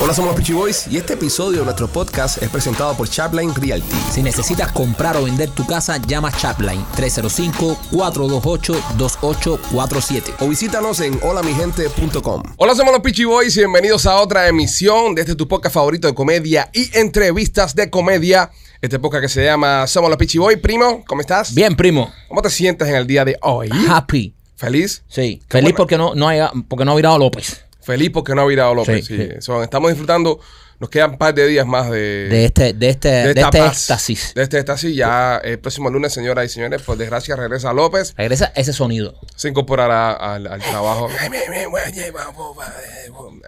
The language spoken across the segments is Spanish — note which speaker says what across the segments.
Speaker 1: Hola, somos los Peachy Boys y este episodio de nuestro podcast es presentado por Chapline Realty.
Speaker 2: Si necesitas comprar o vender tu casa, llama Chapline 305-428-2847.
Speaker 1: O visítanos en holamigente.com.
Speaker 3: Hola, somos los Peachy Boys y bienvenidos a otra emisión de este tu podcast favorito de comedia y entrevistas de comedia. Este podcast que se llama Somos los Peachy Boys. Primo, ¿cómo estás?
Speaker 2: Bien, primo.
Speaker 3: ¿Cómo te sientes en el día de hoy?
Speaker 2: Happy.
Speaker 3: ¿Feliz?
Speaker 2: Sí. Feliz porque no, no haya- porque no ha virado López.
Speaker 3: Feliz porque no ha virado López.
Speaker 2: Sí,
Speaker 3: Sí,
Speaker 2: sí.
Speaker 3: So, estamos disfrutando, nos quedan un par de días más de,
Speaker 2: De este, de este,
Speaker 3: de
Speaker 2: de
Speaker 3: esta
Speaker 2: este
Speaker 3: paz,
Speaker 2: éxtasis.
Speaker 3: De este éxtasis. Ya el próximo lunes, señoras y señores, por desgracia regresa López.
Speaker 2: Regresa ese sonido.
Speaker 3: Se incorporará al, al trabajo.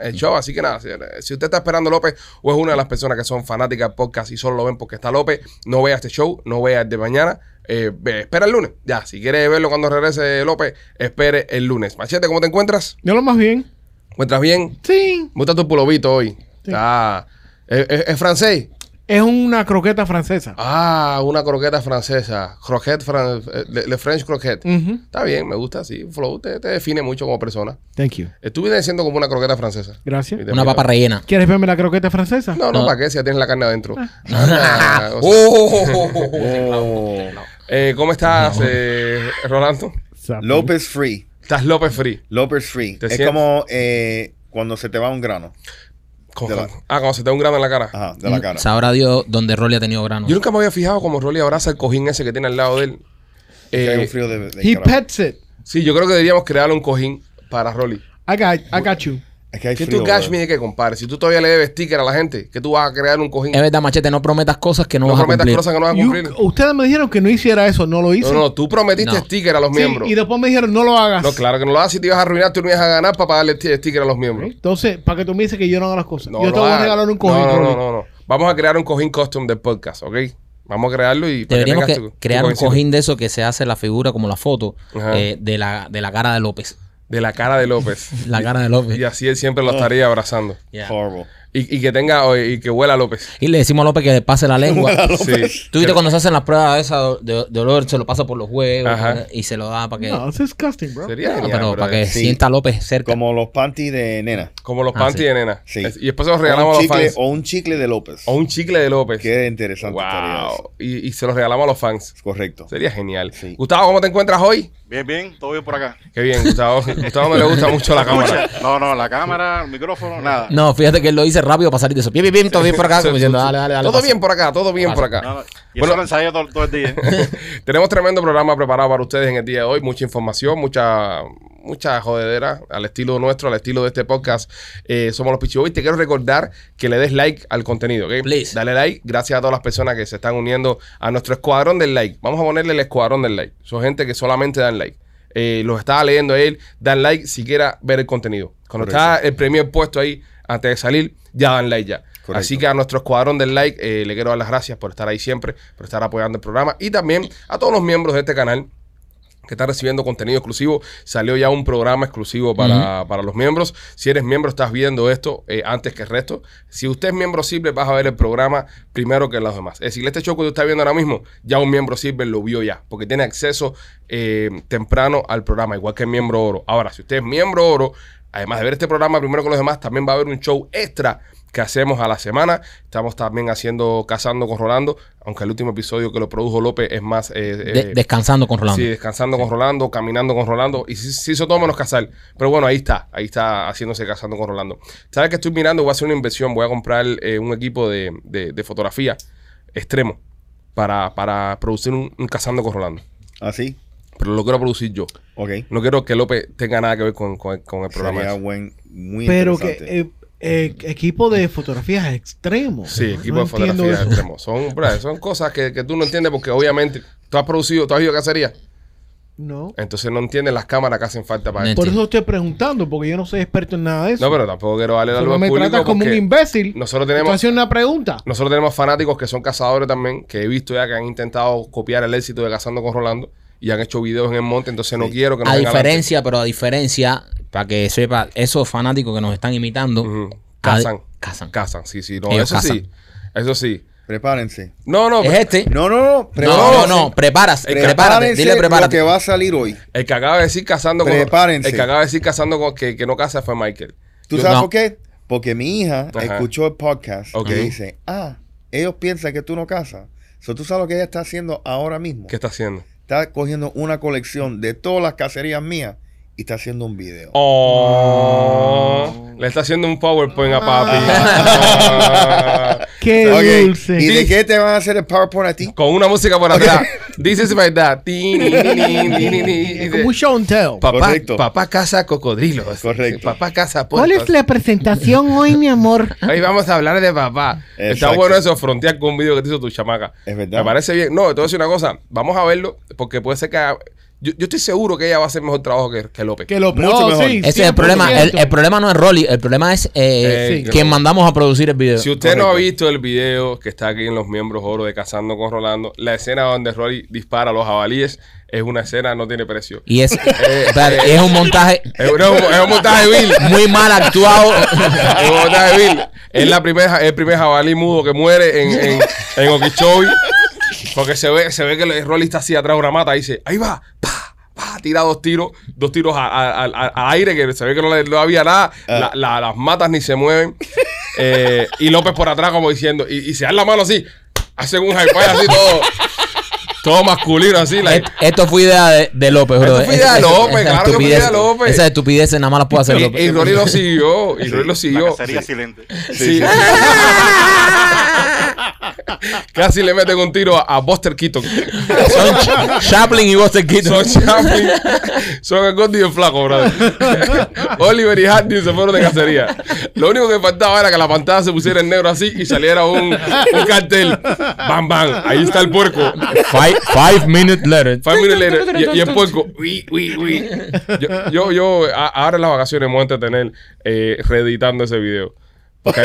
Speaker 3: El show, así que nada, señores, si usted está esperando a López o es una de las personas que son fanáticas del podcast y solo lo ven porque está López, no vea este show, no vea el de mañana. eh, ve- espera el lunes. Ya, si quiere verlo cuando regrese López, espere el lunes. Machete, ¿cómo te encuentras?
Speaker 4: Yo lo más bien.
Speaker 3: ¿Encuentras bien?
Speaker 4: Sí.
Speaker 3: Gusta tu pulovito hoy.
Speaker 4: Sí.
Speaker 3: Ah, ¿es, es- es francés?
Speaker 4: Es una croqueta francesa.
Speaker 3: Ah, una croqueta francesa. Croquette, fran- eh, le, le French croquette.
Speaker 4: Ujú.
Speaker 3: Está bien, me gusta, sí. Flow te, te define mucho como persona.
Speaker 4: Thank you.
Speaker 3: Estuve diciendo como una croqueta francesa.
Speaker 4: Gracias.
Speaker 2: Una papa rellena.
Speaker 4: ¿Quieres verme la croqueta francesa?
Speaker 3: No, no,
Speaker 2: No.
Speaker 3: ¿para qué? Si ya tienes la carne adentro. Ah, o sea. Eh, ¿Cómo estás, eh, Rolando?
Speaker 4: Sapo.
Speaker 5: López Free.
Speaker 3: Estás López Free.
Speaker 5: López Free.
Speaker 3: ¿Te
Speaker 5: Es
Speaker 3: sientes?
Speaker 5: como eh, cuando se te va un grano.
Speaker 3: ¿Cómo-
Speaker 5: De la-
Speaker 3: Ah, cuando se te da un grano en la cara.
Speaker 5: Ajá, de
Speaker 2: Mm,
Speaker 5: la cara.
Speaker 2: Sabrá Dios dónde Rolly ha tenido granos.
Speaker 3: Yo nunca me había fijado como Rolly abraza el cojín ese que tiene al lado de él.
Speaker 5: Que hay
Speaker 3: Eh,
Speaker 5: un frío de, de
Speaker 4: He
Speaker 5: carajo.
Speaker 4: pets it.
Speaker 3: sí, yo creo que deberíamos crearle un cojín para Rolly.
Speaker 4: I got, I got you.
Speaker 5: Es que hay
Speaker 3: ¿Qué
Speaker 5: frío.
Speaker 3: tú cash
Speaker 5: brother.
Speaker 3: me de qué, compadre? Si tú todavía le debes sticker a la gente, que tú vas a crear un cojín.
Speaker 2: Es verdad, machete, no prometas cosas que no,
Speaker 3: no
Speaker 2: vas a
Speaker 3: prometas
Speaker 2: cumplir.
Speaker 3: cosas que no vas a
Speaker 4: You-
Speaker 3: cumplir.
Speaker 4: ustedes me dijeron que no hiciera eso. No lo hice.
Speaker 3: No, no, tú prometiste
Speaker 2: No.
Speaker 3: sticker a los
Speaker 4: Sí,
Speaker 3: miembros.
Speaker 4: y después me dijeron, no lo hagas.
Speaker 3: No, claro que no lo haces. Si te ibas a arruinar, tú no ibas a ganar para pagarle sti- sticker a los miembros.
Speaker 4: Entonces, para que tú me dices que yo no hago las cosas.
Speaker 3: No
Speaker 4: yo
Speaker 3: lo
Speaker 4: te voy a
Speaker 3: hagas.
Speaker 4: regalar un cojín.
Speaker 3: No, no,
Speaker 4: Rolly.
Speaker 3: no, no, no. Vamos a crear un cojín custom del podcast, ¿ok? Vamos a crearlo y. para
Speaker 2: Deberíamos
Speaker 3: tengas
Speaker 2: que
Speaker 3: tu- tu
Speaker 2: crear un
Speaker 3: cojincito.
Speaker 2: cojín de eso que se hace la figura como la foto
Speaker 3: Ajá.
Speaker 2: eh, de, la, de la cara de López.
Speaker 3: De la cara de López.
Speaker 2: La cara de López.
Speaker 3: y así él siempre lo estaría abrazando.
Speaker 2: Ya.
Speaker 5: Horrible.
Speaker 3: Y, y que tenga. o- Y que huela a López.
Speaker 2: Y le decimos a López que le pase la lengua.
Speaker 3: Sí.
Speaker 2: Tú viste cuando se hacen las pruebas esas de, de olor, se lo pasa por los huevos
Speaker 3: Ajá.
Speaker 2: ¿eh? y se lo da para que.
Speaker 4: No, it's disgusting, bro.
Speaker 3: Sería
Speaker 2: No,
Speaker 3: genial,
Speaker 2: pero
Speaker 3: brother.
Speaker 2: para que
Speaker 5: Sí.
Speaker 2: sienta a López cerca.
Speaker 5: Como los panties de nena.
Speaker 3: Como los
Speaker 2: Ah,
Speaker 3: panties
Speaker 2: sí.
Speaker 3: de nena.
Speaker 5: Sí.
Speaker 3: Es- Y después se los
Speaker 5: O
Speaker 3: regalamos
Speaker 5: un,
Speaker 3: a los
Speaker 5: chicle,
Speaker 3: fans.
Speaker 4: oh.
Speaker 5: o un chicle de López.
Speaker 3: O un chicle de López.
Speaker 5: Qué interesante estaría eso.
Speaker 3: Wow. Y, y se los regalamos a los fans.
Speaker 5: Es correcto.
Speaker 3: Sería genial.
Speaker 5: Sí.
Speaker 3: Gustavo, ¿cómo te encuentras hoy?
Speaker 6: Bien, bien, todo bien por acá.
Speaker 3: Qué bien, Gustavo. Gustavo no le gusta mucho la cámara.
Speaker 6: No, no, la cámara, el micrófono, nada.
Speaker 2: No, fíjate que él lo dice rápido para salir de eso. Bien, bien, bien, todo bien por acá.
Speaker 3: Sí,
Speaker 2: como
Speaker 3: sí,
Speaker 2: diciendo,
Speaker 3: sí.
Speaker 2: dale, dale, dale,
Speaker 3: todo
Speaker 2: pasa.
Speaker 3: bien por acá, todo bien por acá.
Speaker 6: No, no, Y
Speaker 3: Bueno.
Speaker 6: eso lo ensayo todo, todo el día.
Speaker 3: Tenemos tremendo programa preparado para ustedes en el día de hoy. Mucha información, mucha, mucha jodedera al estilo nuestro, al estilo de este podcast. Eh, somos los Pichiboy. Te quiero recordar que le des like al contenido, ¿ok?
Speaker 2: Please.
Speaker 3: Dale like. Gracias a todas las personas que se están uniendo a nuestro escuadrón del like. Vamos a ponerle el escuadrón del like. Son gente que solamente dan like. Eh, los estaba leyendo él. Dan like si quiera ver el contenido. Cuando
Speaker 5: Correcto.
Speaker 3: está el premio puesto ahí, antes de salir, ya dan like ya.
Speaker 5: Correcto.
Speaker 3: Así que a nuestro escuadrón del like eh, le quiero dar las gracias por estar ahí siempre, por estar apoyando el programa y también a todos los miembros de este canal que están recibiendo contenido exclusivo. Salió ya un programa exclusivo para, para los miembros. Si eres miembro, estás viendo esto eh, antes que el resto. Si usted es miembro simple, vas a ver el programa primero que los demás. Es decir, este show que tú estás viendo ahora mismo, ya un miembro simple lo vio ya, porque tiene acceso eh, temprano al programa, igual que el miembro oro. Ahora, si usted es miembro oro, Además de ver este programa primero que los demás, también va a haber un show extra que hacemos a la semana. Estamos también haciendo Cazando con Rolando, aunque el último episodio que lo produjo López es más... eh,
Speaker 2: De-
Speaker 3: eh,
Speaker 2: descansando con Rolando.
Speaker 3: Sí, descansando con Rolando, caminando con Rolando. Y sí, sí hizo todo menos casar. Pero bueno, ahí está. Ahí está haciéndose casando con Rolando. ¿Sabes que estoy mirando? Voy a hacer una inversión. Voy a comprar eh, un equipo de, de- de fotografía extremo para, para producir un, un casando con Rolando.
Speaker 5: ¿Así?
Speaker 3: Pero lo quiero producir yo.
Speaker 5: Ah, Ok.
Speaker 3: No quiero que López tenga nada que ver con, con- con el programa.
Speaker 5: Sería
Speaker 3: ese.
Speaker 5: buen, muy
Speaker 4: Pero que
Speaker 5: interesante.
Speaker 4: eh, eh, equipo de fotografías extremo.
Speaker 3: Sí,
Speaker 4: No
Speaker 3: equipo de
Speaker 4: entiendo
Speaker 3: fotografía
Speaker 4: eso.
Speaker 3: extremo. Son, bro, son cosas que, que tú no entiendes porque obviamente tú has producido, tú has ido a cacería.
Speaker 4: No.
Speaker 3: Entonces no entiendes las cámaras que hacen falta para
Speaker 2: No
Speaker 3: esto.
Speaker 4: Por eso estoy preguntando, porque yo no soy experto en nada de eso.
Speaker 3: No, pero tampoco quiero darle la
Speaker 4: Tú
Speaker 3: luz
Speaker 4: no
Speaker 3: al
Speaker 4: me tratas
Speaker 3: público
Speaker 4: como un
Speaker 3: porque
Speaker 4: imbécil.
Speaker 3: nosotros
Speaker 4: Tú
Speaker 3: tenemos,
Speaker 4: haces una pregunta.
Speaker 3: nosotros tenemos fanáticos que son cazadores también, que he visto ya que han intentado copiar el éxito de Cazando con Rolando y han hecho videos en el monte, entonces no quiero que nos
Speaker 2: a
Speaker 3: vengan
Speaker 2: diferencia, pero a diferencia, para que sepa, esos fanáticos que nos están imitando,
Speaker 3: Ujú.
Speaker 2: a-
Speaker 3: Cazan.
Speaker 2: cazan.
Speaker 3: Cazan, sí, sí, no,
Speaker 2: Ellos
Speaker 3: eso sí. Eso sí.
Speaker 5: Prepárense.
Speaker 3: No, no,
Speaker 2: Es este. No,
Speaker 5: No, no, no.
Speaker 2: no, no,
Speaker 5: Prepárense.
Speaker 2: preparas, prepárate,
Speaker 5: Prepárense
Speaker 2: dile prepárate.
Speaker 5: lo que va a salir hoy.
Speaker 3: el que acaba de decir Cazando con
Speaker 5: Prepárense.
Speaker 3: El que acaba de decir Cazando con que, que no caza fue Michael.
Speaker 5: ¿Tú
Speaker 2: Yo-
Speaker 5: sabes
Speaker 2: no.
Speaker 5: por qué? Porque mi hija
Speaker 3: Ajá.
Speaker 5: escuchó el podcast
Speaker 3: Ok.
Speaker 5: y dice, ah, ellos piensan que tú no casas. So, ¿Tú sabes lo que ella está haciendo ahora mismo?
Speaker 3: ¿Qué está haciendo?
Speaker 5: Está cogiendo una colección de todas las cacerías mías y está haciendo un video.
Speaker 3: Oh, le está haciendo un PowerPoint a papi. Ah.
Speaker 4: Qué
Speaker 5: Ok,
Speaker 4: dulce.
Speaker 5: ¿Y de qué te van a hacer el PowerPoint a ti?
Speaker 3: Con una música por atrás. This is my dad. Ti, ni, ni, ni, ni, ni, ni. Y
Speaker 4: Como un
Speaker 3: dice,
Speaker 4: show and tell.
Speaker 3: Papá,
Speaker 5: Correcto.
Speaker 3: papá caza cocodrilos.
Speaker 5: Correcto.
Speaker 3: Papá caza
Speaker 4: ¿Cuál
Speaker 3: puercos.
Speaker 4: es la presentación hoy, mi amor?
Speaker 3: Hoy vamos a hablar de papá. Está
Speaker 5: Exacto.
Speaker 3: bueno eso, frontear con un video que te hizo tu chamaca.
Speaker 5: Es
Speaker 3: Me
Speaker 5: verdad.
Speaker 3: parece bien. No, te voy a decir una cosa. Vamos a verlo, porque puede ser que. Yo, yo estoy seguro que ella va a hacer mejor trabajo que, que López.
Speaker 4: Que lo
Speaker 5: Mucho
Speaker 4: No,
Speaker 5: mejor.
Speaker 4: sí,
Speaker 2: Ese es el problema. El,
Speaker 4: 100%.
Speaker 2: el problema no es Rolly, el problema es eh,
Speaker 3: Eh, sí.
Speaker 2: quien mandamos a producir el video.
Speaker 3: Si usted no ha
Speaker 5: Correcto.
Speaker 3: visto el video que está aquí en los miembros oro de Cazando con Rolando, la escena donde Rolly dispara a los jabalíes es una escena, no tiene precio.
Speaker 2: Y es, espérate, y es un montaje
Speaker 3: Es, no, es un montaje vil.
Speaker 2: muy mal actuado.
Speaker 3: Es un montaje vil. Es la primera, el primer jabalí mudo que muere en, en, en Okeechobee. Porque se ve, se ve que el Rolly está así atrás de una mata y dice, ahí va, pa, pa, tira dos tiros, dos tiros a, a- a- a aire, que se ve que no, le- no había nada, La- la- las matas ni se mueven. Eh, y López por atrás como diciendo, y, y se dan la mano así, hacen un high five así todo, todo masculino así. like,
Speaker 2: Et- esto fue idea de, de López, bro.
Speaker 3: Esto fue idea de López, claro que fue idea de López.
Speaker 2: Esa estupidez nada más la puede hacer
Speaker 3: y,
Speaker 2: López.
Speaker 3: y Rolly lo siguió, y Rolly lo
Speaker 6: La
Speaker 3: siguió.
Speaker 6: cacería silente.
Speaker 3: Sí. Casi le meten un tiro a, a Buster Keaton.
Speaker 2: Son Ch- Chaplin y Buster
Speaker 3: Son
Speaker 2: Keaton.
Speaker 3: Chaplin, son el gordo y el flaco, brother. Oliver y Hardy se fueron de cacería. Lo único que faltaba era que la pantalla se pusiera en negro así y saliera un, un cartel. Bam, bam, ahí está el puerco.
Speaker 2: Five, five minutes later.
Speaker 3: Five minutes later, y, y el puerco. Uy, uy, uy. Yo, yo, yo, a- ahora en las vacaciones me voy a entretener eh, reeditando ese video. Porque,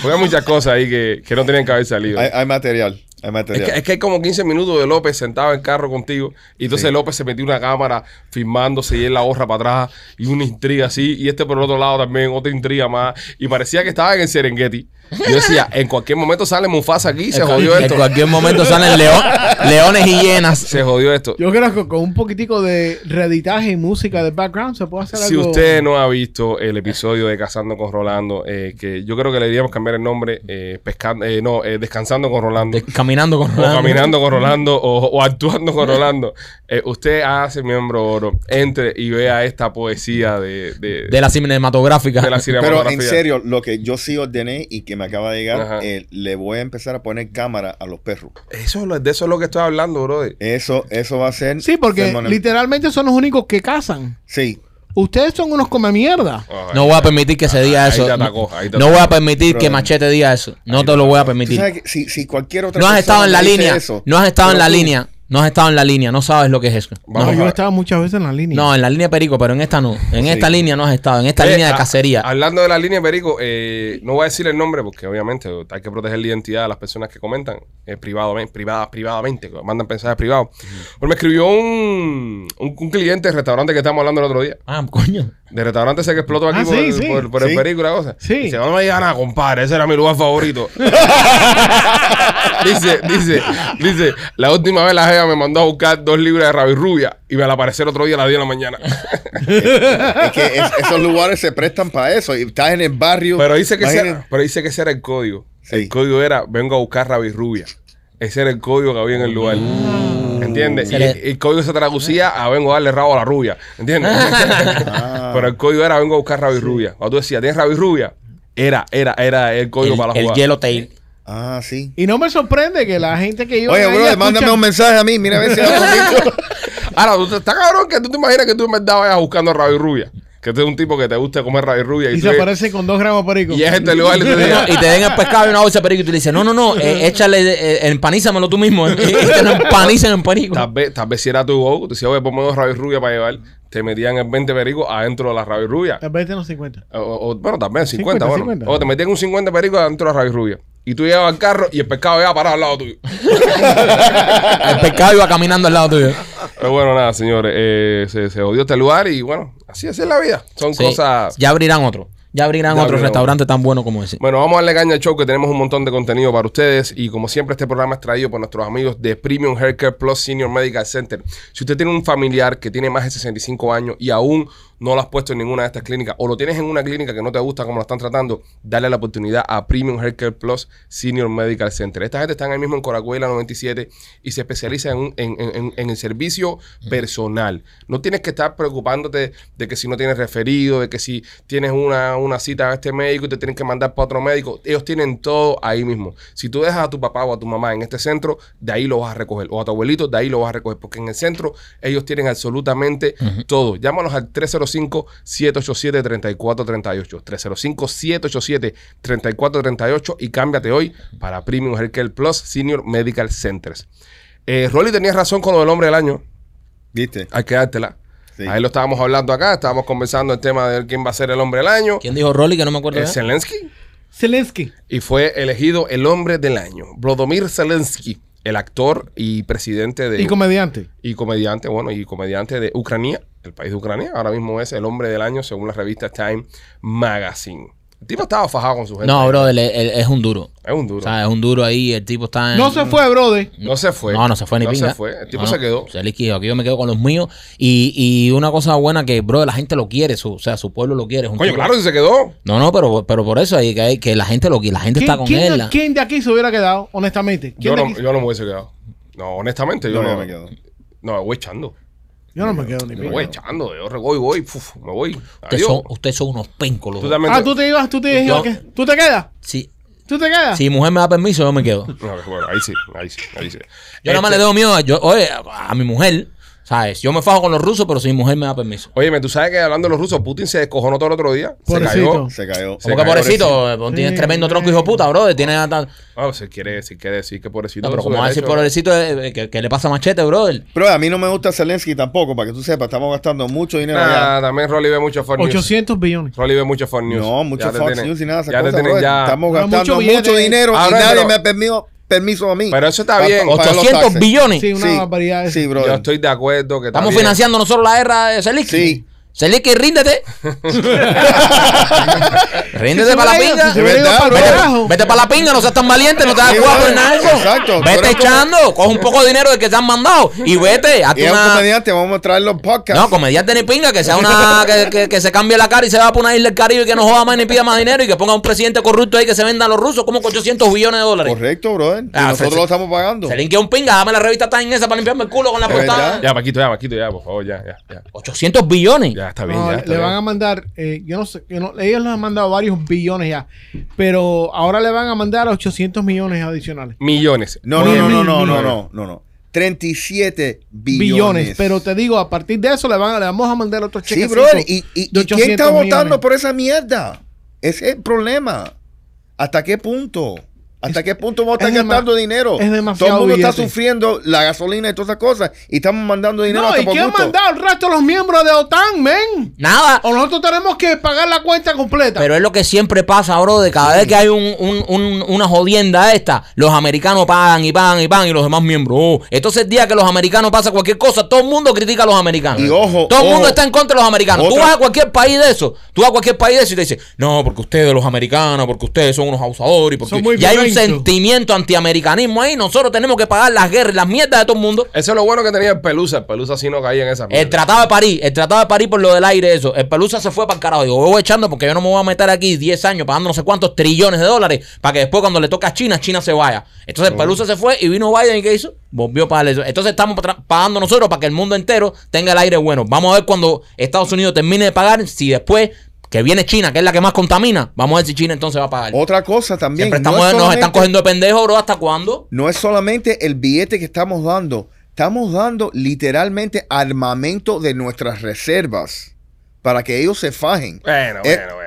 Speaker 3: porque hay muchas cosas ahí que, que no tenían que haber salido.
Speaker 5: Hay, hay material. Hay
Speaker 3: Es
Speaker 5: material.
Speaker 3: que, es que hay como 15 minutos de López sentado en carro contigo. Y entonces López se metió una cámara filmándose y él la gorra para atrás. Y una intriga así. Y este por el otro lado también, otra intriga más. Y parecía que estaba en el Serengeti. Y yo decía, en cualquier momento sale Mufasa aquí y se jodió
Speaker 2: En
Speaker 3: esto.
Speaker 2: cualquier momento salen león- leones y hienas.
Speaker 3: Se jodió esto.
Speaker 4: Yo creo que con un poquitico de reeditaje y música de background se puede hacer
Speaker 3: Si
Speaker 4: algo.
Speaker 3: usted no ha visto el episodio de Cazando con Rolando, eh, que yo creo que le deberíamos cambiar el nombre, eh, pescando, eh, no, eh, Descansando con Rolando.
Speaker 2: De- caminando con
Speaker 3: o caminando con Rolando o, o actuando con Rolando. Eh, usted hace miembro oro. Entre y vea esta poesía de, de,
Speaker 2: De la cinematográfica.
Speaker 3: de la
Speaker 5: Pero en
Speaker 3: cinematografía.
Speaker 5: serio, lo que yo sí ordené y que me acaba de
Speaker 3: Ajá.
Speaker 5: llegar, eh, le voy a empezar a poner cámara a los perros.
Speaker 3: Eso, es lo- de eso es lo que estoy hablando, brother.
Speaker 5: Eso, eso va a ser.
Speaker 4: Sí, porque
Speaker 5: permanente.
Speaker 4: literalmente son los únicos que cazan.
Speaker 5: Sí,
Speaker 4: Ustedes son unos come mierda.
Speaker 2: No voy a permitir que se diga
Speaker 3: Ahí
Speaker 2: eso.
Speaker 3: te
Speaker 2: No-
Speaker 3: atacó, ahí te
Speaker 2: No
Speaker 3: atacó.
Speaker 2: voy a permitir que
Speaker 5: Brother.
Speaker 2: Machete diga eso. No te lo voy a
Speaker 5: Tú
Speaker 2: permitir.
Speaker 5: sabes que si, si cualquier otra
Speaker 2: No has
Speaker 5: persona
Speaker 2: estado en la
Speaker 5: me dice
Speaker 2: línea.
Speaker 5: eso,
Speaker 2: No has estado en
Speaker 5: pero
Speaker 2: la
Speaker 5: tú-
Speaker 2: línea. No has estado en la línea. No sabes lo que es eso.
Speaker 3: Vamos
Speaker 4: No,
Speaker 3: a
Speaker 4: yo
Speaker 3: ver.
Speaker 4: he estado muchas veces en la línea.
Speaker 2: No, eh. en la línea Perico, pero en esta no. En esta línea no has estado. En esta
Speaker 3: Eh,
Speaker 2: línea de
Speaker 3: a-
Speaker 2: cacería.
Speaker 3: Hablando de la línea, Perico, eh, no voy a decir el nombre porque obviamente hay que proteger la identidad de las personas que comentan eh, privadamente, privadas, privadamente, que mandan mensajes privados. Pero me escribió un, un, un cliente del restaurante que estábamos hablando el otro día.
Speaker 2: Ah, coño.
Speaker 3: De restaurante ese que explotó aquí
Speaker 4: Ah,
Speaker 3: por,
Speaker 4: sí,
Speaker 3: el-
Speaker 4: sí.
Speaker 3: por- por el
Speaker 5: Sí.
Speaker 3: perico y la cosa.
Speaker 4: Sí.
Speaker 3: Dice, no me digas nada, compadre. Ese era mi lugar favorito. dice, dice, dice, la última vez la jefa me mandó a buscar dos libras de rabirrubia y me la apareció el otro día a las 10 de la mañana.
Speaker 5: Es que es- esos lugares se prestan para eso. Y estás en el barrio.
Speaker 3: pero, dice que ese,
Speaker 5: imagínate.
Speaker 3: era- pero dice que ese era el código.
Speaker 5: Sí.
Speaker 3: El código era, vengo a buscar rabirrubia Ese era el código que había en el lugar. ¿Entiendes? Y
Speaker 2: Ah. Se le-
Speaker 3: y el código se traducía a vengo a darle rabo a la rubia. ¿Entiendes?
Speaker 5: Ah,
Speaker 3: Pero el código era vengo a buscar rabirrubia Cuando tú decías, ¿tienes rabirrubia Era, era, era el código
Speaker 2: El,
Speaker 3: para la
Speaker 2: el
Speaker 3: jugada.
Speaker 2: Yellow Tail.
Speaker 5: ah, sí.
Speaker 4: Y no me sorprende que la gente que yo.
Speaker 5: Oye, bro, mándame un mensaje a mí. Mira a ver si hablo contigo.
Speaker 3: Ahora, tú te- está cabrón que tú te imaginas que tú en verdad vayas buscando rabia y rubia. Que tú eres un tipo que te gusta comer rabia y rubia. Y,
Speaker 4: Y
Speaker 3: tú
Speaker 4: se
Speaker 3: ves-
Speaker 4: aparece con dos gramos de perico.
Speaker 3: y es este lugar y te dice,
Speaker 2: No, y te den el pescado y una bolsa de perico y tú le dices, no, no, no, eh, échale, eh, empanízamelo tú mismo. eh, eh, te lo empanizan en perico.
Speaker 3: tal vez, tal vez si era tu go, tú decías, oye, ponme dos rabia y rubia para llevar. Te metían el 20 perico adentro de la rabia y rubia.
Speaker 4: Tal vez no 50.
Speaker 3: O, o- bueno, también 50,
Speaker 4: 50,
Speaker 3: bueno.
Speaker 4: 50.
Speaker 3: O te metían un 50 perico adentro de la rabia y rubia. Y tú llegabas al carro y el pescado iba parado al lado tuyo.
Speaker 2: El pescado iba caminando al lado tuyo.
Speaker 3: Pero bueno, nada, señores. eh, se, se odió este lugar y bueno, así, así es la vida. Son
Speaker 2: Sí.
Speaker 3: cosas.
Speaker 2: Ya abrirán otro. Ya abrirán
Speaker 3: Ya
Speaker 2: otro
Speaker 3: abrirán
Speaker 2: restaurante tan bueno como ese.
Speaker 3: Bueno, vamos a darle caña al show que tenemos un montón de contenido para ustedes y como siempre este programa es traído por nuestros amigos de Premium Haircare Plus Senior Medical Center. Si usted tiene un familiar que tiene más de 65 años y aún no lo has puesto en ninguna de estas clínicas o lo tienes en una clínica que no te gusta como lo están tratando, dale la oportunidad a Premium Healthcare Plus Senior Medical Center. Esta gente está ahí mismo en Coracuela 97 y se especializa en, un- en- en- en- en el servicio personal. No tienes que estar preocupándote de que si no tienes referido, de que si tienes una, una cita a este médico y te tienen que mandar para otro médico. Ellos tienen todo ahí mismo. Si tú dejas a tu papá o a tu mamá en este centro, de ahí lo vas a recoger. O a tu abuelito, de ahí lo vas a recoger. Porque en el centro ellos tienen absolutamente todo. Llámanos al 305-787-3438. 305-787-3438 y cámbiate hoy para Premium Healthcare Plus Senior Medical Centers. Eh, Rolly tenía razón con lo del hombre del año.
Speaker 5: ¿Viste?
Speaker 3: Hay que dártela.
Speaker 5: Sí.
Speaker 3: Ahí lo estábamos hablando acá, estábamos conversando el tema de quién va a ser el hombre del año.
Speaker 2: ¿Quién dijo Rolly que no me acuerdo?
Speaker 3: Eh,
Speaker 2: ya?
Speaker 3: Zelensky.
Speaker 4: Zelensky.
Speaker 3: Y fue elegido el hombre del año. Vladimir Zelensky, el actor y presidente de
Speaker 4: Y comediante.
Speaker 3: y comediante, bueno, y comediante de Ucrania, el país de Ucrania. Ahora mismo es el hombre del año según la revista Time Magazine. El tipo estaba fajado con su gente.
Speaker 2: No, bro, él- él- es un duro.
Speaker 3: Es un duro.
Speaker 2: O sea, es un duro ahí, el tipo está en...
Speaker 4: No se fue, brother.
Speaker 3: No se fue.
Speaker 2: No, no se fue ni
Speaker 3: No
Speaker 2: pinga.
Speaker 3: se fue. El tipo
Speaker 2: No,
Speaker 3: se
Speaker 2: no.
Speaker 3: quedó.
Speaker 2: Se liquidó. Aquí yo me quedo con los míos. Y, y una cosa buena que, bro, la gente lo quiere. Su, o sea, su pueblo lo quiere. es un
Speaker 3: Coño,
Speaker 2: tipo-
Speaker 3: claro, si se quedó.
Speaker 2: No, no, pero, pero por eso hay que, hay que la gente lo quiere. La gente está
Speaker 4: ¿Quién,
Speaker 2: con
Speaker 4: quién-
Speaker 2: él. la-
Speaker 4: quién de aquí se hubiera quedado, honestamente? ¿Quién
Speaker 3: Yo
Speaker 4: de
Speaker 3: no,
Speaker 4: aquí se-
Speaker 3: yo no me hubiese quedado. No, honestamente, yo
Speaker 5: No,
Speaker 3: no.
Speaker 5: yo me quedo.
Speaker 3: No, me voy echando.
Speaker 4: yo no me quedo ni
Speaker 3: Me
Speaker 4: pinga.
Speaker 3: voy echando. Yo re- voy, voy. puf, me voy.
Speaker 2: Ustedes
Speaker 3: Adiós.
Speaker 2: son, ustedes son unos pencos. los
Speaker 3: Tú
Speaker 2: dos.
Speaker 3: también.
Speaker 4: Ah,
Speaker 3: te-
Speaker 4: tú te ibas, tú te ibas.
Speaker 2: Yo-
Speaker 4: ¿qué? ¿Tú te quedas?
Speaker 2: Si,
Speaker 4: ¿Tú te quedas?
Speaker 2: si mi mujer me da permiso, yo me quedo. Yo
Speaker 3: No, bueno, ahí sí, ahí sí, ahí sí.
Speaker 2: nada más
Speaker 3: Este-
Speaker 2: le tengo miedo a, yo, oye, a mi mujer. ¿Sabes? Yo me fajo con los rusos, pero si mi mujer me da permiso.
Speaker 3: Óyeme, tú sabes que hablando de los rusos, Putin se descojonó todo el otro día. Se
Speaker 4: Pobrecito.
Speaker 3: cayó.
Speaker 5: Se cayó.
Speaker 3: Se
Speaker 2: Como que
Speaker 3: cayó,
Speaker 2: pobrecito, eh, Tienes
Speaker 4: Sí,
Speaker 2: tremendo tronco,
Speaker 4: man.
Speaker 2: hijo de puta, bro. Tiene hasta-
Speaker 3: Ah, se quiere, se quiere decir que pobrecito.
Speaker 2: No, pero
Speaker 3: su
Speaker 2: como va a decir
Speaker 3: derecho.
Speaker 2: pobrecito, eh, eh, que, que le pasa machete, bro.
Speaker 5: Pero a mí no me gusta Zelensky tampoco, para que tú sepas, estamos gastando mucho dinero allá.
Speaker 3: Nah, también Rolly ve mucho Fox News.
Speaker 4: 800 billones.
Speaker 3: Rolly ve mucho Fox News.
Speaker 5: No, mucho
Speaker 3: Ya te
Speaker 5: Fox
Speaker 3: tienen-
Speaker 5: News y nada de esas
Speaker 3: Ya te
Speaker 5: cosas,
Speaker 3: tienen
Speaker 5: brother.
Speaker 3: ya.
Speaker 5: Estamos
Speaker 4: No,
Speaker 5: gastando
Speaker 4: mucho
Speaker 5: mucho,
Speaker 4: billete.
Speaker 5: dinero
Speaker 3: Ahora,
Speaker 5: y nadie
Speaker 3: pero-
Speaker 5: me ha perdido permiso a mí.
Speaker 3: Pero eso está
Speaker 5: Pa-
Speaker 3: bien.
Speaker 5: pa- pagar los
Speaker 2: 800
Speaker 5: taxes.
Speaker 2: billones.
Speaker 4: Sí, una
Speaker 5: Sí.
Speaker 4: barbaridad.
Speaker 5: Sí,
Speaker 4: Sí,
Speaker 5: bro.
Speaker 3: Yo estoy de acuerdo que está
Speaker 2: Estamos
Speaker 3: bien.
Speaker 2: financiando nosotros la guerra de Zelensky.
Speaker 5: Sí.
Speaker 2: Zelensky, ríndete. ríndete
Speaker 4: Si se
Speaker 2: para la
Speaker 4: hubiera ido,
Speaker 2: pinga.
Speaker 4: si se hubiera ido
Speaker 5: ¿Verdad,
Speaker 4: para
Speaker 5: bro?
Speaker 2: Vete-
Speaker 4: carajo.
Speaker 2: Vete para la pinga, no seas tan valiente, no te hagas
Speaker 5: Sí,
Speaker 2: guapo
Speaker 5: bro.
Speaker 2: en algo.
Speaker 5: Exacto. Pero
Speaker 2: Vete
Speaker 5: es como-
Speaker 2: echando, coge un poco de dinero del que te han mandado y vete. Hazte
Speaker 5: Y es un
Speaker 2: una...
Speaker 5: comediante, vamos a traerlo en podcast.
Speaker 2: No, comediante ni pinga, que sea una que, que- que se cambie la cara y se va a una isla del Caribe y que no joda más ni pida más dinero y que ponga un presidente corrupto ahí que se venda a los rusos como con 800 billones de dólares.
Speaker 5: Correcto, brother. Y
Speaker 2: Ah,
Speaker 5: nosotros
Speaker 2: Fel-
Speaker 5: lo estamos pagando.
Speaker 2: Se limpia un pinga, dame la revista tan en esa para limpiarme el culo con la
Speaker 5: Es
Speaker 2: portada.
Speaker 5: verdad.
Speaker 3: Ya, Paquito, ya, Paquito, ya, por favor, ya, ya, ya.
Speaker 2: 800 billones.
Speaker 3: Ya, está bien,
Speaker 4: No,
Speaker 3: ya.
Speaker 4: le
Speaker 3: está bien.
Speaker 4: van a mandar, eh, yo no sé, yo no- ellos les han mandado varios billones ya, pero ahora le van a mandar 800 millones adicionales.
Speaker 3: Millones.
Speaker 5: No, no,
Speaker 4: Oye,
Speaker 5: no, no,
Speaker 4: mil,
Speaker 5: no,
Speaker 4: mil.
Speaker 5: no, no, no, no. 37 billones.
Speaker 4: Billones, pero te digo, a partir de eso le, van, a- le vamos a mandar otros
Speaker 5: Sí,
Speaker 4: cheques.
Speaker 5: brother. ¿Y, y, y quién está votando por esa mierda? Ese es el problema. ¿Hasta qué punto? ¿Hasta qué punto vamos a
Speaker 4: es
Speaker 5: estar
Speaker 4: dema-
Speaker 5: gastando dinero?
Speaker 4: es demasiado
Speaker 5: Todo el mundo está
Speaker 4: billete.
Speaker 5: sufriendo la gasolina y todas esas cosas. Y estamos mandando dinero
Speaker 4: No,
Speaker 5: hasta
Speaker 4: ¿y
Speaker 5: por
Speaker 4: qué han
Speaker 5: gusto.
Speaker 4: mandado el resto de los miembros de OTAN, men?
Speaker 2: Nada.
Speaker 4: O nosotros tenemos que pagar la cuenta completa.
Speaker 2: Pero es lo que siempre pasa, bro, de cada vez que hay un- un- un- una jodienda esta, los americanos pagan y pagan y pagan y los demás miembros. oh. Entonces el día que los americanos pasa cualquier cosa, todo el mundo critica a los americanos.
Speaker 5: Y ojo,
Speaker 2: todo el
Speaker 5: ojo.
Speaker 2: mundo está en contra de los americanos. Tú
Speaker 5: Otra-
Speaker 2: vas a cualquier país de eso, tú vas a cualquier país de eso y te dicen, no, porque ustedes los americanos, porque ustedes son unos abusadores, y porque
Speaker 4: Son muy
Speaker 2: y hay un
Speaker 4: violentos.
Speaker 2: sentimiento antiamericanismo ahí, nosotros tenemos que pagar las guerras y las mierdas de todo el mundo.
Speaker 3: Eso es lo bueno que tenía el Pelusa. El Pelusa sí no caía en esa
Speaker 2: El
Speaker 3: mierda.
Speaker 2: Tratado de París, el Tratado de París por lo del aire, eso. El Pelusa se fue para el carajo. Digo, voy echando porque yo no me voy a meter aquí 10 años pagando no sé cuántos trillones de dólares para que después cuando le toca a China, China se vaya. Entonces el Pelusa se fue y vino Biden y ¿qué hizo? Volvió para eso. Entonces estamos tra- pagando nosotros para que el mundo entero tenga el aire bueno. Vamos a ver cuando Estados Unidos termine de pagar, si después que viene China, que es la que más contamina, vamos a ver si China entonces va a pagar.
Speaker 5: Otra cosa también.
Speaker 2: Siempre
Speaker 5: no
Speaker 2: estamos,
Speaker 5: es
Speaker 2: nos están
Speaker 5: solamente-
Speaker 2: cogiendo de pendejo, bro. ¿Hasta cuándo?
Speaker 5: No es solamente el billete que estamos dando, estamos dando literalmente armamento de nuestras reservas para que ellos se fajen.
Speaker 3: Bueno,
Speaker 5: Eh,
Speaker 3: bueno, bueno.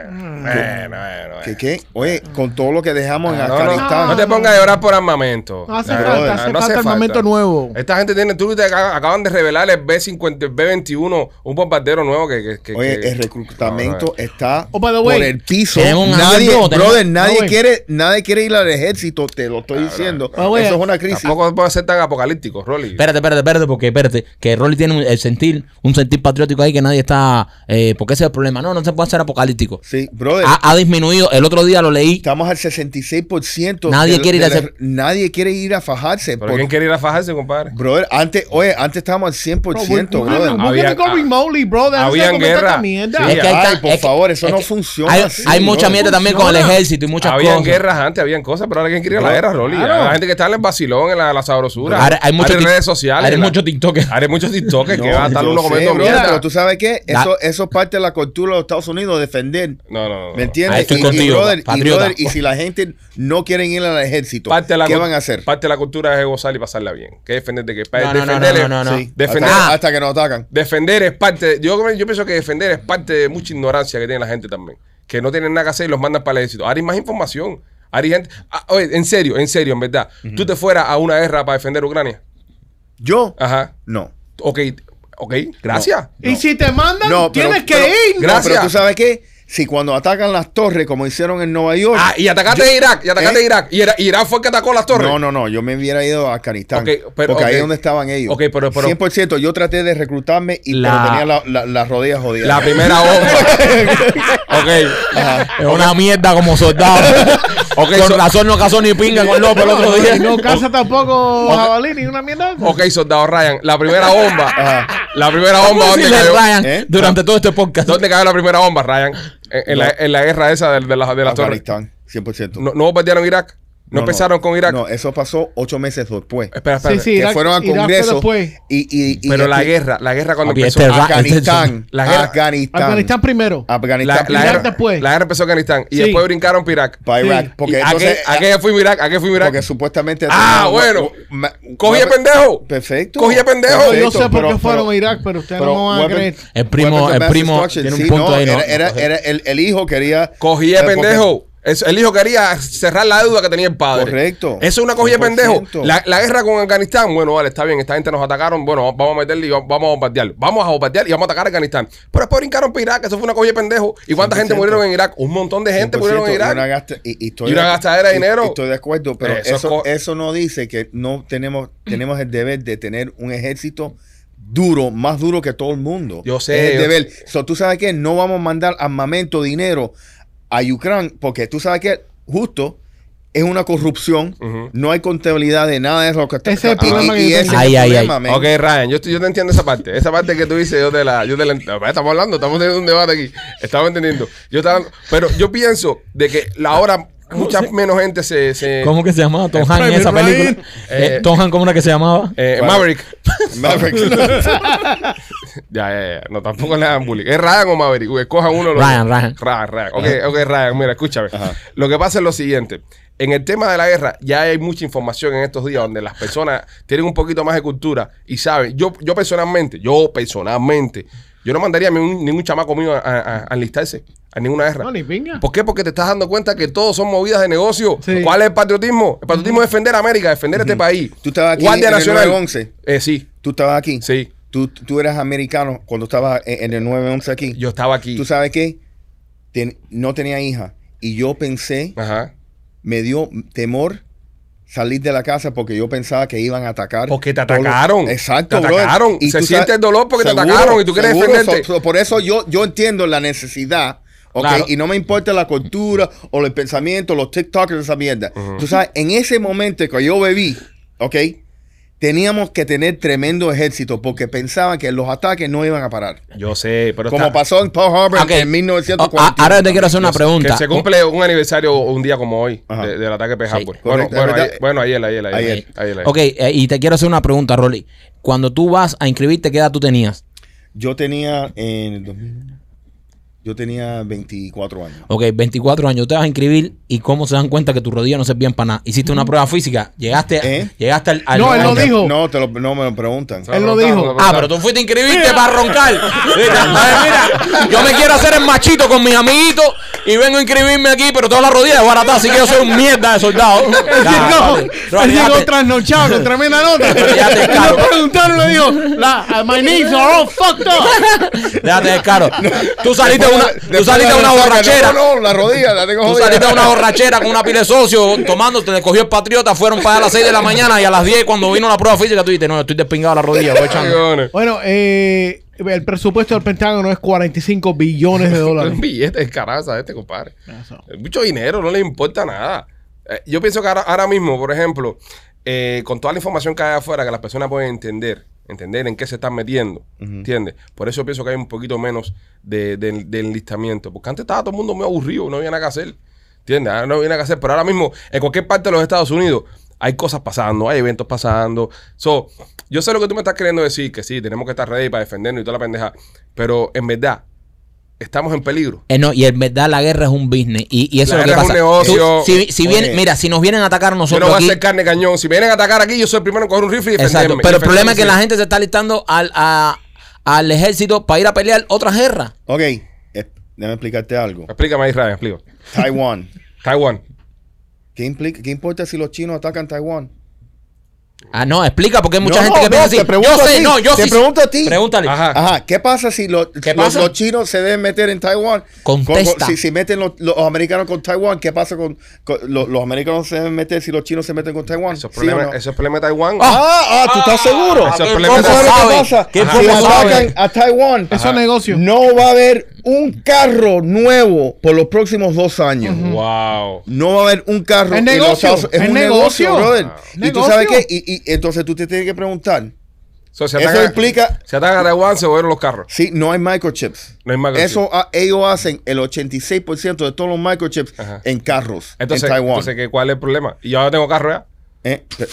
Speaker 3: Bueno, bueno, bueno.
Speaker 5: ¿Qué, qué? Oye, con todo lo que dejamos en
Speaker 3: eh. Ah, no, no,
Speaker 5: Afganistán.
Speaker 3: no te pongas a llorar por armamento.
Speaker 4: No hace
Speaker 3: Ya,
Speaker 5: falta,
Speaker 3: ya,
Speaker 4: hace falta armamento nuevo.
Speaker 3: Esta gente tiene, tú te acá- acaban de revelar el B50, el B21, un bombardero nuevo que. que- que-
Speaker 5: Oye,
Speaker 3: que-
Speaker 5: el reclutamiento
Speaker 3: No, no,
Speaker 5: está
Speaker 4: Oh, by the way,
Speaker 5: por el piso.
Speaker 2: tenemos un
Speaker 5: Nadie,
Speaker 2: avión nuevo, tenemos-
Speaker 5: brother, nadie
Speaker 4: No, güey.
Speaker 5: quiere, nadie quiere ir al ejército, te lo estoy diciendo.
Speaker 4: Ah, güey.
Speaker 5: Eso es una crisis.
Speaker 3: Tampoco puede ser tan apocalíptico, Rolly.
Speaker 2: Espérate, espérate, espérate, porque espérate, que Rolly tiene un, el sentir, un sentir patriótico ahí que nadie está eh, eh, porque ese es el problema. No, no se puede hacer apocalíptico.
Speaker 5: Sí, brother.
Speaker 2: Ha, ha disminuido. El otro día lo leí.
Speaker 5: Estamos al 66%.
Speaker 2: Nadie
Speaker 5: de lo-
Speaker 2: quiere ir
Speaker 5: de
Speaker 2: a
Speaker 5: la-
Speaker 2: hacer-
Speaker 5: Nadie quiere ir a fajarse.
Speaker 3: ¿Pero
Speaker 5: por-
Speaker 3: quién quiere ir a fajarse, compadre?
Speaker 5: brother, antes, oye, antes estábamos al 100%, brother.
Speaker 3: no,
Speaker 4: ah, Había,
Speaker 3: Habían-
Speaker 4: Kobe Moly, bro. Deja de
Speaker 3: habían
Speaker 4: comentar esta
Speaker 3: guerra.
Speaker 4: Mierda.
Speaker 3: Sí,
Speaker 2: Es que hay
Speaker 5: ay,
Speaker 2: tan-
Speaker 5: por
Speaker 2: es que-
Speaker 5: favor, eso
Speaker 2: es
Speaker 5: no
Speaker 2: que
Speaker 5: funciona
Speaker 2: Hay,
Speaker 5: así,
Speaker 2: hay mucha
Speaker 5: brother.
Speaker 2: mierda también con el
Speaker 4: Funciona.
Speaker 2: ejército y muchas
Speaker 3: habían
Speaker 2: cosas.
Speaker 3: guerras antes, habían cosas, pero ahora quién quiere ir a la guerra, Rolly. La gente que está en el vacilón, en la, la sabrosura.
Speaker 2: Ahora hay muchos
Speaker 3: Ahora
Speaker 2: tic-
Speaker 3: en redes sociales.
Speaker 2: Hay
Speaker 3: la-
Speaker 2: muchos TikTokers.
Speaker 3: ahora hay muchos TikTokers que
Speaker 5: No,
Speaker 3: va a estar
Speaker 5: yo
Speaker 3: uno
Speaker 5: sé,
Speaker 3: comiendo
Speaker 5: brother,
Speaker 3: mierda.
Speaker 5: Pero tú sabes qué,
Speaker 2: Da-
Speaker 5: eso, eso es parte de la cultura de los Estados Unidos, defender.
Speaker 3: No, no, no.
Speaker 2: Ahí
Speaker 5: ¿Me entiendes?
Speaker 2: estoy contigo,
Speaker 5: brother, y,
Speaker 2: patriota.
Speaker 5: brother, y si la gente no quieren ir al ejército,
Speaker 3: Parte de la
Speaker 5: ¿qué
Speaker 3: cu-
Speaker 5: van a hacer?
Speaker 3: Parte de la cultura es gozar y pasarla bien. Que defender de que
Speaker 2: No, no, no,
Speaker 3: defenderle-
Speaker 2: no, no, no, no.
Speaker 5: Sí,
Speaker 3: defender-
Speaker 2: Ah.
Speaker 5: hasta, hasta que nos atacan.
Speaker 3: Defender es parte. de- yo, yo pienso que defender es parte de mucha ignorancia que tiene la gente también. Que no tienen nada que hacer y los mandan para el ejército. Ahora hay más información. Ahora hay gente. ah, oye, en serio, en serio, en verdad. Tú te fueras a una guerra para defender Ucrania.
Speaker 5: Yo,
Speaker 3: Ajá.
Speaker 5: no.
Speaker 3: Ok, ok, gracias.
Speaker 4: Y si te mandan,
Speaker 5: No, pero-
Speaker 4: tienes que
Speaker 5: pero-
Speaker 4: ir.
Speaker 5: No,
Speaker 3: Gracias.
Speaker 5: pero tú sabes qué, si cuando atacan las torres, como hicieron en Nueva York.
Speaker 3: Ah, y atacaste a Irak, y atacaste
Speaker 5: ¿Eh?
Speaker 3: a Irak. Y era- Irak fue el que atacó las torres.
Speaker 5: No, no, no, yo me hubiera ido a Afganistán.
Speaker 3: Ok, pero-
Speaker 5: porque ahí
Speaker 3: ok.
Speaker 5: es donde estaban ellos.
Speaker 3: Ok, pero- pero-
Speaker 5: 100%, yo traté de reclutarme y
Speaker 2: La-
Speaker 5: pero tenía la- la- las rodillas jodidas.
Speaker 3: La primera bomba. ok.
Speaker 2: Es una mierda como soldado.
Speaker 3: Ok,
Speaker 2: con
Speaker 3: so-
Speaker 2: razón no casó ni pinga con López el otro
Speaker 4: No,
Speaker 2: día.
Speaker 4: y no casa tampoco jabalí ni una mierda. de esas.
Speaker 3: Ok, soldado Ryan. La primera bomba.
Speaker 5: Ajá.
Speaker 3: La primera bomba,
Speaker 2: ¿Cómo
Speaker 3: ¿dónde
Speaker 2: decirle,
Speaker 3: cayó?
Speaker 2: Ryan,
Speaker 5: ¿Eh?
Speaker 2: durante todo este podcast.
Speaker 3: ¿Dónde cayó la primera bomba, Ryan? En, en la, en la guerra esa de, de, las- de las torres.
Speaker 5: Afganistán, 100%.
Speaker 3: No, no bombardearon Irak. No, empezaron con Irak.
Speaker 5: No, eso pasó ocho meses después.
Speaker 3: Espera, espera.
Speaker 4: Sí, sí.
Speaker 5: que
Speaker 4: Irak-
Speaker 5: fueron al
Speaker 4: Irak fue
Speaker 5: Congreso.
Speaker 4: después.
Speaker 5: Y, y, y-
Speaker 3: Pero la
Speaker 5: y-
Speaker 3: guerra, la guerra cuando
Speaker 2: Papi,
Speaker 3: empezó. ah,
Speaker 2: este ra-
Speaker 5: Afganistán.
Speaker 3: La guerra-
Speaker 5: Afganistán.
Speaker 4: Afganistán primero.
Speaker 5: ah,
Speaker 3: La,
Speaker 5: Afganistán.
Speaker 3: la
Speaker 4: Irak
Speaker 3: guerra,
Speaker 4: después.
Speaker 3: la guerra empezó en Afganistán. Y
Speaker 4: Sí.
Speaker 3: después brincaron para Irak.
Speaker 5: para
Speaker 4: Sí.
Speaker 5: Irak. Porque
Speaker 3: ¿Y ¿A qué-
Speaker 5: entonces.
Speaker 3: a qué fue Irak? ¿A qué fue Irak?
Speaker 5: Porque supuestamente.
Speaker 3: Ah,
Speaker 5: no,
Speaker 3: bueno.
Speaker 5: ma-
Speaker 3: Cogí el
Speaker 5: ma-
Speaker 3: pendejo.
Speaker 5: Perfecto.
Speaker 3: Cogí el pendejo.
Speaker 4: No, yo
Speaker 5: Perfecto,
Speaker 4: sé por
Speaker 5: pero-
Speaker 4: qué fueron
Speaker 5: pero-
Speaker 4: a Irak, pero ustedes
Speaker 5: pero
Speaker 4: no me van a
Speaker 5: weapon-
Speaker 4: creer.
Speaker 2: El primo,
Speaker 5: Weapons of
Speaker 2: el
Speaker 5: mass
Speaker 2: primo
Speaker 5: destruction.
Speaker 2: tiene un
Speaker 5: Sí,
Speaker 2: punto
Speaker 5: no,
Speaker 2: ahí, ¿no?
Speaker 5: Era, era- era- el, el hijo quería.
Speaker 3: Cogí
Speaker 5: eh,
Speaker 3: de
Speaker 5: porque-
Speaker 3: pendejo. Es- el hijo quería cerrar la deuda que tenía el padre.
Speaker 5: Correcto.
Speaker 3: Eso es una cogida de
Speaker 5: 100%.
Speaker 3: pendejo. La, la guerra con Afganistán, bueno, vale, está bien. Esta gente nos atacaron. Bueno, vamos a meterle y va- vamos a bombardear. Vamos a bombardear y vamos a atacar a Afganistán. Pero después brincaron para Irak. Eso fue una cogida de pendejo. ¿Y cuánta gente
Speaker 5: 100%.
Speaker 3: murieron en Irak? Un montón de gente murieron en
Speaker 5: 100%, y una
Speaker 3: Irak.
Speaker 5: gasta- y- y estoy
Speaker 3: Y una
Speaker 5: de-
Speaker 3: gastadera de
Speaker 5: y-
Speaker 3: dinero.
Speaker 5: y Estoy de acuerdo, pero
Speaker 3: Eso
Speaker 5: eso,
Speaker 3: es co-
Speaker 5: eso, no dice que no tenemos, tenemos el deber de tener un ejército duro, más duro que todo el mundo.
Speaker 3: Yo sé,
Speaker 5: Es el
Speaker 3: yo-
Speaker 5: deber. So, tú sabes que no vamos a mandar armamento, dinero a Ucrania, porque tú sabes que justo es una corrupción,
Speaker 3: Ujú.
Speaker 5: no hay contabilidad de nada de eso que
Speaker 4: Ese es el
Speaker 5: y-
Speaker 4: problema
Speaker 5: y-
Speaker 4: que
Speaker 5: y
Speaker 4: yo
Speaker 5: ese es
Speaker 4: tengo.
Speaker 5: el
Speaker 2: Ay, ay,
Speaker 5: problema,
Speaker 2: ay.
Speaker 5: man.
Speaker 3: Ok, Ryan, yo, te- yo te entiendo esa parte. Esa parte que tú dices, yo te la. Yo te la Pues, estamos hablando, estamos teniendo un debate aquí. Estamos entendiendo. Yo estaba, pero yo pienso de que la hora, mucha menos gente se. se
Speaker 2: ¿Cómo que se llamaba Tom
Speaker 3: Eh,
Speaker 2: Hanks en esa
Speaker 3: Private Ryan.
Speaker 2: película? Eh,
Speaker 3: Eh,
Speaker 2: Tom Hanks, ¿cómo era que se llamaba?
Speaker 3: eh,
Speaker 5: Bueno.
Speaker 3: Maverick.
Speaker 5: Mavericks.
Speaker 3: Ya, ya, ya. No, tampoco le hagan bullying. ¿Es Ryan o Maverick? Uy, Escoja uno. de los
Speaker 2: Ryan,
Speaker 3: dos.
Speaker 2: Ryan.
Speaker 3: Ryan, Ryan. Ok, ok, Ryan. Mira, escúchame. Lo que pasa es lo siguiente. En el tema de la guerra, ya hay mucha información en estos días donde las personas tienen un poquito más de cultura y saben. Yo, yo personalmente, yo personalmente, yo no mandaría a ningún, ningún chamaco mío a, a- a enlistarse a ninguna guerra.
Speaker 4: No, ni pinga.
Speaker 3: ¿Por qué? Porque te estás dando cuenta que todos son movidas de negocio.
Speaker 4: Sí.
Speaker 3: ¿Cuál es el patriotismo? El patriotismo es defender a América, defender este país.
Speaker 5: Tú estabas aquí
Speaker 3: Guardia
Speaker 5: en el
Speaker 3: Nacional.
Speaker 5: 9-11.
Speaker 3: Eh, sí,
Speaker 5: Tú estabas aquí.
Speaker 3: sí.
Speaker 5: Tú, tú eras americano cuando estabas en, en el 911 aquí.
Speaker 3: Yo estaba aquí.
Speaker 5: ¿Tú sabes qué? Ten- no tenía hija. Y yo pensé,
Speaker 3: Ajá.
Speaker 5: me dio temor salir de la casa porque yo pensaba que iban a atacar.
Speaker 3: Porque te
Speaker 5: todos los-
Speaker 3: atacaron.
Speaker 5: Exacto,
Speaker 3: Te
Speaker 5: brother.
Speaker 3: atacaron. Se
Speaker 5: tú
Speaker 3: siente
Speaker 5: sabes-
Speaker 3: el dolor porque te atacaron y tú quieres defenderte.
Speaker 5: So- so, por eso yo, yo entiendo la necesidad. ¿ok?
Speaker 2: Claro.
Speaker 5: Y no me importa la cultura o el pensamiento, los TikTokers, esa mierda. Tú sabes, en ese momento que yo bebí, ¿ok? Teníamos que tener tremendo ejército porque pensaban que los ataques no iban a parar.
Speaker 3: Yo sé, pero
Speaker 5: Como
Speaker 3: está-
Speaker 5: pasó en Pearl Harbor
Speaker 2: Ok.
Speaker 5: en
Speaker 2: Ah,
Speaker 5: 1940.
Speaker 2: ah, ahora te quiero hacer una pregunta.
Speaker 3: que se cumple un aniversario un día como hoy
Speaker 5: Ajá.
Speaker 3: de- del ataque de
Speaker 2: Sí,
Speaker 3: Pearl Harbor. bueno,
Speaker 5: correcto,
Speaker 3: bueno,
Speaker 5: ¿verdad?
Speaker 3: ayer, bueno, ayer, ayer, ayer.
Speaker 5: Ayer.
Speaker 3: ayer, ayer.
Speaker 2: Ok, eh, y te quiero hacer una pregunta, Rolly. Cuando tú vas a inscribirte, ¿qué edad tú tenías?
Speaker 5: Yo tenía en el 2000, yo tenía 24 años.
Speaker 2: Ok, 24 años, te vas a inscribir y cómo se dan cuenta que tus rodillas no servían para nada. Hiciste una prueba física, llegaste,
Speaker 5: ¿Eh?
Speaker 2: llegaste al, al
Speaker 4: No, él lo
Speaker 2: al-
Speaker 4: dijo.
Speaker 5: No, te lo, no me lo preguntan.
Speaker 3: Estaba
Speaker 4: él lo
Speaker 3: preguntando,
Speaker 4: dijo.
Speaker 2: Ah,
Speaker 3: estaba
Speaker 2: pero tú fuiste a inscribirte para roncar. Mira, yo me quiero hacer el machito con mis amiguitos y vengo a inscribirme aquí, pero todas las rodillas baratadas, así que yo soy un mierda de soldado. Ya,
Speaker 4: Llegó,
Speaker 2: vale. Rolly,
Speaker 4: él llegó
Speaker 2: déjate.
Speaker 4: trasnochado con tremenda nota.
Speaker 2: Ya te escalo.
Speaker 4: Le preguntaron, le dijo, la, uh, my knees are all fucked up.
Speaker 2: Déjate de caro. Tú saliste de una, tú saliste de una borrachera.
Speaker 5: No, no, la rodilla la tengo
Speaker 2: Tú
Speaker 5: jodida.
Speaker 2: saliste de una borrachera con una pila de socios tomando, te le cogió el patriota, fueron para allá a las 6 de la mañana y a las 10 cuando vino la prueba física tú dijiste, no, estoy despingado a la rodilla, voy echando.
Speaker 3: preguntando.
Speaker 4: Bueno, eh, El presupuesto del Pentágono es 45 billones de
Speaker 3: Es
Speaker 4: dólares.
Speaker 3: un billete de caraza este, compadre.
Speaker 4: Eso.
Speaker 3: Es Mucho dinero, no le importa nada. Eh, yo pienso que ahora, ahora mismo, por ejemplo, eh, con toda la información que hay afuera, que las personas pueden entender, entender en qué se están metiendo, ¿entiendes? Por eso pienso que hay un poquito menos de, de- de enlistamiento, porque antes estaba todo el mundo muy aburrido, no había nada que hacer, ¿entiendes? Ahora no había nada que hacer, pero ahora mismo, en cualquier parte de los Estados Unidos, hay cosas pasando, hay eventos pasando. So, yo sé lo que tú me estás queriendo decir, que sí, tenemos que estar ready para defendernos y toda la pendeja, pero en verdad, estamos en peligro.
Speaker 2: Eh, no, y en verdad la guerra es un business. Y, y eso
Speaker 3: La
Speaker 2: es lo que
Speaker 3: guerra
Speaker 2: pasa.
Speaker 3: es un negocio.
Speaker 2: Tú- si, si vienen-
Speaker 5: Oye.
Speaker 2: mira, si nos vienen a atacar a
Speaker 3: Yo no
Speaker 2: nosotros
Speaker 3: voy a
Speaker 2: aquí.
Speaker 3: hacer carne de cañón. Si vienen a atacar aquí, yo soy el primero en coger un rifle y defenderme.
Speaker 2: Exacto. Pero el
Speaker 3: Defenderme,
Speaker 2: problema es que
Speaker 3: sí.
Speaker 2: la gente se está listando al, a- al ejército para ir a pelear otra guerra.
Speaker 5: Ok, eh, déjame explicarte algo.
Speaker 3: Explícame ahí, Ryan, explico.
Speaker 5: Taiwán.
Speaker 3: Taiwán.
Speaker 5: ¿Qué, implica, ¿Qué importa si los chinos atacan Taiwán?
Speaker 2: Ah, no, explica, porque hay mucha
Speaker 5: No,
Speaker 2: gente que
Speaker 5: no,
Speaker 2: piensa así.
Speaker 5: te pregunto
Speaker 2: yo
Speaker 5: a
Speaker 2: sé,
Speaker 5: ti,
Speaker 2: no, yo
Speaker 5: te
Speaker 2: sí-
Speaker 5: pregunto a ti.
Speaker 2: Pregúntale.
Speaker 3: Ajá.
Speaker 5: Ajá, ¿qué pasa si los,
Speaker 2: Ah. ¿Qué
Speaker 5: los-
Speaker 2: pasa?
Speaker 5: los chinos se deben meter en Taiwán?
Speaker 2: Contesta.
Speaker 5: si, si meten los, los americanos con Taiwán, ¿qué pasa con, con- lo- los americanos se deben meter si los chinos se meten con Taiwán?
Speaker 3: Eso es
Speaker 5: ¿Sí
Speaker 3: problema,
Speaker 5: o no?
Speaker 3: eso es problema de Taiwán.
Speaker 5: Ah, ah, ¿tú estás seguro?
Speaker 3: Eso es
Speaker 5: ¿Tú
Speaker 3: problema de
Speaker 5: sabes
Speaker 2: Taiwán.
Speaker 5: lo que
Speaker 2: Sabe.
Speaker 5: pasa?
Speaker 2: ¿Qué
Speaker 5: Si
Speaker 2: poco sabe?
Speaker 5: atacan a Taiwán,
Speaker 4: Eso es negocio.
Speaker 5: no va a haber un carro nuevo por los próximos dos años.
Speaker 3: Wow.
Speaker 5: No va a haber un carro.
Speaker 4: Es
Speaker 5: en
Speaker 4: negocio,
Speaker 5: los Estados-
Speaker 4: es
Speaker 5: es un
Speaker 4: negocio.
Speaker 5: negocio, brother.
Speaker 4: Ah.
Speaker 5: Y tú
Speaker 4: Negocio.
Speaker 5: sabes qué, y, y entonces tú te tienes que preguntar.
Speaker 3: So, si
Speaker 5: Eso
Speaker 3: atacan-
Speaker 5: implica-
Speaker 3: Si atacan a Taiwán, se vuelven los carros.
Speaker 5: Sí, no hay microchips.
Speaker 3: No hay microchip.
Speaker 5: Eso ah, ellos hacen el 86% de todos los microchips
Speaker 3: Ajá.
Speaker 5: en carros
Speaker 3: Entonces,
Speaker 5: en Taiwán.
Speaker 3: entonces, ¿qué- ¿cuál es el problema? Y yo ahora tengo carro ya.
Speaker 5: Eh, per-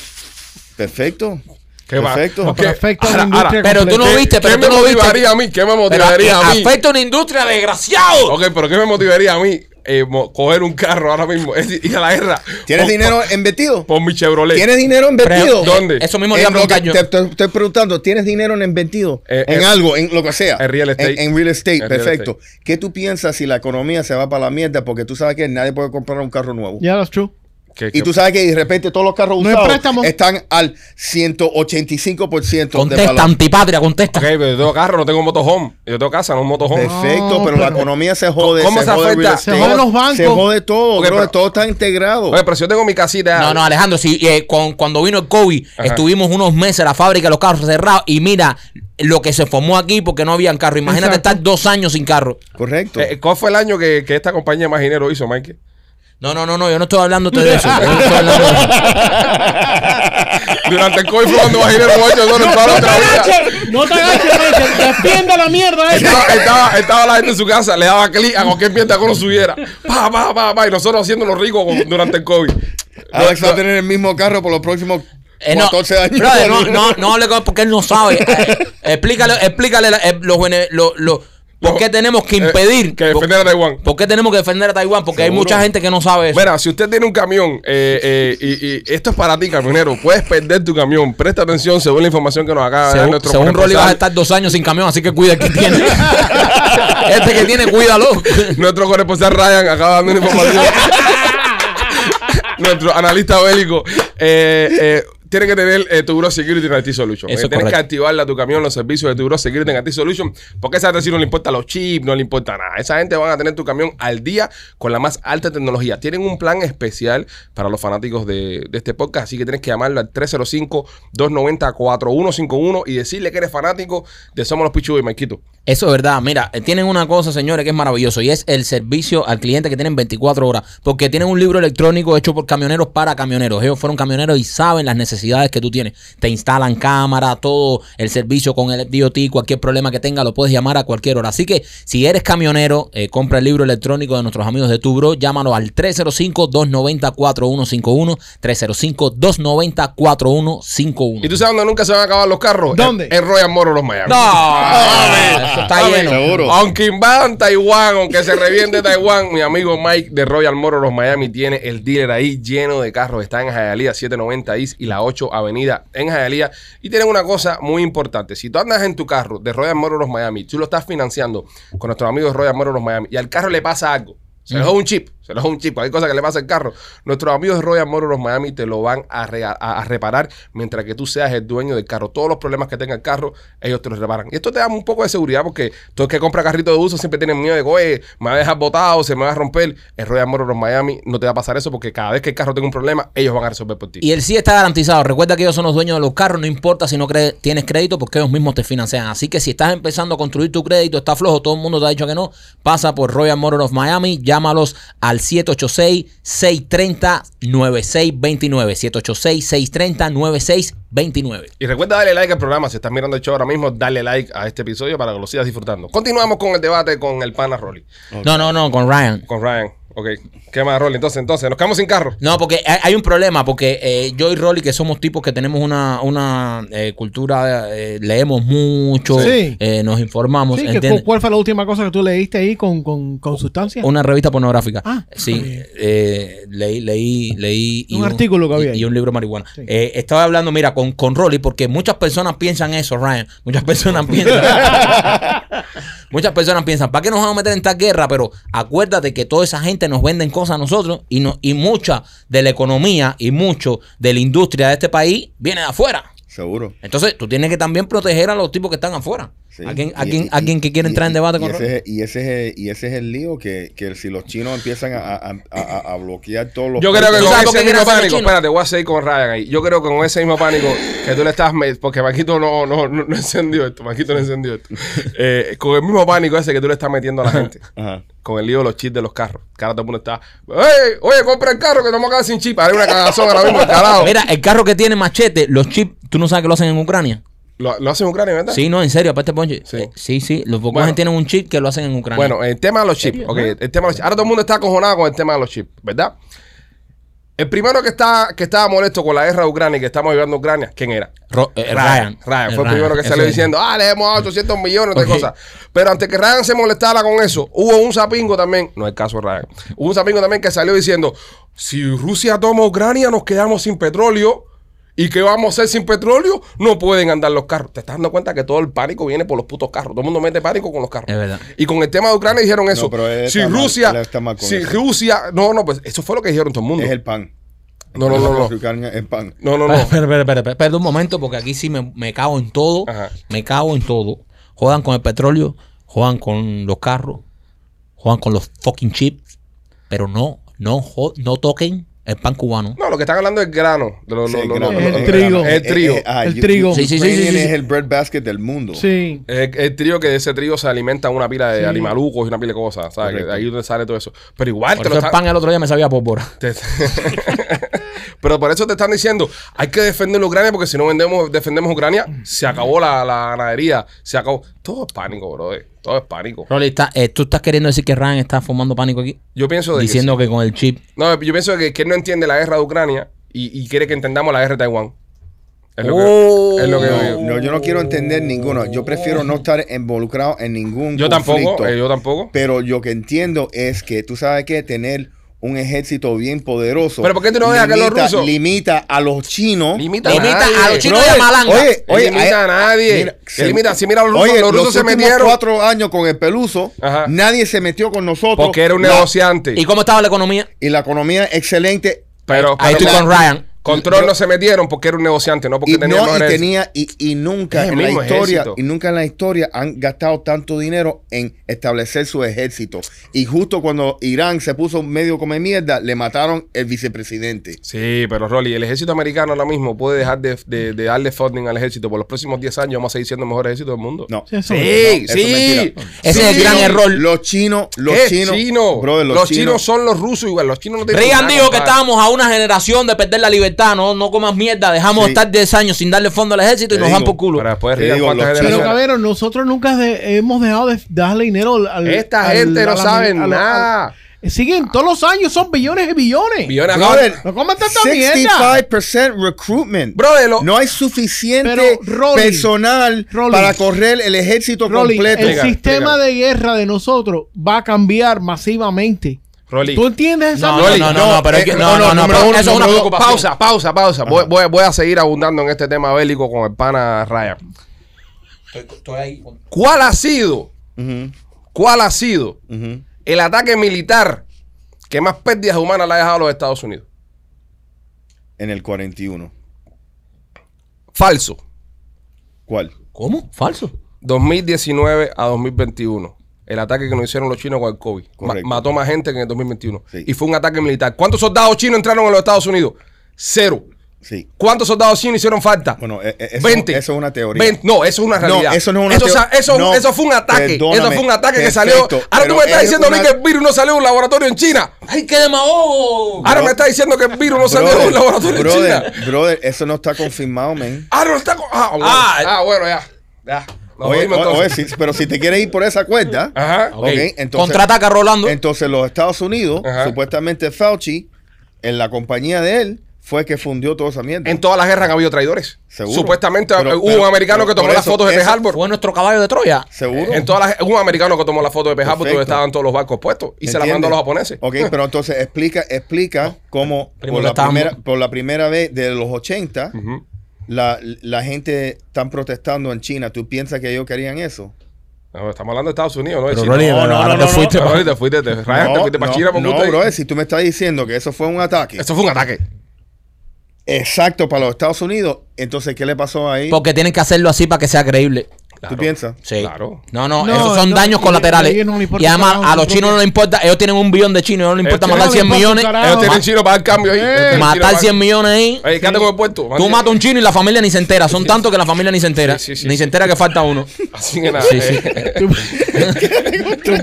Speaker 5: perfecto.
Speaker 3: ¿Qué va?
Speaker 5: Perfecto.
Speaker 3: Ok.
Speaker 4: Perfecto,
Speaker 3: Ahora,
Speaker 4: la industria
Speaker 3: ahora,
Speaker 2: Pero tú no
Speaker 4: ¿Qué-
Speaker 2: viste, pero
Speaker 3: ¿Qué me
Speaker 2: tú no
Speaker 3: motivaría
Speaker 2: viste.
Speaker 3: a mí? ¿Qué me
Speaker 2: Pero
Speaker 3: motivaría a mí?
Speaker 2: afecta una industria, desgraciado.
Speaker 3: Ok, pero ¿qué me motivaría a mí? Eh, mo- coger un carro ahora mismo Es decir, ir a la guerra.
Speaker 5: ¿Tienes
Speaker 3: Por-
Speaker 5: dinero invertido?
Speaker 3: Por mi Chevrolet.
Speaker 5: ¿Tienes dinero invertido?
Speaker 3: ¿dónde?
Speaker 2: Eso mismo le iba a
Speaker 5: En lo que
Speaker 2: preguntar yo.
Speaker 5: Eh, Te, te estoy preguntando, ¿tienes dinero en invertido?
Speaker 3: Eh,
Speaker 5: en
Speaker 3: eh,
Speaker 5: algo, en lo que sea.
Speaker 3: en real estate.
Speaker 5: En, en real estate,
Speaker 3: En real
Speaker 5: perfecto. ¿Qué tú piensas si la economía se va para la mierda? Porque tú sabes que nadie puede comprar un carro nuevo.
Speaker 4: Ya, that's true.
Speaker 3: ¿Qué-
Speaker 5: Y
Speaker 3: qué-
Speaker 5: tú sabes que de repente todos los carros
Speaker 4: No hay préstamo.
Speaker 5: usados están al 185% de
Speaker 2: Contesta,
Speaker 5: valor.
Speaker 2: antipatria, contesta.
Speaker 3: Ok, pero yo tengo carro, no tengo motorhome. Yo tengo casa, no un motorhome.
Speaker 5: Perfecto,
Speaker 4: No,
Speaker 5: pero, la
Speaker 4: pero-
Speaker 5: economía se jode.
Speaker 3: ¿Cómo se
Speaker 5: jode
Speaker 3: afecta?
Speaker 5: real
Speaker 3: Se
Speaker 5: estate,
Speaker 4: joden los bancos.
Speaker 5: Se jode todo,
Speaker 3: Ok,
Speaker 5: brother,
Speaker 3: pero-
Speaker 5: todo está integrado.
Speaker 3: Oye, pero si yo tengo mi casita.
Speaker 2: No, no, Alejandro, si eh, con- cuando vino el COVID,
Speaker 3: Ajá.
Speaker 2: estuvimos unos meses en la fábrica, los carros cerrados, y mira lo que se formó aquí porque no habían carro. Imagínate
Speaker 4: Exacto.
Speaker 2: estar dos años sin carro.
Speaker 5: Correcto.
Speaker 3: Eh, ¿Cuál fue el año que, que esta compañía más dinero hizo, Mike?
Speaker 2: No, no, no, no, yo no estoy hablando de eso. yo no estoy hablando de eso.
Speaker 3: Durante el COVID fue cuando más dinero hecho eso en toda nuestra vida.
Speaker 4: No te agaches, Michael. Defienda la mierda eh. esa.
Speaker 3: Estaba, estaba, estaba la gente en su casa, le daba clic a cualquier mierda que uno subiera. Pa, pa, pa, pa. Y nosotros haciéndonos ricos con- durante el COVID. Eh,
Speaker 5: Alex va a tener el mismo carro por los próximos
Speaker 2: Eh, no,
Speaker 5: 14 años.
Speaker 2: brother, no, no, no hable con él porque él no sabe. Eh, explícale, explícale la- eh, los, bene- lo- lo- por qué tenemos que
Speaker 3: Eh,
Speaker 2: impedir.
Speaker 3: que defender a Taiwán.
Speaker 2: ¿Por qué tenemos que defender a Taiwán? Porque hay
Speaker 5: Seguro.
Speaker 2: mucha gente que no sabe eso.
Speaker 3: Mira, si usted tiene un camión eh, eh, y, y esto es para ti, camionero, puedes perder tu camión. Presta atención según la información que nos acaba de dar
Speaker 2: Según,
Speaker 3: nuestro
Speaker 2: según Rolly
Speaker 3: corresponsal.
Speaker 2: vas a estar dos años sin camión, así que cuida el que tiene. este que tiene, cuídalo.
Speaker 3: Nuestro corresponsal Ryan acaba dando una información. Nuestro analista bélico. Eh, eh, tiene que tener eh, tu Bureau Security en IT Solution.
Speaker 2: Eso
Speaker 3: Eh,
Speaker 2: es
Speaker 3: tienes que
Speaker 2: correcto.
Speaker 3: activarla a tu camión, los servicios de tu Bureau Security en IT Solution. Porque a esa gente sí no le importa los chips, no le importa nada. Esa gente van a tener tu camión al día con la más alta tecnología. Tienen un plan especial para los fanáticos de, de este podcast. Así que tienes que llamarlo al 305-290-4151 y decirle que eres fanático de Somos los Pichu y Maikito.
Speaker 2: Eso es verdad. Mira, eh, tienen una cosa, señores, que es maravilloso y es el servicio al cliente que tienen 24 horas. Porque tienen un libro electrónico hecho por camioneros para camioneros. Ellos fueron camioneros y saben las necesidades que tú tienes. Te instalan cámara, todo el servicio con el DOT, cualquier problema que tenga lo puedes llamar a cualquier hora. Así que si eres camionero, eh, compra el libro electrónico de nuestros amigos de Tu Bro. Llámalo al 305-290-4151. 305-290-4151.
Speaker 3: ¿Y tú sabes dónde nunca se van a acabar los carros?
Speaker 4: ¿Dónde?
Speaker 3: En, en Royal Motors, los Miami.
Speaker 2: No, Ah, eso está
Speaker 5: Dame,
Speaker 2: lleno.
Speaker 5: seguro.
Speaker 3: Aunque invadan Taiwán, aunque se reviente Taiwán, mi amigo Mike de Royal Motors los Miami tiene el dealer ahí lleno de carros. Está en Hialeah 790 East y la 8 Avenida en Hialeah. Y tienen una cosa muy importante. Si tú andas en tu carro de Royal Motors los Miami, tú lo estás financiando con nuestros amigos de Royal Motors los Miami y al carro le pasa algo, se le jode un chip. Se lo da un chip. Hay cosas que le pasa al carro. Nuestros amigos de Royal Motors of Miami te lo van a, rea- a- a reparar mientras que tú seas el dueño del carro. Todos los problemas que tenga el carro, ellos te los reparan. Y esto te da un poco de seguridad porque todo el que compra carrito de uso siempre tiene miedo de que, oye, me va a dejar botado, se me va a romper. El Royal Motors of Miami no te va a pasar eso porque cada vez que el carro tenga un problema, ellos van a resolver por ti.
Speaker 2: Y el sí está garantizado. Recuerda que ellos son los dueños de los carros. No importa si no cre- tienes crédito porque ellos mismos te financian. Así que si estás empezando a construir tu crédito, está flojo, todo el mundo te ha dicho que no, pasa por Royal Motor of Miami. Llámalos al 786-630-9629. 786-630-9629.
Speaker 3: Y recuerda darle like al programa. Si estás mirando el show ahora mismo, dale like a este episodio para que lo sigas disfrutando. Continuamos con el debate con el pana Rolly.
Speaker 2: No, no, no, con Ryan.
Speaker 3: Con Ryan. Ok. ¿Qué más, Rolly? Entonces, entonces, nos quedamos sin carro.
Speaker 2: No, porque hay hay un problema, porque eh, yo y Rolly, que somos tipos que tenemos una, una eh, cultura, eh, leemos mucho,
Speaker 4: Sí.
Speaker 2: eh, nos informamos.
Speaker 4: Sí, que
Speaker 2: ¿entiendes?
Speaker 4: cu- ¿Cuál fue la última cosa que tú leíste ahí con, con, con sustancia?
Speaker 2: Una revista pornográfica.
Speaker 4: Ah.
Speaker 2: sí. eh, leí, leí, leí.
Speaker 4: Un artículo que había
Speaker 2: y-
Speaker 4: ahí.
Speaker 2: Y un libro de marihuana.
Speaker 4: Sí.
Speaker 2: Eh, estaba hablando, mira, con, con Rolly, porque muchas personas piensan eso, Ryan. Muchas personas piensan. muchas personas piensan, ¿para qué nos vamos a meter en esta guerra? Pero acuérdate que toda esa gente nos venden cosas a nosotros y, no, y mucha de la economía y mucho de la industria de este país viene de afuera.
Speaker 5: Seguro.
Speaker 2: Entonces, tú tienes que también proteger a los tipos que están afuera.
Speaker 5: Sí.
Speaker 2: ¿A quién, a
Speaker 5: Y-
Speaker 2: quién-
Speaker 5: y-
Speaker 2: a quién que quiere
Speaker 5: y-
Speaker 2: entrar en debate
Speaker 5: y
Speaker 2: con Rolly?
Speaker 5: ese es- Y ese es, y ese es el lío que, que si los chinos empiezan a, a- a- a bloquear todos los...
Speaker 3: Yo creo que
Speaker 2: ¿Tú
Speaker 3: con
Speaker 2: sabes por
Speaker 3: ese
Speaker 2: qué
Speaker 3: mismo
Speaker 2: quieren hacer los
Speaker 3: pánico,
Speaker 2: chinos?
Speaker 3: espérate, voy a seguir con Ryan ahí. Yo creo que con ese mismo pánico que tú le estás. me- Porque Maquito no, no, no, no encendió esto. Maquito no encendió esto. Eh, con el mismo pánico ese que tú le estás metiendo a la gente.
Speaker 5: Ajá.
Speaker 3: Con el lío de los chips de los carros. Que ahora todo el mundo está. "Ey, Oye, compra el carro que no me quedar sin chip. Ahora hay una cagazón ahora mismo, carajo.
Speaker 2: Mira, el carro que tiene machete, los chips, tú no sabes que lo hacen en Ucrania.
Speaker 3: Lo, lo hacen en Ucrania, ¿verdad?
Speaker 2: Sí, no, en serio, aparte Ponche.
Speaker 3: Sí.
Speaker 2: Sí, sí, sí los Volkswagen
Speaker 3: Bueno.
Speaker 2: tienen un chip que lo hacen en Ucrania.
Speaker 3: Bueno, el tema de los chips. ok, el tema de los chips. Ahora todo el mundo está acojonado con el tema de los chips, ¿verdad? El primero que está que estaba molesto con la guerra de Ucrania y que estamos ayudando a Ucrania, ¿quién era?
Speaker 2: Ro- eh, Ryan.
Speaker 3: Ryan
Speaker 2: Eh,
Speaker 3: fue el primero que
Speaker 2: eso
Speaker 3: salió
Speaker 2: es.
Speaker 3: diciendo, ah, le hemos dado 800 millones de
Speaker 2: Ok.
Speaker 3: cosas. Pero antes que Ryan se molestara con eso, hubo un sapingo también, no es el caso de Ryan, hubo un sapingo también que salió diciendo, si Rusia toma Ucrania nos quedamos sin petróleo. ¿Y qué vamos a hacer sin petróleo? No pueden andar los carros. Te estás dando cuenta que todo el pánico viene por los putos carros. Todo el mundo mete pánico con los carros.
Speaker 2: Es verdad.
Speaker 3: Y con el tema de Ucrania dijeron eso.
Speaker 5: pero él
Speaker 3: si
Speaker 5: está mal,
Speaker 3: Rusia,
Speaker 5: él está mal con
Speaker 3: si
Speaker 5: eso.
Speaker 3: Rusia, no, no, pues eso fue lo que dijeron todo el mundo.
Speaker 5: Es el pan.
Speaker 3: No, no, no, no.
Speaker 5: Es el pan.
Speaker 3: No, no,
Speaker 2: Espera,
Speaker 3: no.
Speaker 2: espera, espera, espera, espera, espera un momento, porque aquí sí me, me cago en todo.
Speaker 3: Ajá.
Speaker 2: Me cago en todo. Jodan con el petróleo, jodan con los carros, jodan con los fucking chips. Pero no, no, jo- no toquen el pan cubano.
Speaker 3: No, lo que están hablando es grano. De lo-
Speaker 5: Sí,
Speaker 3: lo- lo-
Speaker 5: grano,
Speaker 3: lo-
Speaker 4: El
Speaker 3: lo-
Speaker 5: grano.
Speaker 4: trigo.
Speaker 5: Es- es-
Speaker 3: trigo.
Speaker 5: es- ah,
Speaker 4: El
Speaker 5: you-
Speaker 4: trigo.
Speaker 2: Sí, sí, sí, sí,
Speaker 5: Ukrainian
Speaker 2: sí.
Speaker 5: es el bread basket del mundo.
Speaker 4: Sí.
Speaker 3: El, el trío que de ese trío se alimenta una pila de
Speaker 4: Sí.
Speaker 3: animalucos y una pila de cosas, ¿sabes?
Speaker 5: Correcto.
Speaker 3: Que Ahí es donde sale todo eso. Pero igual
Speaker 2: Por
Speaker 3: te lo
Speaker 2: eso el
Speaker 3: están.
Speaker 2: pan el otro día me sabía a pólvora.
Speaker 3: te- Pero por eso te están diciendo, hay que defender Ucrania porque si no vendemos, defendemos Ucrania, se acabó la, la ganadería, se acabó. Todo es pánico, bro. Todo es pánico.
Speaker 2: Rolly, está- eh, ¿tú estás queriendo decir que Ryan está formando pánico aquí?
Speaker 3: Yo pienso de que
Speaker 2: Diciendo que con el chip
Speaker 3: No, yo pienso que, que él no entiende la guerra de Ucrania y, y quiere que entendamos la guerra de Taiwán. Es lo que,
Speaker 2: Oh.
Speaker 3: es lo que yo
Speaker 5: No,
Speaker 3: digo.
Speaker 5: no, yo no quiero entender ninguno. Yo prefiero no estar involucrado en ningún
Speaker 3: Yo tampoco,
Speaker 5: conflicto.
Speaker 3: eh, yo tampoco.
Speaker 5: Pero yo que entiendo es que tú sabes que tener un ejército bien poderoso.
Speaker 3: Pero ¿por qué tú no dejas que los
Speaker 5: limita-
Speaker 3: rusos-
Speaker 5: Limita a los chinos.
Speaker 3: Limita,
Speaker 2: Limita a
Speaker 3: nadie.
Speaker 2: los chinos y a
Speaker 5: Brother,
Speaker 2: Malanga.
Speaker 5: Oye, oye,
Speaker 3: limita
Speaker 5: hay-
Speaker 3: a nadie.
Speaker 5: Mira,
Speaker 3: Que
Speaker 5: se-
Speaker 3: limita, si mira los rusos,
Speaker 5: Oye,
Speaker 3: los rusos se
Speaker 5: últimos
Speaker 3: metieron.
Speaker 5: cuatro años con el peluso,
Speaker 3: Ajá.
Speaker 5: nadie se metió con nosotros.
Speaker 3: Porque era un
Speaker 5: La-
Speaker 3: negociante.
Speaker 2: ¿Y cómo estaba la economía?
Speaker 5: y la economía excelente.
Speaker 3: pero,
Speaker 2: Ahí
Speaker 3: pero
Speaker 2: estoy con Ryan.
Speaker 3: Control
Speaker 5: Yo-
Speaker 3: no se metieron porque era un negociante, no porque
Speaker 5: Y,
Speaker 3: tenía
Speaker 5: no, y
Speaker 3: más
Speaker 5: tenía y, y nunca
Speaker 3: Es el
Speaker 5: en la
Speaker 3: mismo
Speaker 5: historia
Speaker 3: ejército.
Speaker 5: y nunca en la historia han gastado tanto dinero en establecer su ejército y justo cuando Irán se puso medio come mierda le mataron el vicepresidente
Speaker 3: Sí, pero Rolly, el ejército americano ahora mismo puede dejar de, de- de darle funding al ejército. Por los próximos 10 años vamos a seguir siendo el mejor ejército del mundo.
Speaker 5: no
Speaker 4: Sí, eso-
Speaker 3: Sí,
Speaker 5: eso es
Speaker 3: sí.
Speaker 5: mentira.
Speaker 2: Ese es el
Speaker 3: Sí.
Speaker 2: gran error.
Speaker 5: los chinos los
Speaker 3: ¿Qué
Speaker 5: chinos
Speaker 3: chino?
Speaker 5: brother,
Speaker 3: los, chinos, son los rusos igual. Los chinos no tienen
Speaker 2: Reagan
Speaker 3: nada,
Speaker 2: dijo que
Speaker 3: compadre.
Speaker 2: estábamos a una generación de perder la libertad. No, no comas mierda. Dejamos
Speaker 5: Sí.
Speaker 2: de estar 10 años sin darle fondo al ejército y
Speaker 5: Te
Speaker 2: nos dan
Speaker 5: digo,
Speaker 2: por culo.
Speaker 3: Pero después
Speaker 5: Te
Speaker 3: Reagan,
Speaker 5: digo,
Speaker 3: ¿cuántas
Speaker 5: los
Speaker 4: Pero
Speaker 5: chinos-
Speaker 3: generaciones?
Speaker 4: cabrón, nosotros nunca de- hemos dejado de darle dinero al...
Speaker 3: Esta
Speaker 4: al-
Speaker 3: gente
Speaker 4: a
Speaker 3: no
Speaker 4: la-
Speaker 3: sabe
Speaker 4: a la-
Speaker 3: nada.
Speaker 4: a- siguen, todos los años son billones y billones.
Speaker 3: Billones.
Speaker 5: brother
Speaker 4: No comas tanta mierda.
Speaker 5: 65% recruitment
Speaker 3: Brother, lo-
Speaker 5: no hay suficiente
Speaker 4: Pero, Rolly,
Speaker 5: personal
Speaker 4: Rolly,
Speaker 5: para correr el ejército
Speaker 4: Rolly,
Speaker 5: completo
Speaker 4: el
Speaker 3: Explica,
Speaker 4: sistema
Speaker 3: explica.
Speaker 4: de guerra de nosotros va a cambiar masivamente.
Speaker 3: Rolly.
Speaker 4: ¿Tú entiendes esa
Speaker 2: No,
Speaker 4: mierda?
Speaker 2: no, no, no, no, pero es que-
Speaker 5: eh,
Speaker 2: no, no, no,
Speaker 5: número
Speaker 2: pero
Speaker 5: uno,
Speaker 2: eso es una
Speaker 5: número dos.
Speaker 2: preocupación.
Speaker 3: Pausa, pausa, pausa. Voy, voy- voy a seguir abundando en este tema bélico con el pana Ryan. ¿Cuál ha sido?
Speaker 5: Ujú,
Speaker 3: ¿Cuál ha sido
Speaker 5: ujú.
Speaker 3: el ataque militar que más pérdidas humanas le ha dejado a los Estados Unidos.
Speaker 5: En el 41.
Speaker 3: Falso.
Speaker 5: ¿Cuál?
Speaker 2: ¿Cómo? Falso.
Speaker 3: 2019 a 2021. El ataque que nos hicieron los chinos con el COVID. Ma-
Speaker 5: Correcto.
Speaker 3: mató más gente que en el 2021.
Speaker 5: Sí.
Speaker 3: Y fue un ataque militar. ¿Cuántos soldados chinos entraron en los Estados Unidos? Cero.
Speaker 5: Sí.
Speaker 3: ¿Cuántos soldados chinos hicieron falta?
Speaker 5: Bueno, e- e- eso,
Speaker 3: 20.
Speaker 5: eso es una teoría.
Speaker 3: 20. No, eso es una
Speaker 5: No,
Speaker 3: realidad.
Speaker 5: eso no es una
Speaker 3: eso,
Speaker 5: teoría.
Speaker 3: sa- eso,
Speaker 5: No,
Speaker 3: eso fue un ataque. Eso
Speaker 5: perdóname.
Speaker 3: fue un ataque que salió.
Speaker 5: Perfecto,
Speaker 3: Ahora tú
Speaker 5: pero
Speaker 3: me estás
Speaker 5: es
Speaker 3: diciendo a mí
Speaker 5: una-
Speaker 3: que el virus no salió de un laboratorio en China.
Speaker 2: ¡Ay, qué demagogo!
Speaker 3: Ahora
Speaker 5: Bro-
Speaker 3: me estás diciendo que el virus no salió de un laboratorio en
Speaker 5: brother,
Speaker 3: China.
Speaker 5: brother, eso no está confirmado, men.
Speaker 3: Ah, no está. co- Ah, bueno,
Speaker 2: Ah.
Speaker 3: Ah, bueno, ya. Ya. Nos
Speaker 5: Oye,
Speaker 3: jodimos
Speaker 5: o- oye,
Speaker 3: entonces.
Speaker 5: sí, pero si te quieres ir por esa cuerda,
Speaker 3: Ajá.
Speaker 2: Ah, Ok,
Speaker 5: ok, entonces-
Speaker 2: Contraataca Rolando.
Speaker 5: entonces los Estados Unidos,
Speaker 3: Ajá.
Speaker 5: supuestamente Fauci, en la compañía de él, fue que fundió toda esa mierda.
Speaker 3: En todas las guerras han habido traidores.
Speaker 5: Seguro.
Speaker 3: Supuestamente eh,
Speaker 5: Pero-
Speaker 3: hubo un
Speaker 5: pero-
Speaker 3: americano que
Speaker 5: pero
Speaker 3: tomó
Speaker 5: por
Speaker 3: las
Speaker 5: eso-
Speaker 3: fotos de
Speaker 5: eso-
Speaker 3: Pearl Harbor.
Speaker 2: Fue nuestro caballo de Troya.
Speaker 5: Seguro.
Speaker 3: En todas las- hubo un americano que tomó la foto de Pearl Harbor donde
Speaker 5: Perfecto.
Speaker 3: estaban todos los barcos puestos y se la mandó
Speaker 5: ¿Entiendes?
Speaker 3: a los japoneses. Ah,
Speaker 5: Ok, pero entonces explica, explica cómo
Speaker 2: Primo,
Speaker 5: por
Speaker 2: que
Speaker 5: la,
Speaker 2: estábamos-
Speaker 5: primera, por la primera vez de los 80,
Speaker 3: Ujú.
Speaker 5: la, la gente están protestando en China. ¿Tú piensas que ellos querían eso?
Speaker 3: No, estamos hablando de Estados Unidos, ¿no? de
Speaker 2: Pero
Speaker 3: China.
Speaker 2: Rolly,
Speaker 5: No,
Speaker 2: pero
Speaker 5: no,
Speaker 2: ahora
Speaker 5: no,
Speaker 2: te
Speaker 5: no,
Speaker 2: fuiste.
Speaker 3: Pero
Speaker 2: pa-
Speaker 3: ahorita te fuiste, te rayaste,
Speaker 5: no,
Speaker 3: fuiste para
Speaker 5: no,
Speaker 3: China, por
Speaker 5: no,
Speaker 3: gusto, y-
Speaker 5: brother, si tú me estás diciendo que eso fue un ataque
Speaker 3: Eso fue un ataque.
Speaker 5: exacto para los Estados Unidos, entonces, ¿qué le pasó ahí?
Speaker 2: Porque tienen que hacerlo así para que sea creíble.
Speaker 5: ¿Tú piensas?
Speaker 2: Sí.
Speaker 3: Claro.
Speaker 2: No, no,
Speaker 4: No,
Speaker 2: esos son
Speaker 4: no,
Speaker 2: daños
Speaker 4: y-
Speaker 2: colaterales.
Speaker 4: y a ellos no les importa
Speaker 2: y además,
Speaker 4: carajo
Speaker 2: a
Speaker 4: su
Speaker 2: los chinos
Speaker 4: propio-
Speaker 2: no les importa. Ellos tienen un billón de chinos. Ellos no les importa
Speaker 3: Ellos
Speaker 2: matar
Speaker 4: tienen-
Speaker 2: 100
Speaker 4: Este, no
Speaker 2: millones.
Speaker 4: les importa un carajo.
Speaker 3: Ellos tienen
Speaker 4: ma-
Speaker 3: chino para dar cambio ahí. ellos tienen chino
Speaker 2: Matar
Speaker 3: para-
Speaker 2: 100 millones ahí.
Speaker 3: Ey, quédate con el puerto.
Speaker 2: Tú matas un chino y la familia ni se entera. Son tantos que la familia ni se entera.
Speaker 3: eh, Sí, sí, sí,
Speaker 2: ni se
Speaker 3: sí.
Speaker 2: entera que falta uno.
Speaker 3: Así que nada.
Speaker 2: Sí, sí.
Speaker 3: eh,
Speaker 4: Tú, tú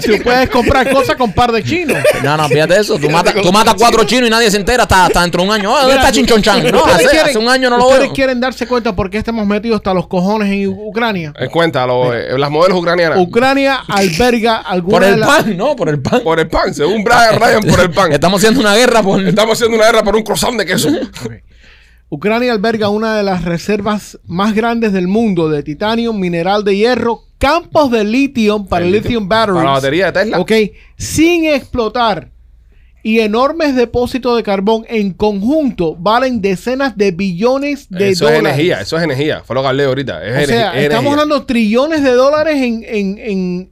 Speaker 4: tú puedes comprar cosas con par de chinos.
Speaker 2: No, no, fíjate eso. Tú matas, tú matas cuatro chinos y nadie se entera hasta, hasta dentro de un año. Ah, ¿Dónde
Speaker 4: Mira,
Speaker 2: está Chinchon Chan? No,
Speaker 4: ustedes
Speaker 2: hace,
Speaker 4: quieren-
Speaker 2: hace un año no lo
Speaker 4: ustedes
Speaker 2: veo.
Speaker 4: quieren darse cuenta por qué estamos metidos hasta los cojones en U- Ucrania.
Speaker 3: eh, Cuéntalo, eh, las modelos ucranianas.
Speaker 4: Ucrania alberga
Speaker 2: Por
Speaker 4: alguna de
Speaker 2: el
Speaker 4: las
Speaker 2: pan, no, por el pan.
Speaker 3: Por el pan, según Brian Ryan, por el pan.
Speaker 2: Estamos haciendo una guerra por.
Speaker 3: Estamos haciendo una guerra por un croissant de queso.
Speaker 4: Ucrania alberga una de las reservas más grandes del mundo de titanio, mineral de hierro, campos de litio para
Speaker 3: El litio.
Speaker 4: lithium batteries.
Speaker 3: Para la batería de Tesla.
Speaker 4: Ok, sin explotar. Y enormes depósitos de carbón en conjunto valen decenas de billones de
Speaker 3: eso
Speaker 4: dólares.
Speaker 3: es energía, eso es energía. Fue lo que hablé ahorita. Es
Speaker 4: O sea,
Speaker 3: energía,
Speaker 4: estamos
Speaker 3: energía.
Speaker 4: hablando trillones de dólares en, en, en,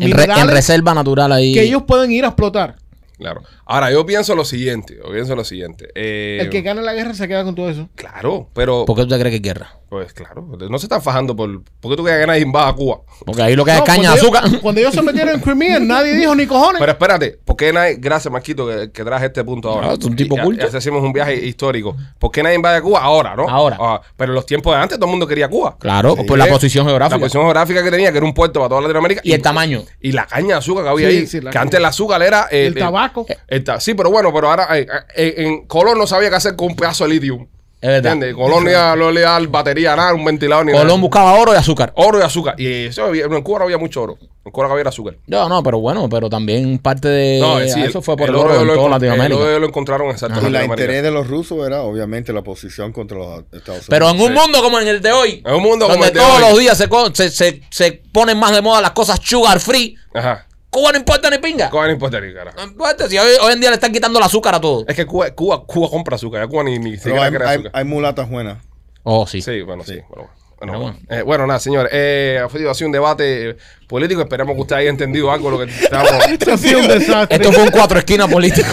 Speaker 2: En, re- en
Speaker 4: minerales
Speaker 2: reserva natural ahí.
Speaker 4: que ellos pueden ir a explotar.
Speaker 3: Claro. Ahora, yo pienso lo siguiente. Yo pienso lo siguiente. eh,
Speaker 4: El que gane la guerra se queda con todo eso.
Speaker 3: Claro, pero.
Speaker 2: ¿Por qué tú te crees que es guerra?
Speaker 3: Pues claro, no se están fajando por. ¿Por qué tú quieres ganar invada a Cuba?
Speaker 2: Porque ahí lo que hay
Speaker 4: No,
Speaker 2: es caña de
Speaker 4: cuando
Speaker 2: azúcar.
Speaker 4: ellos- cuando ellos se metieron en Crimea, nadie dijo ni cojones.
Speaker 3: Pero espérate, ¿por qué nadie. Gracias, Marquito, que, que traje este punto ahora.
Speaker 2: Ah, tú un tipo
Speaker 3: Y- y-
Speaker 2: culto.
Speaker 3: y hacemos un viaje histórico. ¿Por qué nadie invade a Cuba? Ahora, ¿no?
Speaker 2: Ahora.
Speaker 3: Ah, pero en los tiempos de antes todo el mundo quería Cuba.
Speaker 2: Claro, por la
Speaker 3: Eh,
Speaker 2: posición geográfica.
Speaker 3: La posición geográfica que tenía, que era un puerto para toda Latinoamérica.
Speaker 2: Y el tamaño.
Speaker 3: Y la caña de azúcar que había
Speaker 4: Sí,
Speaker 3: ahí.
Speaker 4: sí, la
Speaker 3: que
Speaker 4: caña.
Speaker 3: antes el azúcar era. eh,
Speaker 4: el, tabaco.
Speaker 3: el ta- sí, pero bueno, pero ahora eh, eh, en Colón no sabía qué hacer con un pedazo de litio.
Speaker 2: Es verdad.
Speaker 3: ¿Entiendes? Colón no iba- no le iba a dar batería, nada, un ventilador ni
Speaker 2: Colón
Speaker 3: nada.
Speaker 2: buscaba oro y azúcar.
Speaker 3: Oro y azúcar. Y eso había- en Cuba no había mucho oro. En Cuba había azúcar.
Speaker 2: No, no, pero bueno, pero también parte de
Speaker 3: No, eh, sí,
Speaker 2: Eh, eso fue por el,
Speaker 3: oro
Speaker 2: oro en
Speaker 3: lo
Speaker 2: toda
Speaker 3: encon-
Speaker 2: Latinoamérica.
Speaker 3: El oro lo encontraron exacto.
Speaker 5: Y
Speaker 3: en
Speaker 5: la
Speaker 3: Latinoamérica.
Speaker 5: interés de los rusos era obviamente la posición contra los Estados Unidos.
Speaker 2: pero en un mundo como en el de hoy,
Speaker 3: En un mundo como
Speaker 2: donde
Speaker 3: el de
Speaker 2: todos
Speaker 3: hoy.
Speaker 2: los días se, co- se, se, se ponen más de moda las cosas sugar free,
Speaker 3: Ajá.
Speaker 2: Cuba no importa ni pinga.
Speaker 3: Cuba no importa ni carajo.
Speaker 2: No importa, si hoy, hoy en día le están quitando el azúcar a todo.
Speaker 3: Es que Cuba, Cuba, Cuba compra azúcar. Ya Cuba ni, ni
Speaker 5: Pero
Speaker 3: siquiera
Speaker 5: hay,
Speaker 3: crea
Speaker 5: hay-
Speaker 3: azúcar.
Speaker 5: hay mulatas buenas.
Speaker 2: Oh, sí.
Speaker 3: Sí, bueno, sí. Bueno, bueno,
Speaker 2: Pero
Speaker 3: bueno. Eh, bueno, nada, señores. Eh, ha sido así un debate eh, político. Esperamos que usted haya entendido algo de lo que estamos
Speaker 4: Esto ha sido un desastre.
Speaker 2: Esto fue un cuatro esquinas político.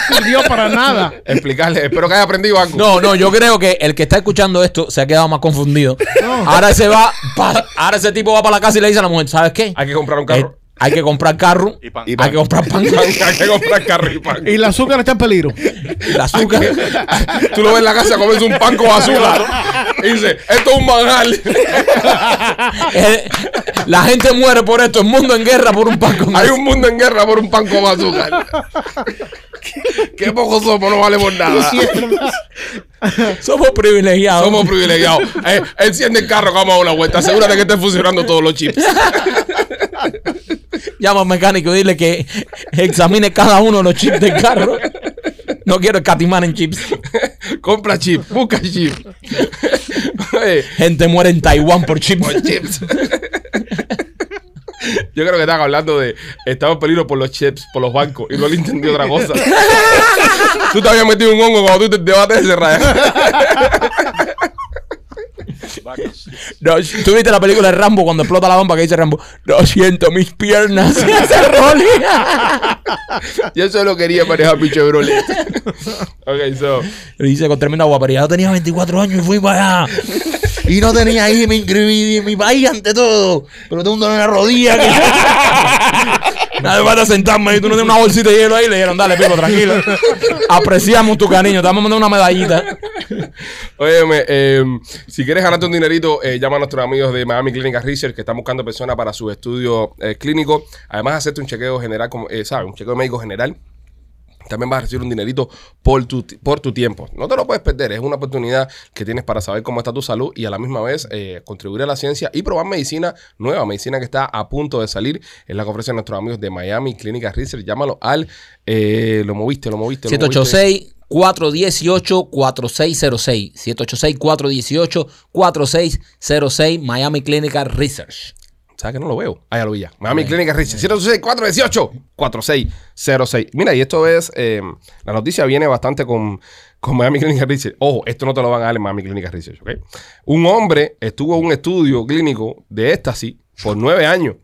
Speaker 4: no sirvió para nada.
Speaker 3: explicarle. Espero que haya aprendido algo.
Speaker 2: No, no, yo creo que el que está escuchando esto se ha quedado más confundido. Ahora se va, pa- ahora ese tipo va para la casa y le dice a la mujer, ¿sabes qué?
Speaker 3: Hay que comprar un
Speaker 2: Eh,
Speaker 3: carro.
Speaker 2: hay que comprar carro,
Speaker 6: Y pan.
Speaker 3: Ah,
Speaker 5: Y
Speaker 2: hay que comprar pan,
Speaker 5: Eh.
Speaker 3: Hay que comprar carro y pan.
Speaker 4: Y el azúcar está en peligro.
Speaker 2: el azúcar.
Speaker 3: Tú lo ves en la casa comerse un pan con azúcar. Y dice, esto es un manjar.
Speaker 2: Eh, la gente muere por esto, el mundo en guerra por un pan con
Speaker 3: Hay
Speaker 2: azúcar.
Speaker 3: un mundo en guerra por un pan con azúcar. Qué poco somos, no vale por nada.
Speaker 2: Somos privilegiados.
Speaker 3: Somos privilegiados. Eh, enciende el carro, que vamos a dar una vuelta. Asegúrate que estén funcionando todos los chips.
Speaker 2: Llama al mecánico y dile que examine cada uno de los chips del carro. No quiero escatimar en chips.
Speaker 3: Compra chip, busca chip. Oye,
Speaker 2: Gente muere en Taiwán por chips.
Speaker 3: por chips. Yo creo que estaban hablando de estaba en peligro por los chips, por los bancos, y no le entendí otra cosa. tú te habías metido un hongo cuando tú te debates de cerrar.
Speaker 6: Vacas.
Speaker 2: No, ¿Tú viste la película de Rambo cuando explota la bomba que dice Rambo? Lo siento, mis piernas. Ese Rolly.
Speaker 3: Yo solo quería manejar mi Chevrolet. ok, so.
Speaker 2: Le dice con tremenda guapería. Yo tenía 24 años y fui para allá. Y no tenía ahí, me inscribí en mi país ante todo. Pero tengo un dolor en la rodilla. que- Nada más de sentarme ahí. Tú no tienes una bolsita de hielo ahí. Le dijeron, dale, pico, tranquilo. Apreciamos tu cariño. Te vamos a mandar una medallita.
Speaker 3: Óyeme, eh, si quieres ganarte un dinerito, eh, llama a nuestros amigos de Miami Clinic Research que están buscando personas para sus estudios eh, clínicos. Además, hacerte un chequeo general, como, eh, ¿sabes? Un chequeo médico general. También vas a recibir un dinerito por tu, por tu tiempo. No te lo puedes perder. Es una oportunidad que tienes para saber cómo está tu salud y a la misma vez eh, contribuir a la ciencia y probar medicina nueva, medicina que está a punto de salir. Es la que ofrecen nuestros amigos de Miami Clinic Research. Llámalo al. eh, lo moviste, lo moviste. lo moviste.
Speaker 2: 786-418-4606. 786-418-4606. Miami Clinical Research.
Speaker 3: ¿Sabes que no lo veo? Ah, ya lo vi ya. Miami Clínica Richie. 786-418-4606. Mira, y esto es. eh, la noticia viene bastante con, con Miami Clínica Richie. Ojo, esto no te lo van a dar en Miami Clínica Richie, ¿ok? Un hombre estuvo en un estudio clínico de éxtasis por nueve años.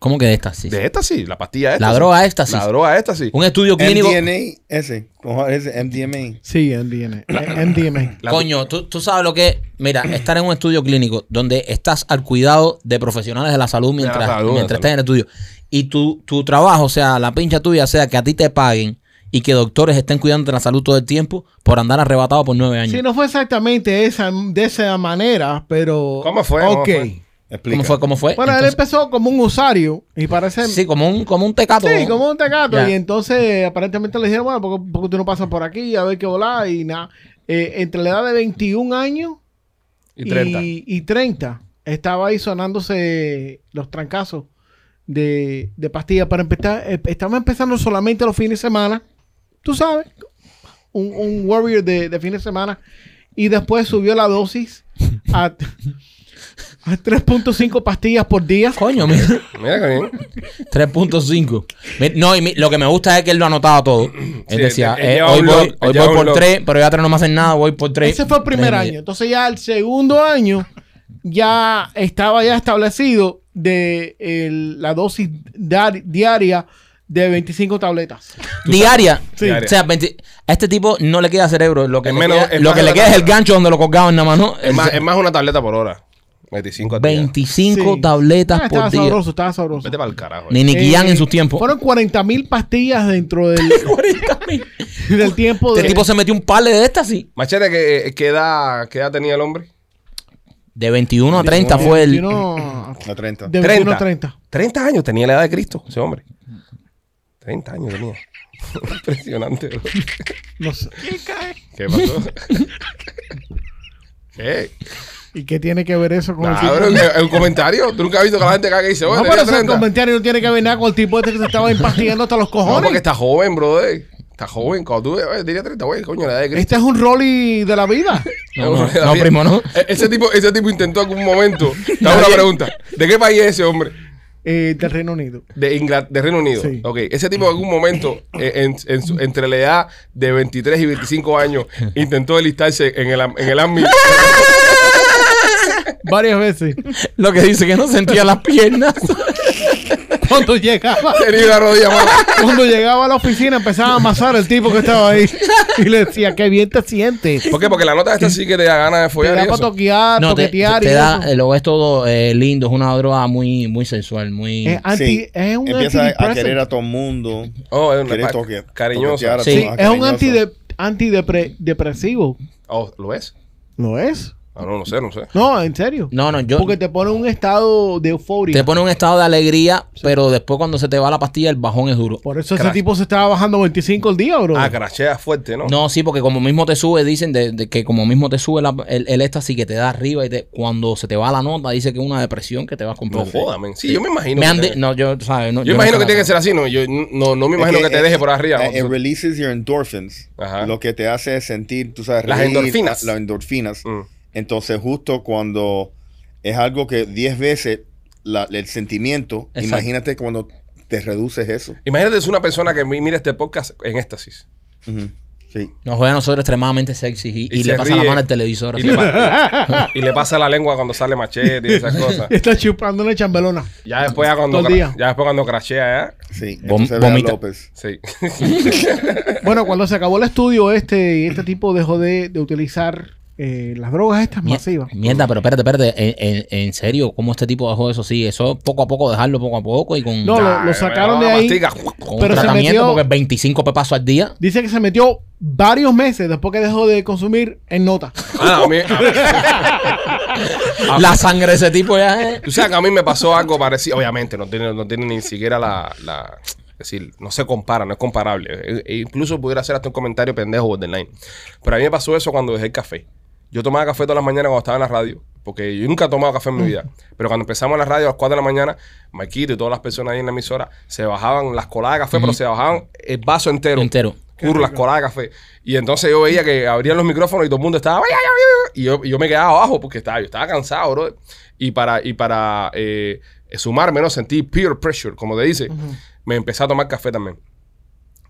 Speaker 2: ¿Cómo que de esta? Sí.
Speaker 3: De éxtasis, la pastilla éxtasis.
Speaker 2: La droga éxtasis.
Speaker 3: La droga éxtasis.
Speaker 2: Un estudio clínico.
Speaker 5: MDMA, ese. Cojo ese MDMA.
Speaker 4: Sí, MDMA. eh, MDMA.
Speaker 3: La-
Speaker 2: Coño, ¿tú, tú sabes lo que es? Mira, estar en un estudio clínico donde estás al cuidado de profesionales de la salud mientras,
Speaker 3: la salud,
Speaker 2: mientras
Speaker 3: la
Speaker 2: estás en el estudio. Y tu, tu trabajo, o sea, la pincha tuya, sea que a ti te paguen y que doctores estén cuidando de la salud todo el tiempo por andar arrebatado por nueve años.
Speaker 4: Sí, no fue exactamente esa, de esa manera, pero.
Speaker 3: ¿Cómo fue? ¿Cómo
Speaker 4: Ok.
Speaker 3: fue?
Speaker 5: Explica.
Speaker 2: ¿Cómo fue? ¿Cómo fue?
Speaker 4: Bueno, él
Speaker 2: Entonces-
Speaker 4: empezó como un usuario y parece.
Speaker 2: Sí, como un, como un tecato.
Speaker 4: Sí, como un tecato.
Speaker 2: Ya.
Speaker 4: Y entonces aparentemente le dijeron, bueno, ¿por qué, por qué tú no pasas por aquí? A ver qué volá y nada. Eh, entre la edad de 21 años
Speaker 3: Y 30.
Speaker 4: y, y 30, estaba ahí sonándose los trancazos de, de pastillas. Para empezar, eh, estaba empezando solamente los fines de semana. Tú sabes, un, un warrior de, de fines de semana. Y después subió la dosis a, a 3.5 pastillas por día.
Speaker 2: Coño, mira.
Speaker 3: Mira que bien.
Speaker 2: 3.5. Mi- No, y mi- lo que me gusta es que él lo anotaba todo. Él
Speaker 3: Sí,
Speaker 2: decía,
Speaker 3: él- él
Speaker 2: eh,
Speaker 3: lleva
Speaker 2: hoy
Speaker 3: un
Speaker 2: voy,
Speaker 3: log,
Speaker 2: hoy
Speaker 3: él
Speaker 2: voy
Speaker 3: lleva un
Speaker 2: por
Speaker 3: log.
Speaker 2: 3, pero ya no me hacen nada, voy por 3.
Speaker 4: Ese fue el primer año. Entonces ya el segundo año ya estaba ya establecido de el- la dosis dar- diaria de 25 tabletas.
Speaker 2: Diaria.
Speaker 4: Sí.
Speaker 2: O sea, 20 a este tipo no le queda cerebro. Lo que
Speaker 3: Es
Speaker 2: le
Speaker 3: menos-
Speaker 2: queda,
Speaker 3: es
Speaker 2: lo
Speaker 3: más
Speaker 2: que
Speaker 3: de
Speaker 2: le
Speaker 3: la
Speaker 2: queda es el
Speaker 3: tabla.
Speaker 2: gancho donde lo colgaban nada más, ¿no?
Speaker 3: Es más, es más una tableta por hora. 25 a ti ya.
Speaker 2: 25
Speaker 4: Sí.
Speaker 2: tabletas
Speaker 4: Ah,
Speaker 2: por
Speaker 4: estaba
Speaker 2: día.
Speaker 4: sabroso, estaba sabroso.
Speaker 3: Vete para el carajo.
Speaker 2: Ni Nicky Jam
Speaker 4: Eh,
Speaker 2: en sus tiempos.
Speaker 4: Fueron 40 mil pastillas dentro del, del tiempo de...
Speaker 2: Este tipo se metió un par de estas, sí.
Speaker 3: Machete, ¿qué, qué edad, ¿qué edad tenía el hombre?
Speaker 2: De 21 a 30
Speaker 4: de
Speaker 2: fue el.
Speaker 4: 21
Speaker 5: A 30.
Speaker 4: de 21 a 30.
Speaker 3: 30 años tenía la edad de Cristo, ese hombre. 30 años tenía. Impresionante, bro.
Speaker 4: No sé.
Speaker 3: ¿Qué pasó? ¿Qué?
Speaker 4: ¿Y qué tiene que ver eso con el
Speaker 3: Nah,
Speaker 4: tipo?
Speaker 3: bro, es un comentario. Tú nunca has visto que la gente caga y dice,
Speaker 4: No,
Speaker 3: bueno,
Speaker 4: pero
Speaker 3: tenía
Speaker 4: ese
Speaker 3: 30.
Speaker 4: comentario no tiene que ver nada con el tipo este que se estaba empastillando hasta los
Speaker 3: No,
Speaker 4: cojones.
Speaker 3: porque está joven, brother. Está joven. Cuando tú eh, dirías 30, güey, coño, la edad de Cristo.
Speaker 4: Este es un Rolly de la vida.
Speaker 2: Este, No, no, no, primo, no.
Speaker 3: E- Ese tipo, ese tipo intentó en algún momento. Te hago una pregunta. ¿De qué país es ese hombre?
Speaker 4: eh, del Reino Unido.
Speaker 3: De, Ingla- de Reino Unido.
Speaker 4: Sí.
Speaker 3: Ok, ese tipo en algún momento, eh, en- en su- entre la edad de 23 y 25 años, intentó enlistarse en el, am- en el AMI.
Speaker 4: Varias veces.
Speaker 2: Lo que dice que no sentía las piernas.
Speaker 4: Cuando llegaba,
Speaker 3: Tenía una rodilla mala.
Speaker 4: cuando llegaba a la oficina empezaba a amasar el tipo que estaba ahí. Y le decía, qué bien te sientes.
Speaker 3: ¿Por qué? Porque la nota esta sí que te da ganas de
Speaker 4: Te
Speaker 3: follar.
Speaker 4: da
Speaker 3: y
Speaker 4: para
Speaker 3: eso.
Speaker 4: toquear,
Speaker 2: No, te,
Speaker 4: toquetear
Speaker 2: te
Speaker 4: y
Speaker 2: da,
Speaker 4: eso.
Speaker 2: eh, lo ves todo eh, lindo, es una droga muy, muy sensual, muy...
Speaker 4: Es, anti,
Speaker 5: Sí.
Speaker 4: es un
Speaker 5: Empieza a- a querer
Speaker 4: antidepresivo.
Speaker 5: a todo el mundo.
Speaker 3: Oh, es una
Speaker 5: Quiere
Speaker 3: pa-
Speaker 5: toque.
Speaker 3: cariñoso.
Speaker 5: toquetear a
Speaker 2: Sí,
Speaker 5: todo-
Speaker 4: Sí,
Speaker 5: ah,
Speaker 4: es un
Speaker 5: cariñoso.
Speaker 4: antide- antidepresivo.
Speaker 3: Oh, ¿Lo ves?
Speaker 4: ¿No es?
Speaker 3: Ah, no, no sé, no sé.
Speaker 4: No, en serio.
Speaker 2: No, no, yo...
Speaker 4: Porque te pone un estado de euforia.
Speaker 2: Te pone un estado de alegría, pero después cuando se te va la pastilla, el bajón es duro.
Speaker 4: Por eso ese
Speaker 3: Crack.
Speaker 4: tipo se estaba bajando 25 el día, bro.
Speaker 3: Ah, crachea fuerte, ¿no?
Speaker 2: No, sí, porque como mismo te sube, dicen de, de que como mismo te sube la- el, el éxtasis que te da arriba y te- cuando se te va la nota, dice que es una depresión que te vas a
Speaker 3: No
Speaker 2: comprar.
Speaker 3: jodas, men. Sí, yo me imagino.
Speaker 2: Me
Speaker 3: que
Speaker 2: han
Speaker 3: tiene-
Speaker 2: de- no, yo, ¿sabes? No,
Speaker 3: yo
Speaker 2: no
Speaker 3: imagino que
Speaker 2: sé nada.
Speaker 3: tiene que ser así, ¿no? Yo no, no me imagino
Speaker 5: Es
Speaker 3: que, te
Speaker 5: eh,
Speaker 3: deje por arriba.
Speaker 5: eh, It
Speaker 3: ¿no? Mm.
Speaker 5: releases your endorphins.
Speaker 3: Ajá.
Speaker 5: Lo que te hace es sentir, tú sabes,
Speaker 3: Las endorfinas.
Speaker 5: a- Las endorfinas.
Speaker 3: Mm.
Speaker 5: Entonces, justo cuando es algo que 10 veces la- el sentimiento,
Speaker 2: Exacto.
Speaker 5: imagínate cuando te reduces eso.
Speaker 3: Imagínate es una persona que mi- mira este podcast en éxtasis.
Speaker 5: Ujú. Sí.
Speaker 2: Nos ve a nosotros extremadamente sexy y, y
Speaker 3: Y
Speaker 2: le
Speaker 3: se
Speaker 2: pasa la
Speaker 3: ríe.
Speaker 2: mano al televisor.
Speaker 3: Y
Speaker 2: así.
Speaker 3: le, pa- y le pasa la lengua cuando sale machete y esas cosas.
Speaker 4: Está chupando una chambelona.
Speaker 3: Ya después ya cuando,
Speaker 4: Todo el día.
Speaker 3: cra- ya después cuando crashea, ¿eh?
Speaker 5: Sí.
Speaker 2: Vom-
Speaker 5: Entonces, Bea
Speaker 2: vomita.
Speaker 5: López.
Speaker 3: Sí.
Speaker 4: Bueno, cuando se acabó el estudio este y este tipo dejó de, de utilizar eh, las drogas estas
Speaker 2: Mier-
Speaker 4: masivas.
Speaker 2: Mierda, pero espérate, espérate. En, en- en serio, ¿cómo este tipo dejó eso? Sí, eso poco a poco, dejarlo poco a poco y con,
Speaker 4: No, lo-
Speaker 3: Nah,
Speaker 4: lo sacaron
Speaker 3: Ah, me
Speaker 4: de ahí.
Speaker 3: mastica.
Speaker 2: con
Speaker 4: pero
Speaker 2: un
Speaker 4: se
Speaker 2: tratamiento
Speaker 4: metió-
Speaker 2: porque 25 pepazos al día.
Speaker 4: Dice que se metió varios meses después que dejó de consumir en nota.
Speaker 3: Ah, a mí- a mí- Ah.
Speaker 2: La sangre de ese tipo ya es.
Speaker 3: Tú sabes que a mí me pasó algo parecido. Obviamente, no tiene, no tiene ni siquiera la, la- Es decir, no se compara, no es comparable. E- e incluso pudiera hacer hasta un comentario pendejo borderline. Pero a mí me pasó eso cuando dejé el café. Yo tomaba café todas las mañanas cuando estaba en la radio. Porque yo nunca he tomado café en mi vida. Pero cuando empezamos la radio a las 4 de la mañana, Marquito y todas las personas ahí en la emisora se bajaban las coladas de café, pero se bajaban el vaso entero.
Speaker 2: Entero.
Speaker 3: Curro, las coladas de café. Y entonces yo veía que abrían los micrófonos y todo el mundo estaba. "Ay, ay, ay, ay", Y yo, y yo me quedaba abajo porque estaba, yo estaba cansado, bro. Y para, y para eh, sumarme, ¿no? Sentí peer pressure, como te dice. Me empecé a tomar café también.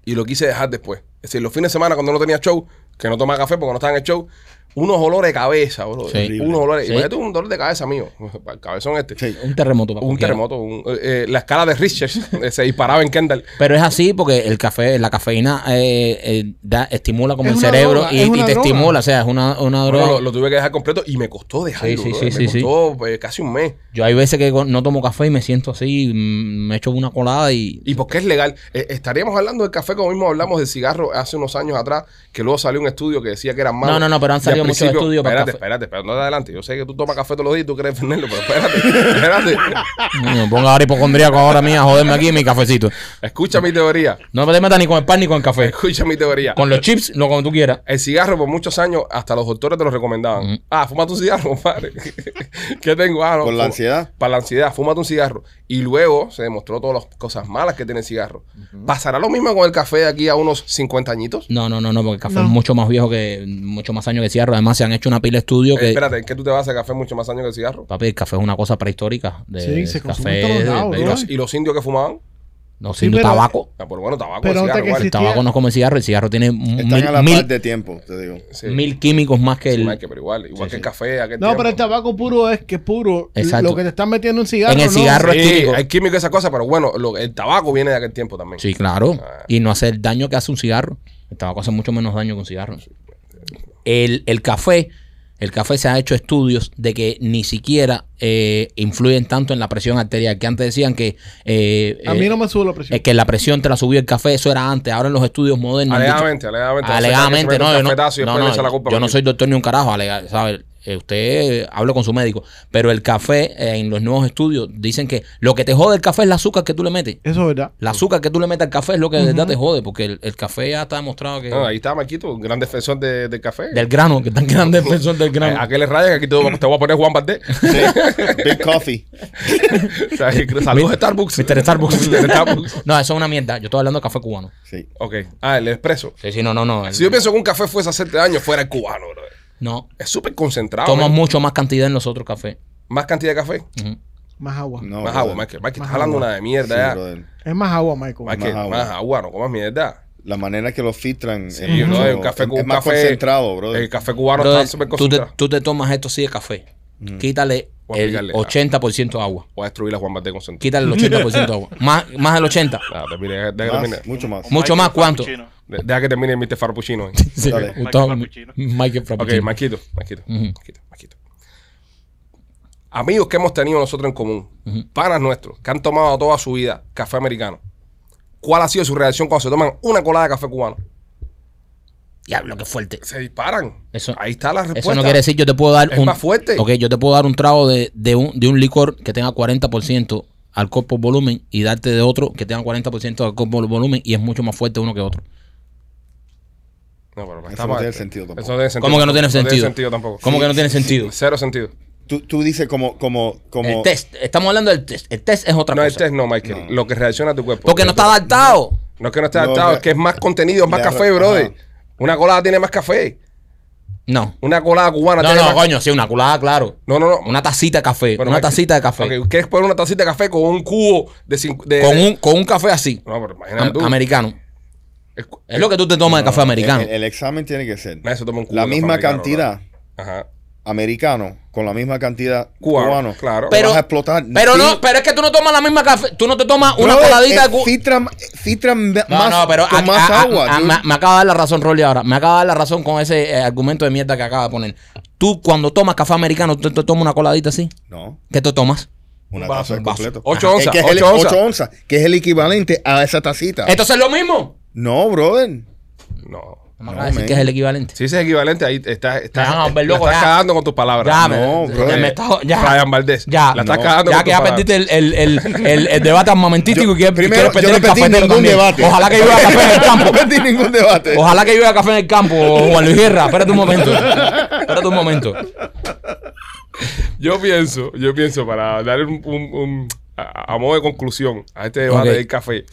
Speaker 3: Y lo quise dejar después. Es decir, los fines de semana cuando no tenía show, que no tomaba café porque no estaba en el show, unos olores de cabeza, bro.
Speaker 2: Sí.
Speaker 3: Unos olores.
Speaker 2: Sí.
Speaker 3: Imagínate un dolor de cabeza mío. El cabezón este.
Speaker 5: Sí.
Speaker 2: Un terremoto. papá.
Speaker 3: Un terremoto. un- eh, eh, la escala de Richter eh, se disparaba en Kendall.
Speaker 2: Pero es así porque el café, la cafeína eh, eh, da, estimula como
Speaker 4: Es
Speaker 2: el
Speaker 4: una
Speaker 2: cerebro
Speaker 4: droga,
Speaker 2: y,
Speaker 4: es
Speaker 2: y
Speaker 4: una
Speaker 2: te
Speaker 4: droga.
Speaker 2: estimula. O sea, es una, una droga.
Speaker 3: Bueno, lo, lo tuve que dejar completo y me costó dejarlo.
Speaker 2: Sí, sí,
Speaker 3: bro.
Speaker 2: sí,
Speaker 3: me
Speaker 2: sí, sí.
Speaker 3: costó eh, casi un mes.
Speaker 2: Yo hay veces que con- no tomo café y me siento así, mm, me echo una colada y...
Speaker 3: ¿Y por qué es legal? Eh, estaríamos hablando del café como mismo hablamos del cigarro hace unos años atrás, que luego salió un estudio que decía que era malo.
Speaker 2: No, no, no, pero han
Speaker 3: Y al
Speaker 2: salido muchos
Speaker 3: principio-
Speaker 2: estudios para el
Speaker 3: Espérate,
Speaker 2: café.
Speaker 3: espérate, pero no te adelante. Yo sé que tú tomas café todos los días y tú quieres defenderlo, pero espérate, espérate.
Speaker 2: No, me pongo ahora hipocondríaco ahora mía a joderme aquí mi cafecito.
Speaker 3: Escucha mi teoría.
Speaker 2: No te metas ni con el pan ni con el café.
Speaker 3: Escucha mi teoría.
Speaker 2: Con los chips, no como tú quieras.
Speaker 3: El cigarro por muchos años hasta los doctores te lo recomendaban. Ah, fuma tu cigarro, compadre. ¿Qué tengo? Ah, no,
Speaker 5: Por la
Speaker 3: fuma-
Speaker 5: ansiedad.
Speaker 3: Para la ansiedad, fúmate un cigarro. Y luego se demostró todas las cosas malas que tiene el cigarro. ¿Pasará lo mismo con el café de aquí a unos 50 añitos?
Speaker 2: No, no, no, no, porque el café
Speaker 4: No.
Speaker 2: es mucho más viejo que... Mucho más años que el cigarro. Además, se han hecho una pila de estudios
Speaker 3: Eh,
Speaker 2: que...
Speaker 3: espérate, ¿en qué tú te vas a hacer café mucho más años que el cigarro?
Speaker 2: Papi, el café es una cosa prehistórica. De
Speaker 4: Sí, se
Speaker 2: café,
Speaker 4: consume en todos lados,
Speaker 2: de-
Speaker 3: ¿Y
Speaker 4: Ay.
Speaker 3: los, y los indios que fumaban?
Speaker 2: No,
Speaker 4: Sí,
Speaker 2: sin
Speaker 4: pero-
Speaker 2: tabaco.
Speaker 3: Ah, pero bueno, tabaco,
Speaker 4: Pero
Speaker 3: cigarro,
Speaker 4: antes que
Speaker 3: igual.
Speaker 2: El
Speaker 4: existía-
Speaker 2: tabaco no es como el cigarro. El cigarro tiene mil,
Speaker 5: Están a la
Speaker 2: mil-
Speaker 5: par de tiempo, te digo.
Speaker 3: Sí.
Speaker 2: mil químicos más que
Speaker 3: Sí,
Speaker 2: el...
Speaker 3: Mike, pero igual, igual
Speaker 2: Sí,
Speaker 3: que el
Speaker 2: sí.
Speaker 3: café. aquel
Speaker 4: No, pero el
Speaker 3: tiempo.
Speaker 4: tabaco puro es que es puro.
Speaker 2: Exacto.
Speaker 4: Lo que te están metiendo en cigarro.
Speaker 2: En el
Speaker 4: no.
Speaker 2: cigarro- es
Speaker 3: Sí,
Speaker 2: químico.
Speaker 3: hay químico y esa cosa, pero bueno, lo- el tabaco viene de aquel tiempo también.
Speaker 2: Sí, claro.
Speaker 3: Ah.
Speaker 2: Y no hace el daño que hace un cigarro. El tabaco hace mucho menos daño que un cigarro. El, el café, el café se ha hecho estudios de que ni siquiera eh, influyen tanto en la presión arterial. Que antes decían que, eh,
Speaker 4: A mí
Speaker 2: eh,
Speaker 4: no me sube la presión.
Speaker 2: eh, que la presión te la subía el café. Eso era antes. Ahora en los estudios modernos. han dicho-
Speaker 3: Alegadamente, alegadamente.
Speaker 2: Alegadamente, no, yo no, no, no, yo no
Speaker 3: soy
Speaker 2: soy doctor ni un carajo, alega- ¿sabe? Eh, Usted habla con su médico, pero el café eh, en los nuevos estudios dicen que lo que te jode el café es el azúcar que tú le metes.
Speaker 4: Eso es verdad.
Speaker 2: La azúcar que tú le metes al café es lo que de verdad te jode, porque el, el café ya está demostrado que.
Speaker 3: No, Ah, ahí está Marquito, un gran defensor de, del café.
Speaker 2: del grano, que tan grande defensor del
Speaker 3: Eh,
Speaker 2: grano.
Speaker 3: ¿A qué le rayas? Que aquí te, te voy a poner Juan Bardet.
Speaker 5: Big Coffee.
Speaker 3: O sea, que- Saludos Starbucks.
Speaker 2: Mr. Starbucks.
Speaker 3: Mr. Starbucks.
Speaker 2: No, eso es una mierda. Yo estoy hablando de café cubano.
Speaker 5: Sí.
Speaker 3: Ok. Ah, el expreso.
Speaker 2: Sí, sí, no, no, no.
Speaker 3: Si yo pienso que un café fuese a hacerte daño, fuera el cubano, bro.
Speaker 2: No.
Speaker 3: Es súper concentrado.
Speaker 2: Tomas
Speaker 3: man.
Speaker 2: mucho más cantidad en los otros cafés.
Speaker 3: Más cantidad de café.
Speaker 2: Ujú.
Speaker 4: Más agua.
Speaker 5: No,
Speaker 3: más
Speaker 5: brother.
Speaker 3: agua, Mike. Mike, estás hablando una de
Speaker 5: Sí,
Speaker 3: mierda ya.
Speaker 5: brother.
Speaker 4: Es más agua, Michael.
Speaker 3: Mike,
Speaker 5: Más agua.
Speaker 3: más agua, no comas mierda.
Speaker 5: La manera que lo filtran.
Speaker 3: Sí,
Speaker 5: es mucho-
Speaker 3: brother, un café
Speaker 5: es-
Speaker 3: con
Speaker 5: es más
Speaker 3: café-
Speaker 5: concentrado, bro.
Speaker 3: El café cubano
Speaker 2: Brother,
Speaker 3: está súper
Speaker 2: tú, te,
Speaker 3: concentrado.
Speaker 2: tú te tomas esto sí de café. Quítale
Speaker 3: Voy a
Speaker 2: el
Speaker 3: picarle. ah.
Speaker 2: 80% agua.
Speaker 3: Voy a destruir a Juan Bardet concentrado.
Speaker 2: Quítale el 80% agua. Más, más del 80.
Speaker 3: Nada, termine, deja, deja que termine.
Speaker 5: Más, mucho más.
Speaker 2: Mu- Mucho más, ¿cuánto?
Speaker 6: Frappuccino.
Speaker 3: De- Deja que termine Mr. Farpuchino. ahí.
Speaker 2: Sí,
Speaker 5: Dale.
Speaker 2: me gustaba
Speaker 6: Mike
Speaker 2: mi-
Speaker 6: Frappuccino.
Speaker 2: Mike
Speaker 3: Ok,
Speaker 2: Frappuccino.
Speaker 3: Maquito, Maquito,
Speaker 2: Ujú.
Speaker 3: Maquito, Maquito. Amigos que hemos tenido nosotros en común, panas nuestros, que han tomado toda su vida café americano. ¿Cuál ha sido su reacción cuando se toman una colada de café cubano?
Speaker 2: Diablo, qué fuerte.
Speaker 3: Se disparan.
Speaker 2: Eso-
Speaker 3: Ahí está la respuesta.
Speaker 2: Eso no quiere decir yo te puedo dar
Speaker 3: Es
Speaker 2: un
Speaker 3: más fuerte.
Speaker 2: Ok, yo te puedo dar un trago de, de un, de un licor que tenga 40% alcohol por volumen y darte de otro que tenga 40% de alcohol por volumen y es mucho más fuerte uno que otro.
Speaker 3: No, pero
Speaker 5: Eso no tiene sentido tampoco.
Speaker 3: Eso no tiene sentido.
Speaker 2: ¿Cómo que no tiene sentido?
Speaker 3: tampoco.
Speaker 2: ¿Cómo que no tiene
Speaker 5: sí,
Speaker 2: sentido?
Speaker 3: Cero sentido.
Speaker 5: Tú, tú dices como, como, como.
Speaker 2: El test, estamos hablando del test. El test es otra
Speaker 3: No, el
Speaker 2: cosa.
Speaker 3: test no, Michael. Lo que reacciona a tu cuerpo.
Speaker 2: Porque no está adaptado.
Speaker 3: No es que no esté
Speaker 5: No,
Speaker 3: adaptado,
Speaker 5: la-
Speaker 3: es que es más contenido, es más
Speaker 5: la-
Speaker 3: café,
Speaker 5: ajá.
Speaker 3: brother. Una colada tiene más café.
Speaker 2: No.
Speaker 3: Una colada cubana
Speaker 2: No,
Speaker 3: tiene
Speaker 2: no,
Speaker 3: más...
Speaker 2: coño, sí, una culada, claro.
Speaker 3: No, no, no.
Speaker 2: Una tacita de café.
Speaker 3: Bueno,
Speaker 2: una
Speaker 3: Mike,
Speaker 2: tacita de café.
Speaker 3: ok, ¿Quieres poner una tacita de café con un cubo de... cinco- de-
Speaker 2: Con, un, con un café así.
Speaker 3: No, pero imagínate
Speaker 2: am-
Speaker 3: tú.
Speaker 2: americano.
Speaker 3: El cu-
Speaker 2: Es lo que tú te tomas de café americano.
Speaker 5: El, el examen tiene que ser
Speaker 3: Nadie se toma un cubo
Speaker 5: la
Speaker 3: de café
Speaker 5: misma
Speaker 3: americano,
Speaker 5: cantidad
Speaker 3: ¿no? Ajá.
Speaker 5: americano con la misma cantidad
Speaker 3: Cubano,
Speaker 5: cubano.
Speaker 3: claro.
Speaker 5: Lo
Speaker 2: Pero-
Speaker 5: vas a explotar.
Speaker 2: Pero
Speaker 5: Sí.
Speaker 2: no, pero es que tú no tomas la misma café. Tú no te tomas una
Speaker 5: Brother,
Speaker 2: coladita
Speaker 5: eh,
Speaker 2: de cu-
Speaker 5: Filtra, filtra más,
Speaker 2: No, no, pero
Speaker 5: con
Speaker 2: a-
Speaker 5: más
Speaker 2: a- a-
Speaker 5: agua.
Speaker 2: a-
Speaker 5: dude.
Speaker 2: me, me acaba de dar la razón, Rolly, ahora. Me acaba de dar la razón con ese eh, argumento de mierda que acaba de poner. Tú, cuando tomas café americano, tú te tomas una coladita así.
Speaker 5: no,
Speaker 2: ¿Qué te tomas?
Speaker 5: una
Speaker 3: vaso,
Speaker 5: taza
Speaker 3: un vaso.
Speaker 5: completa.
Speaker 3: Ocho
Speaker 5: Ajá.
Speaker 3: onzas,
Speaker 5: Es que es el-
Speaker 3: ocho onzas.
Speaker 5: ocho onzas, que es el equivalente a esa tacita.
Speaker 2: Entonces es lo mismo.
Speaker 5: No, brother.
Speaker 3: No.
Speaker 2: No, me
Speaker 5: No,
Speaker 2: acaba de decir
Speaker 5: man.
Speaker 2: que es el equivalente.
Speaker 3: Si ese es equivalente, ahí estás, estás,
Speaker 2: Ya, no, hombre,
Speaker 3: la
Speaker 2: loco,
Speaker 3: estás
Speaker 2: ya.
Speaker 3: cagando con tus palabras.
Speaker 2: Ya,
Speaker 5: No,
Speaker 2: me-
Speaker 5: brother.
Speaker 2: ya me está- ya.
Speaker 3: Brian Valdés.
Speaker 2: Ya.
Speaker 3: La estás
Speaker 2: No.
Speaker 3: cagando
Speaker 2: Ya
Speaker 3: con
Speaker 2: que
Speaker 3: tus
Speaker 2: ya
Speaker 3: palabras.
Speaker 2: perdiste el, el, el, el, el debate armamentístico y quieres,
Speaker 5: primero,
Speaker 2: quieres perder
Speaker 5: yo no
Speaker 2: el
Speaker 5: perdí
Speaker 2: cafetero
Speaker 5: ningún
Speaker 2: también.
Speaker 5: debate.
Speaker 2: Ojalá que llueva café en el campo.
Speaker 5: No perdí ningún debate.
Speaker 2: Ojalá que llueva café en el campo, Juan Luis Guerra. Espérate un momento. Espérate un momento.
Speaker 3: Yo pienso, yo pienso, para dar un, un- un- a, a modo de conclusión a este debate
Speaker 2: Ok. Mm.
Speaker 3: del café,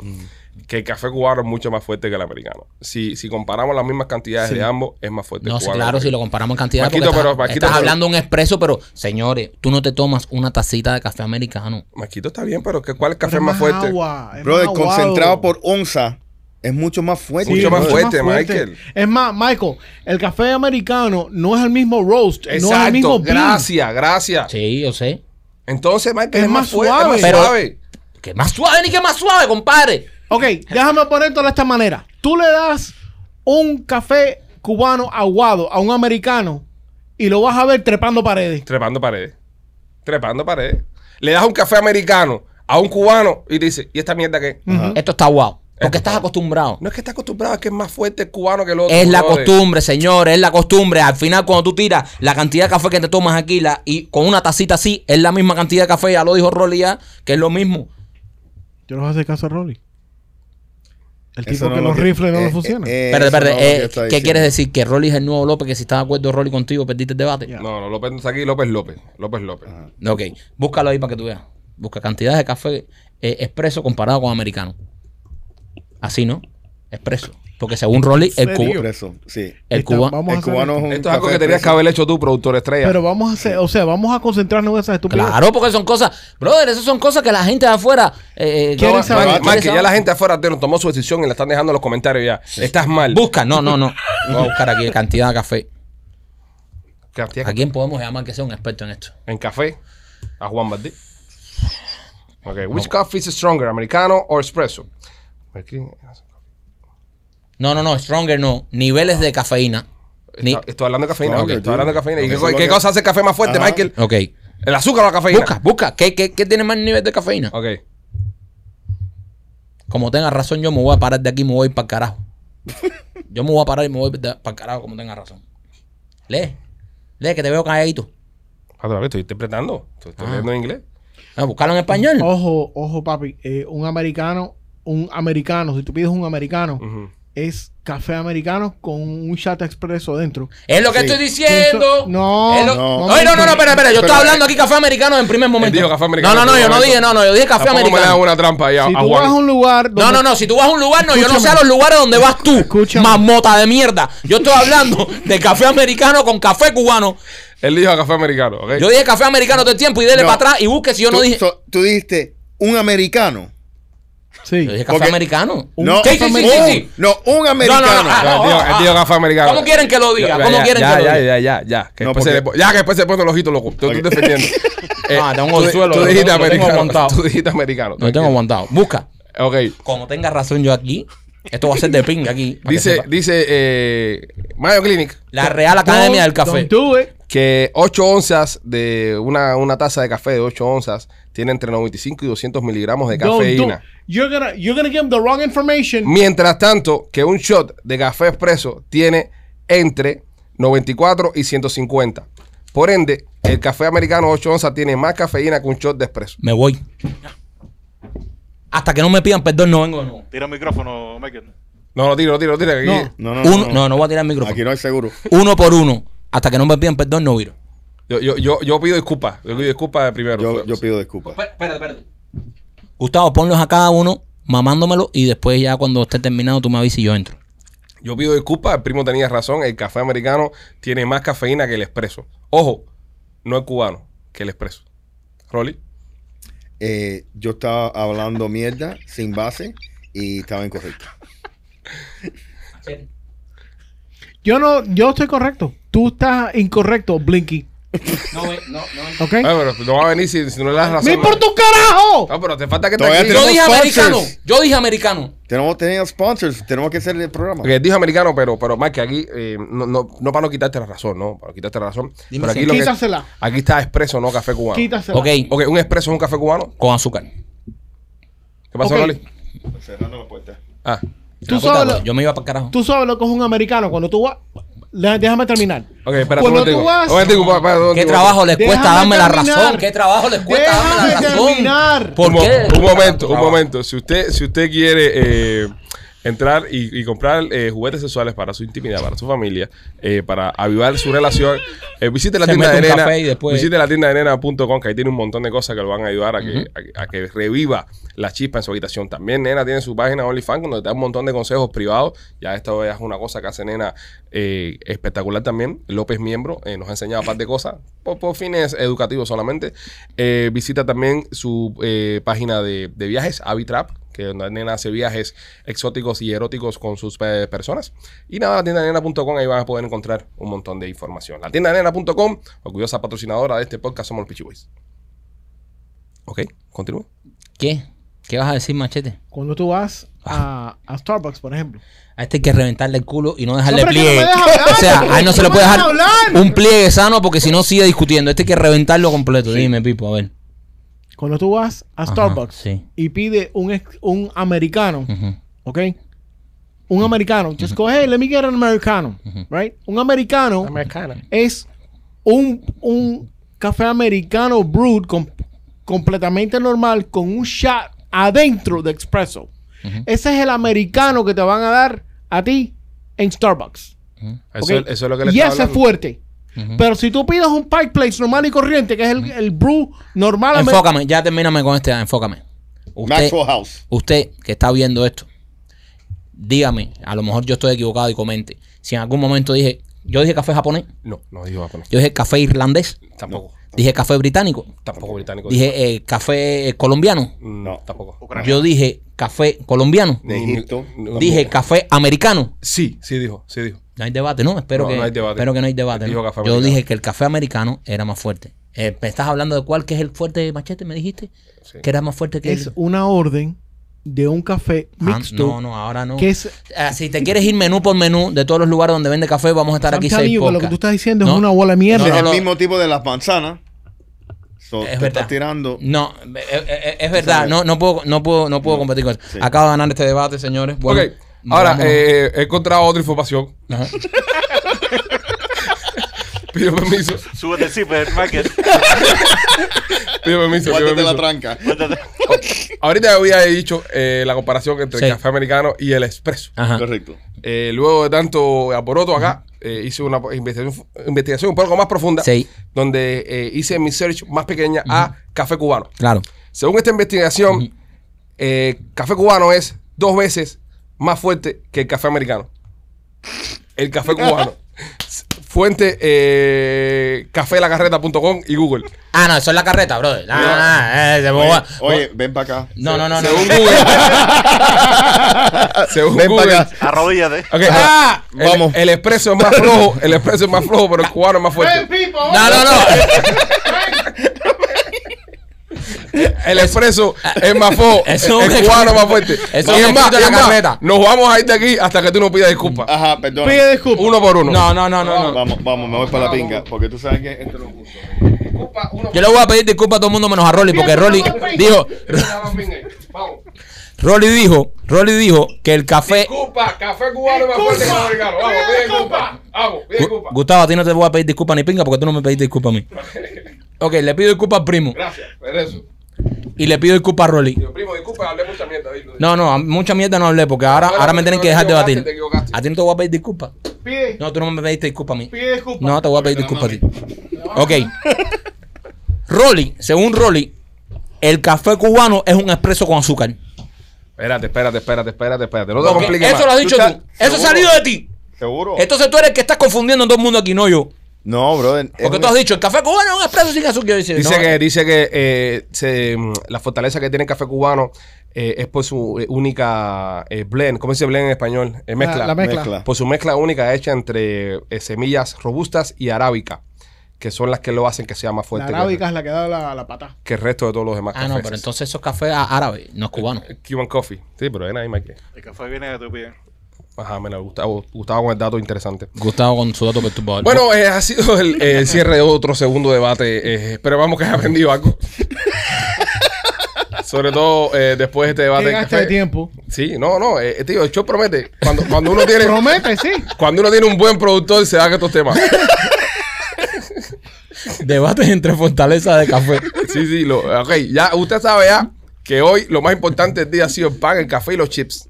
Speaker 3: que el café cubano es mucho más fuerte que el americano. Si, si comparamos las mismas cantidades de ambos, es más fuerte
Speaker 2: No,
Speaker 3: el
Speaker 2: sí,
Speaker 3: cubano.
Speaker 2: claro, si lo comparamos en cantidad.
Speaker 3: Maquito,
Speaker 2: porque
Speaker 3: pero-
Speaker 2: estás,
Speaker 3: Maquito,
Speaker 2: estás
Speaker 3: pero-
Speaker 2: hablando de un expreso, pero señores, tú no te tomas una tacita de café americano.
Speaker 3: Maquito está bien, pero ¿qué- ¿cuál café
Speaker 4: Pero
Speaker 3: es más fuerte?
Speaker 4: agua, es
Speaker 5: Brother,
Speaker 4: más aguado.
Speaker 5: concentrado por onza es mucho más fuerte.
Speaker 4: Sí,
Speaker 3: Mucho más
Speaker 5: brother.
Speaker 3: fuerte. Michael.
Speaker 4: Es más, Michael, el café americano no es el mismo roast, no es el mismo bean.
Speaker 3: gracias, gracias.
Speaker 2: Sí, yo sé.
Speaker 3: Entonces, Michael, es,
Speaker 4: Es
Speaker 3: más
Speaker 4: más
Speaker 3: fuerte,
Speaker 4: suave.
Speaker 3: es más
Speaker 2: Pero-
Speaker 3: suave.
Speaker 2: Que más suave ni que más suave, compadre.
Speaker 4: Ok, déjame ponértelo de esta manera. Tú le das un café cubano aguado a un americano y lo vas a ver trepando paredes.
Speaker 3: Trepando paredes. Trepando paredes. Le das un café americano a un cubano y te dice, ¿y esta mierda qué?
Speaker 2: Esto está guau.
Speaker 3: Esto
Speaker 2: Porque
Speaker 3: está
Speaker 2: estás
Speaker 3: guau.
Speaker 2: acostumbrado.
Speaker 3: No es que está acostumbrado, es que es más fuerte el cubano que el otro.
Speaker 2: Es la
Speaker 3: brother.
Speaker 2: costumbre, señores, es la costumbre. Al final, cuando tú tiras la cantidad de café que te tomas aquí la, y con una tacita así, es la misma cantidad de café, ya lo dijo Rolly ya, que es lo mismo.
Speaker 4: Yo no voy a hacer caso a Rolly. El
Speaker 5: Eso
Speaker 4: tipo
Speaker 5: no
Speaker 4: que
Speaker 5: lo
Speaker 4: los
Speaker 5: que-
Speaker 4: rifles no
Speaker 5: eh,
Speaker 4: le
Speaker 5: eh,
Speaker 4: funcionan.
Speaker 5: eh,
Speaker 2: Pero,
Speaker 5: eso
Speaker 2: espérate,
Speaker 5: no es lo que
Speaker 2: eh,
Speaker 5: está
Speaker 2: ¿qué
Speaker 5: diciendo.
Speaker 2: quieres decir? Que Rolly es el nuevo López, que si está de acuerdo Rolly contigo, perdiste el debate.
Speaker 4: Ya.
Speaker 3: No, no, López, aquí López López. López López.
Speaker 2: Ok, búscalo ahí para que tú veas. Busca cantidades de café eh, expreso comparado con americano. Así, ¿no? Expreso. Porque según Rolly, el,
Speaker 4: serio?
Speaker 2: cuba-
Speaker 5: Preso, sí.
Speaker 2: el,
Speaker 4: Está-
Speaker 2: cuba-
Speaker 4: vamos a
Speaker 5: El
Speaker 4: hacer
Speaker 5: cubano es un
Speaker 3: Esto es algo
Speaker 5: café
Speaker 3: que tenías que
Speaker 5: preso.
Speaker 3: haber hecho tú, productor estrella.
Speaker 4: Pero vamos a hacer, o sea, vamos a concentrarnos en esas estupideces.
Speaker 2: Claro, porque son cosas. Brother, esas son cosas que la gente de afuera. Eh, eh,
Speaker 4: Quiere
Speaker 2: no-
Speaker 4: saber.
Speaker 2: no-
Speaker 3: Mike,
Speaker 2: quiere
Speaker 3: Mike, ya
Speaker 2: saber.
Speaker 3: la gente afuera de nos tomó su decisión y la están dejando en los comentarios ya. Estás mal.
Speaker 2: Busca, no, no, no. Voy a buscar aquí cantidad de café.
Speaker 3: Cantidad-
Speaker 2: ¿A quién podemos llamar que sea un experto en esto?
Speaker 3: En café, a Juan Bardí. Ok, which coffee is stronger, americano or espresso? Aquí,
Speaker 2: No, no, no, Stronger no. Niveles de cafeína. Ni-
Speaker 3: está- estoy hablando de cafeína,
Speaker 5: Stronger,
Speaker 3: ok, estoy
Speaker 5: dude.
Speaker 3: hablando de cafeína. ¿Y
Speaker 5: Porque
Speaker 3: qué,
Speaker 5: eso es lo
Speaker 3: qué
Speaker 5: que-
Speaker 3: cosa hace el café más fuerte,
Speaker 5: Ajá.
Speaker 3: Michael?
Speaker 2: Ok.
Speaker 3: ¿El azúcar o la cafeína?
Speaker 2: Busca, busca. ¿Qué, qué, qué tiene más nivel de cafeína?
Speaker 3: Ok.
Speaker 2: Como tenga razón, yo me voy a parar de aquí y me voy para el carajo. Yo me voy a parar y me voy para el carajo, como tenga razón. Lee. Lee, que te veo calladito.
Speaker 3: Espérate, papi, estoy interpretando. Estoy, estoy
Speaker 2: Ah.
Speaker 3: leyendo en inglés.
Speaker 2: Ah, buscarlo en español.
Speaker 3: Oh.
Speaker 4: Ojo, ojo, papi. eh, un americano, un americano, si tú pides un americano,
Speaker 3: Ujú.
Speaker 4: es café americano con un chat expreso dentro.
Speaker 2: Es lo que
Speaker 5: Sí.
Speaker 2: estoy diciendo.
Speaker 4: No,
Speaker 2: Es lo-
Speaker 5: no.
Speaker 2: Oye, no, no, no, espera, espera. Yo
Speaker 5: Pero-
Speaker 2: estoy hablando aquí café americano en primer momento.
Speaker 3: eh, dijo café americano
Speaker 2: No, no,
Speaker 3: en
Speaker 2: no,
Speaker 3: primer
Speaker 2: yo no
Speaker 3: momento.
Speaker 2: dije, no, no, yo dije café
Speaker 3: Tampoco me le hagan
Speaker 2: americano.
Speaker 3: una trampa ahí a,
Speaker 4: Si
Speaker 3: a
Speaker 4: tú
Speaker 3: Juan.
Speaker 4: vas a un lugar
Speaker 2: No, no, no, si tú vas a un lugar, no, yo no sé a los lugares donde vas tú,
Speaker 4: Escúchame.
Speaker 2: mamota de mierda. Yo estoy hablando de café americano con café cubano.
Speaker 3: Él dijo café americano, ok.
Speaker 2: Yo dije café americano todo el tiempo y dele
Speaker 5: No.
Speaker 2: para atrás y busque si yo no
Speaker 5: Tú-
Speaker 2: dije.
Speaker 5: so- tú dijiste un americano.
Speaker 4: Sí.
Speaker 2: Yo dije café
Speaker 5: Porque-
Speaker 2: americano.
Speaker 5: No,
Speaker 2: Sí, sí, sí, sí,
Speaker 5: un-
Speaker 2: sí.
Speaker 5: no, un americano.
Speaker 2: No, no, no, ah,
Speaker 3: No, él dijo- él dijo café americano.
Speaker 2: ¿Cómo quieren que lo diga? ¿Cómo
Speaker 3: ya,
Speaker 2: quieren
Speaker 3: ya,
Speaker 2: que lo
Speaker 3: ya, ya,
Speaker 2: diga?
Speaker 3: ya, ya. Que
Speaker 5: No,
Speaker 3: después se le
Speaker 5: porque-
Speaker 3: po- ya, que después se pone los ojitos, loco. Tú, tú
Speaker 5: Ok.
Speaker 3: defendiendo. Eh,
Speaker 2: Ah, tengo
Speaker 3: tú-
Speaker 2: el suelo,
Speaker 3: Tú
Speaker 2: lo
Speaker 3: dijiste
Speaker 2: tengo- lo tengo
Speaker 3: americano.
Speaker 2: aguantado.
Speaker 3: Tú dijiste americano.
Speaker 2: No tengo aguantado. Busca.
Speaker 3: Ok.
Speaker 2: Como tenga razón yo aquí, esto va a ser de pinga aquí. para que
Speaker 3: Dice,
Speaker 2: sepa.
Speaker 3: dice eh, Mayo Clinic
Speaker 2: la Real Academia del
Speaker 4: Don't-
Speaker 2: Café.
Speaker 4: don't do it.
Speaker 3: que 8 onzas de una, una taza de café de 8 onzas tiene entre 95 y 200 miligramos de
Speaker 4: Don't do it.
Speaker 3: cafeína. Mm.
Speaker 4: You're gonna, you're gonna give them the wrong information.
Speaker 3: Mientras tanto, que un shot de café expreso tiene entre 94 y 150. Por ende, el café americano 8 onzas tiene más cafeína que un shot de expreso.
Speaker 2: Me voy. Hasta que no me pidan perdón, no vengo de nuevo.
Speaker 6: Tira el micrófono, Michael.
Speaker 3: No, no tiro, no tiro, no tiro. Aquí.
Speaker 4: No.
Speaker 5: No, no, no,
Speaker 2: Uno,
Speaker 5: no.
Speaker 2: no, no voy a tirar el micrófono.
Speaker 5: Aquí no hay seguro.
Speaker 2: Uno por uno. Hasta que no me pidan perdón, no viro.
Speaker 3: Yo, yo, yo, yo pido disculpas. Yo pido disculpas de primero.
Speaker 5: Yo, yo pido disculpas.
Speaker 3: pues.
Speaker 2: Gustavo, ponlos a cada uno mamándomelo y después ya cuando esté terminado tú me avisas y yo entro.
Speaker 3: Yo pido disculpas. El primo tenía razón. El café americano tiene más cafeína que el expreso. Ojo, no el cubano, que el expreso. Rolly.
Speaker 5: Eh, yo estaba hablando mierda sin base y estaba incorrecto.
Speaker 4: Yo no, yo estoy correcto. Tú estás incorrecto, Blinky.
Speaker 2: No, ve- no, no.
Speaker 4: ¿Ok?
Speaker 3: Ah, pero no va a venir si, si no le das razón.
Speaker 4: ¿Eh? ¡Me importa un carajo!
Speaker 3: No, pero te falta que te
Speaker 5: Todavía
Speaker 2: Yo
Speaker 5: Tenemos
Speaker 2: dije
Speaker 5: sponsors.
Speaker 2: americano. Yo dije americano.
Speaker 5: Tenemos que tener sponsors, tenemos que hacer el programa.
Speaker 3: Ok, dijo americano, pero, pero Mike, aquí, eh, no, no, no para no quitarte la razón, ¿no? Para quitarte la razón.
Speaker 2: Dime
Speaker 3: pero
Speaker 2: si-
Speaker 3: aquí, lo que-
Speaker 4: Quítasela.
Speaker 3: aquí está expreso, ¿no? Café cubano.
Speaker 4: Quítasela.
Speaker 2: Ok,
Speaker 3: Ok, un expreso es un café cubano.
Speaker 2: con azúcar.
Speaker 3: ¿Qué pasó,
Speaker 4: Ok.
Speaker 3: Loli?
Speaker 5: Cerrando la puerta.
Speaker 3: Ah,
Speaker 4: Tú
Speaker 2: No,
Speaker 4: sabes
Speaker 2: puta,
Speaker 4: lo-
Speaker 2: Yo me iba para carajo.
Speaker 4: Tú sabes lo que es un americano cuando tú vas. Le- Déjame terminar.
Speaker 3: ok, espérate un
Speaker 4: Cuando
Speaker 3: momentico.
Speaker 4: tú vas-
Speaker 3: Un momentico, pa- pa- un
Speaker 2: ¿Qué
Speaker 3: momentico.
Speaker 2: trabajo les
Speaker 4: Déjame
Speaker 2: cuesta darme la
Speaker 4: terminar.
Speaker 2: razón? ¿Qué trabajo les cuesta darme la
Speaker 4: Déjame
Speaker 2: razón?
Speaker 4: terminar.
Speaker 2: ¿Por
Speaker 3: un, mo-
Speaker 2: qué?
Speaker 3: un momento, un momento. Si usted, si usted quiere eh, entrar y, y comprar eh, juguetes sexuales para su intimidad, para su familia, eh, para avivar su relación, eh, visite la
Speaker 2: Se
Speaker 3: tienda de
Speaker 2: mete un
Speaker 3: arena.
Speaker 2: café y después-
Speaker 3: Visite la tienda de nena.com, que ahí tiene un montón de cosas que lo van a ayudar a que, a que- a que reviva la chispa en su habitación. También Nena tiene su página OnlyFans donde te da un montón de consejos privados. Ya esto es una cosa que hace Nena eh, espectacular también. López Miembro eh, nos ha enseñado un par de cosas por, por fines educativos solamente. Eh, visita también su eh, página de, de viajes, Avitrap que donde Nena hace viajes exóticos y eróticos con sus eh, personas. Y nada, la tienda nena.com, ahí van a poder encontrar un montón de información. La tienda nena.com, orgullosa patrocinadora de este podcast, somos los Peachy Boys. Ok, continúe.
Speaker 2: ¿Qué? ¿Qué vas a decir, machete?
Speaker 4: Cuando tú vas a, a Starbucks, por ejemplo.
Speaker 2: A este hay que reventarle el culo y no dejarle
Speaker 4: No, pero
Speaker 2: pliegue.
Speaker 4: que no me deja hablar,
Speaker 2: o sea,
Speaker 4: porque
Speaker 2: a él no se le
Speaker 4: no
Speaker 2: puede
Speaker 4: me
Speaker 2: dejar
Speaker 4: deja hablar.
Speaker 2: un pliegue sano porque si no sigue discutiendo. Este hay que reventarlo completo. Dime, Pipo, a ver.
Speaker 4: Cuando tú vas a
Speaker 2: Ajá,
Speaker 4: Starbucks
Speaker 2: sí.
Speaker 4: y pide un, ex- un americano,
Speaker 2: Ujú.
Speaker 4: ¿ok? Un americano. Just go, hey, let me get an americano. Right? Un americano es un, un café americano brewed com- completamente normal con un shot adentro de espresso. Ese es el americano que te van a dar a ti en Starbucks.
Speaker 3: Eso,
Speaker 4: ¿ok?
Speaker 3: eso es lo que le
Speaker 4: y
Speaker 3: estaba
Speaker 4: ese es
Speaker 3: hablando.
Speaker 4: fuerte. Pero si tú pides un Pike Place normal y corriente, que es el, el brew normal amer-
Speaker 2: Enfócame, ya termíname con este, enfócame. Usted,
Speaker 5: Maxwell House.
Speaker 2: usted que está viendo esto, dígame, a lo mejor yo estoy equivocado y comente. Si en algún momento dije, yo dije café japonés,
Speaker 3: No, no dijo japonés.
Speaker 2: yo dije café irlandés,
Speaker 3: Tampoco.
Speaker 2: dije café británico,
Speaker 3: Tampoco británico.
Speaker 2: dije eh, café eh, colombiano,
Speaker 3: No, tampoco.
Speaker 6: Ucrania.
Speaker 2: yo dije café colombiano,
Speaker 5: De Egipto.
Speaker 3: Ni- ni-
Speaker 2: dije café americano.
Speaker 3: Sí, sí dijo, sí dijo.
Speaker 2: No hay debate, ¿no? Espero,
Speaker 3: No,
Speaker 2: que,
Speaker 3: no hay debate.
Speaker 2: espero que no hay debate.
Speaker 3: Dijo
Speaker 2: ¿no?
Speaker 3: café
Speaker 2: Yo
Speaker 3: americano.
Speaker 2: dije que el café americano era más fuerte. Eh, ¿Me estás hablando de cuál que es el fuerte machete? ¿Me dijiste?
Speaker 3: Sí.
Speaker 2: Que era más fuerte que
Speaker 4: es
Speaker 2: el...
Speaker 4: una orden de un café
Speaker 2: Ah,
Speaker 4: mixto.
Speaker 2: no, no, ahora no.
Speaker 4: Que es
Speaker 2: Ah, si te quieres ir menú por menú de todos los lugares donde vende café, vamos a estar
Speaker 4: I'm
Speaker 2: aquí
Speaker 4: telling
Speaker 2: seis
Speaker 4: you que lo que
Speaker 2: podcasts.
Speaker 4: tú estás diciendo
Speaker 2: No.
Speaker 4: es una bola de
Speaker 2: No,
Speaker 4: mierda.
Speaker 5: Es
Speaker 2: no,
Speaker 5: el
Speaker 2: no.
Speaker 5: mismo tipo de las manzanas. So,
Speaker 2: Es
Speaker 5: te
Speaker 2: verdad.
Speaker 5: estás tirando.
Speaker 2: No, eh, eh, eh, es verdad, no, no puedo, no puedo, no puedo competir con eso.
Speaker 5: Sí.
Speaker 2: Acabo de ganar este debate, señores. Bueno,
Speaker 3: ok, ahora
Speaker 2: vámonos.
Speaker 3: eh, he encontrado otra información.
Speaker 2: Ajá.
Speaker 3: Pido permiso.
Speaker 6: Súbete el zipper, Michael.
Speaker 3: Pido permiso. Pido
Speaker 5: Guárdate
Speaker 3: permiso.
Speaker 5: la tranca.
Speaker 6: Cuéntate.
Speaker 3: Ahorita había dicho eh, la comparación entre
Speaker 2: Sí. Ah.
Speaker 3: el café americano y el expreso.
Speaker 2: Ajá.
Speaker 5: Correcto.
Speaker 3: Eh, luego de tanto alboroto acá, eh, hice una investigación, investigación un poco más profunda,
Speaker 2: Sí.
Speaker 3: donde eh, hice mi search más pequeña a café cubano.
Speaker 2: Claro.
Speaker 3: Según esta investigación, eh, café cubano es dos veces más fuerte que el café americano. El café cubano. Fuente eh, cafelacarreta.com y Google.
Speaker 2: Ah, no, eso es la carreta, brother. Ah, ah, eh, se
Speaker 5: Oye,
Speaker 2: boba.
Speaker 5: oye, ven para acá.
Speaker 2: no, no, no, no.
Speaker 3: Según Google. según
Speaker 5: Ven
Speaker 3: Google.
Speaker 5: para acá.
Speaker 6: Arrodíllate.
Speaker 3: Ok,
Speaker 5: Ah,
Speaker 3: el-
Speaker 5: vamos.
Speaker 3: El, expreso es más flojo, el expreso es más flojo, pero el cubano es más fuerte.
Speaker 2: No, no, no.
Speaker 3: El expreso es más flojo,
Speaker 2: Eso Ah. es
Speaker 3: el
Speaker 2: un-
Speaker 3: cubano es más fuerte.
Speaker 2: Eso
Speaker 3: y
Speaker 2: es
Speaker 3: es
Speaker 2: un
Speaker 3: más,
Speaker 2: escrito
Speaker 3: y
Speaker 2: en
Speaker 3: es
Speaker 2: la
Speaker 3: más,
Speaker 2: carpeta.
Speaker 3: nos vamos a ir de aquí hasta que tú nos pidas disculpas.
Speaker 5: Ajá, perdón.
Speaker 4: Pide disculpas.
Speaker 3: Uno por uno.
Speaker 2: No, no, no, no, no.
Speaker 5: Vamos, vamos, me voy para la pinga. Porque tú sabes que esto no es justo.
Speaker 3: Disculpa, uno
Speaker 2: Yo le voy a pedir disculpas a todo el mundo menos a Rolly, porque Rolly dijo,
Speaker 3: Vamos.
Speaker 2: Rolly dijo, Rolly dijo que el café.
Speaker 3: Disculpa, café cubano es más fuerte que el americano. Vamos, pide disculpa. Vamos, pide
Speaker 2: Gu-
Speaker 3: disculpa.
Speaker 2: Gustavo, a ti no te voy a pedir disculpas ni pinga porque tú no me pediste disculpas a mí. Ok, le pido disculpas al primo
Speaker 3: Gracias, regreso.
Speaker 2: y le pido disculpas a Rolly.
Speaker 3: Yo, primo, disculpa, hablé mucha mierda. David.
Speaker 2: No, no, a- mucha mierda no hablé porque ahora,
Speaker 3: Bueno,
Speaker 2: ahora
Speaker 3: pero
Speaker 2: me tienen
Speaker 3: te
Speaker 2: que dejar
Speaker 3: equivocaste,
Speaker 2: debatir.
Speaker 3: te equivocaste.
Speaker 2: A ti no te voy a pedir disculpas.
Speaker 4: Pide,
Speaker 2: No, tú no me pediste disculpas a mí.
Speaker 4: pide disculpas.
Speaker 2: No, te voy a pedir disculpas a ti. Ok. Rolly, según Rolly, el café cubano es un expreso con azúcar.
Speaker 3: Espérate, espérate, espérate, espérate, espérate. No te
Speaker 2: Ok,
Speaker 3: compliques
Speaker 2: Eso
Speaker 3: más.
Speaker 2: lo has dicho
Speaker 5: Tú
Speaker 2: tú.
Speaker 5: estás-
Speaker 2: Eso ha
Speaker 5: seguro.
Speaker 2: salido de ti.
Speaker 5: ¿Seguro?
Speaker 2: Entonces tú eres el que estás confundiendo a todo el mundo aquí, no yo.
Speaker 5: No, brother. es
Speaker 2: Porque
Speaker 5: un-
Speaker 2: tú has dicho, el café cubano es un expreso sin azúcar. Yo decía,
Speaker 3: Dice
Speaker 2: no,
Speaker 3: que, dice que eh, se- mm, la fortaleza que tiene el café cubano eh, es por su eh, única eh, blend. ¿Cómo se dice blend en español? Eh, mezcla.
Speaker 4: La, la mezcla.
Speaker 5: Mezcla.
Speaker 3: Por su mezcla única hecha entre eh, semillas robustas y arábica, que son las que lo hacen que sea más
Speaker 4: La
Speaker 3: fuerte que el-
Speaker 4: arábica es la que da la, la pata.
Speaker 3: que el resto de todos los demás
Speaker 2: Ah,
Speaker 3: cafés.
Speaker 2: no, pero entonces esos cafés á- árabes, no es cubano.
Speaker 3: Cuban Coffee. Sí, pero era ahí, Mike.
Speaker 6: El café viene de tu pie.
Speaker 3: Ajá, me la gustaba, gustaba con el dato interesante.
Speaker 2: Gustavo con su dato perturbador.
Speaker 3: Bueno, eh, ha sido el, el cierre de otro segundo debate. eh, esperamos que haya aprendido algo. Sobre todo eh, después de este debate.
Speaker 4: ¿Qué
Speaker 3: del
Speaker 4: gasta
Speaker 3: café.
Speaker 4: de tiempo?
Speaker 3: Sí, no, no. eh, tío, el show promete. Cuando, cuando uno tiene,
Speaker 4: Promete, sí.
Speaker 3: cuando uno tiene un buen productor, se dan estos temas.
Speaker 2: Debates entre fortalezas de café.
Speaker 3: Sí, sí. Lo, ok, ya usted sabe ya que hoy lo más importante del día ha sido el pan, el café y los chips.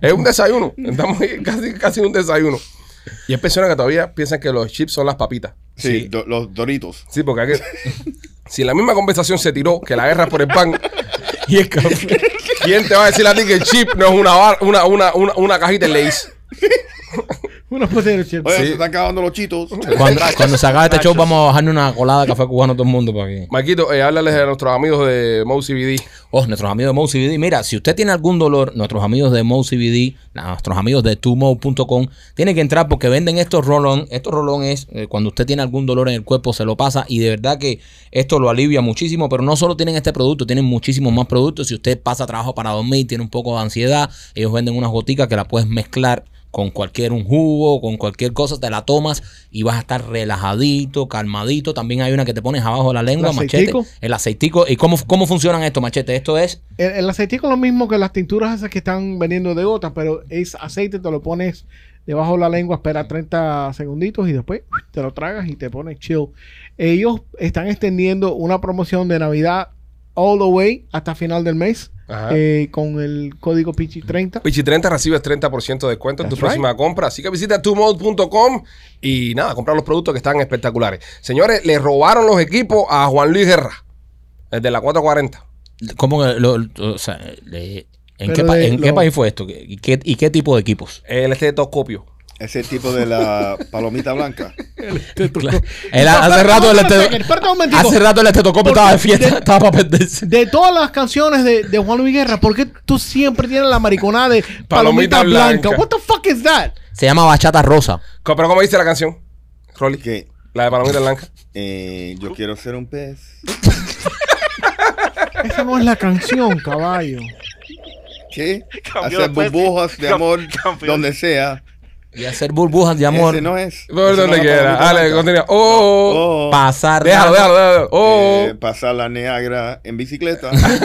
Speaker 3: es un desayuno. Estamos ahí, casi, casi un desayuno. Y hay personas que todavía piensan que los chips son las papitas.
Speaker 5: Sí, do- los doritos.
Speaker 3: Sí, porque hay que- si la misma conversación se tiró que la guerra por el pan,
Speaker 2: y el café.
Speaker 3: ¿quién te va a decir a ti que el chip no es una, bar- una, una, una, una cajita de Lays?
Speaker 4: Uno puede ser el chef.
Speaker 5: Oye,
Speaker 3: Sí.
Speaker 5: se están acabando los chitos.
Speaker 2: Cuando, cuando se acabe este show,
Speaker 6: Nachos.
Speaker 2: vamos a bajarle una colada de café cubano a todo el mundo para que.
Speaker 3: Marquito, eh, háblales a nuestros amigos de Mouse CBD.
Speaker 2: Oh, nuestros amigos de Mo CBD. Mira, si usted tiene algún dolor, nuestros amigos de Mo CBD, nuestros amigos de tumo.com, tienen que entrar porque venden estos rolón. Estos rolón es eh, cuando usted tiene algún dolor en el cuerpo, se lo pasa y de verdad que esto lo alivia muchísimo. Pero no solo tienen este producto, tienen muchísimos más productos. Si usted pasa trabajo para dormir, tiene un poco de ansiedad, ellos venden unas goticas que la puedes mezclar con cualquier un jugo, con cualquier cosa, te la tomas y vas a estar relajadito, calmadito. También hay una que te pones abajo de la lengua,
Speaker 4: ¿El
Speaker 2: machete.
Speaker 4: aceitico?
Speaker 2: El aceitico. ¿Y cómo, cómo funcionan estos machete? Esto es
Speaker 4: El, el aceitico es lo mismo que las tinturas esas que están vendiendo de gotas, pero es aceite, te lo pones debajo de la lengua, espera 30 segunditos y después te lo tragas y te pones chill. Ellos están extendiendo una promoción de Navidad all the way hasta final del mes
Speaker 3: Ajá.
Speaker 4: eh, con el código Pichi30.
Speaker 3: Pichi30 recibes 30% de descuento en tu
Speaker 4: That's
Speaker 3: próxima compra. Así que visita tumode.com y nada, comprar los productos que están espectaculares. Señores, le robaron los equipos a Juan Luis Guerra, el de la 440.
Speaker 2: ¿Cómo que lo- o sea, le- ¿en,
Speaker 4: Pero
Speaker 2: qué, pa-
Speaker 4: de
Speaker 2: en qué
Speaker 4: lo-
Speaker 2: país fue esto? ¿Y qué, y qué tipo de equipos?
Speaker 3: El estetoscopio.
Speaker 5: Ese tipo de la palomita blanca.
Speaker 2: Claro. Él ha- hace rato el esteto-
Speaker 4: Espera un momentico, espera un momentico.
Speaker 2: hace rato el estetoscopio estaba de fiesta,
Speaker 4: de-
Speaker 2: estaba para perderse.
Speaker 4: De todas las canciones de, de Juan Luis Guerra, ¿por qué tú siempre tienes la mariconada de
Speaker 3: Palomita
Speaker 4: Palomita,
Speaker 3: Blanca?
Speaker 4: Blanca? What the fuck is that?
Speaker 2: Se llama Bachata Rosa.
Speaker 3: Co- Pero ¿cómo dice la canción? Rolly.
Speaker 5: Que
Speaker 3: La de Palomita Blanca.
Speaker 5: eh, yo quiero ser un pez.
Speaker 4: Esa no es la canción, caballo.
Speaker 5: ¿Qué?
Speaker 6: Campeón
Speaker 5: Hacer
Speaker 6: de pez.
Speaker 5: burbujas de
Speaker 6: Cam-
Speaker 5: amor
Speaker 6: campeón.
Speaker 5: donde sea.
Speaker 2: Y hacer burbujas de amor.
Speaker 5: Ese no es.
Speaker 3: Por
Speaker 5: Ese no
Speaker 3: donde
Speaker 5: es la
Speaker 3: quiera.
Speaker 5: palomita
Speaker 3: Dale,
Speaker 5: blanca.
Speaker 3: continúa. Oh, oh,
Speaker 5: Oh,
Speaker 2: Pasar.
Speaker 3: oh. Déjalo,
Speaker 2: la-
Speaker 3: déjalo, déjalo. Oh, oh.
Speaker 5: eh, pasar la Niagara en bicicleta.
Speaker 3: Ah,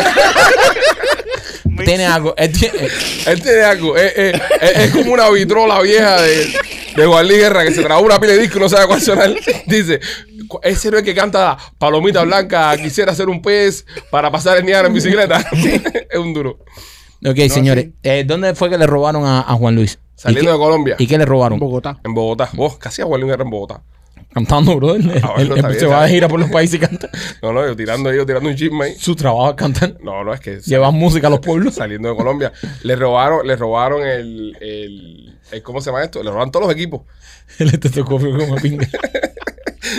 Speaker 2: Tiene algo. él tiene- eh,
Speaker 3: Él tiene algo. Es, es- es- es como una vitrola vieja de, de Juan Luis Guerra que se trabó una pila de disco y no sabe cuál sonar. Dice: "Cu- Ese no es que canta Palomita Blanca, quisiera ser un pez para pasar el Niagara en bicicleta. es un duro.
Speaker 2: ok, señores. Eh, ¿Dónde fue que le robaron a, a Juan Luis? ¿Y
Speaker 3: Saliendo
Speaker 2: qué-
Speaker 3: de Colombia.
Speaker 2: ¿Y qué le robaron?
Speaker 4: En Bogotá.
Speaker 3: En Bogotá. Oh, casi a Juan Luis Guerra en Bogotá.
Speaker 2: Cantando, bro. Él,
Speaker 3: Ah, bueno, está
Speaker 2: él- él
Speaker 3: bien,
Speaker 2: se
Speaker 3: está
Speaker 2: va de
Speaker 3: bien.
Speaker 2: gira por los países y canta.
Speaker 3: No, no, yo tirando, yo tirando un chisme ahí.
Speaker 2: Su trabajo es cantar.
Speaker 3: No, no, es que
Speaker 2: Llevar música a los pueblos.
Speaker 3: saliendo de Colombia. Le robaron, le robaron el, el- el- ¿Cómo se llama esto? Le robaron todos los equipos.
Speaker 2: El estetoscopio como pinga.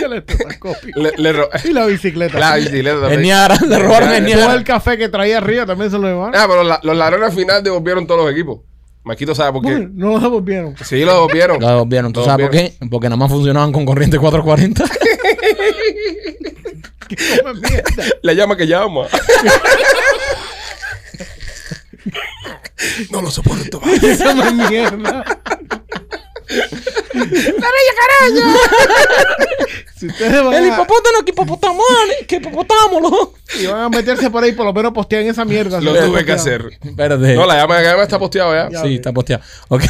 Speaker 4: El estetoscopio.
Speaker 3: Le, le ro-
Speaker 4: y la bicicleta.
Speaker 3: la bicicleta
Speaker 2: El
Speaker 3: también.
Speaker 2: Niagara, le robaron el
Speaker 4: Todo el
Speaker 2: Niagara.
Speaker 4: café que traía arriba también se lo llevaron.
Speaker 3: Ah, pero la- los ladrones al final devolvieron todos los equipos. Maquito sabe por
Speaker 4: Bueno,
Speaker 3: qué.
Speaker 4: no lo devolvieron.
Speaker 3: Sí, lo devolvieron.
Speaker 2: Lo devolvieron. ¿Tú
Speaker 3: Lo
Speaker 2: sabes por
Speaker 3: devolvieron.
Speaker 2: qué? Porque nada más funcionaban con corriente 440.
Speaker 4: Come mierda.
Speaker 3: La llama que llama. no lo soporto más.
Speaker 4: Come mierda. Si ustedes van
Speaker 2: El
Speaker 4: a,
Speaker 2: hipopótamo, que hipopotamo, que hipopotamo.
Speaker 4: si van a meterse por ahí, por lo menos postean esa mierda.
Speaker 3: Lo
Speaker 4: Si
Speaker 3: tuve que
Speaker 4: postean.
Speaker 3: hacer.
Speaker 2: Espérate.
Speaker 3: No, la llama que llama está posteado ya.
Speaker 2: Sí, está posteado. Ok.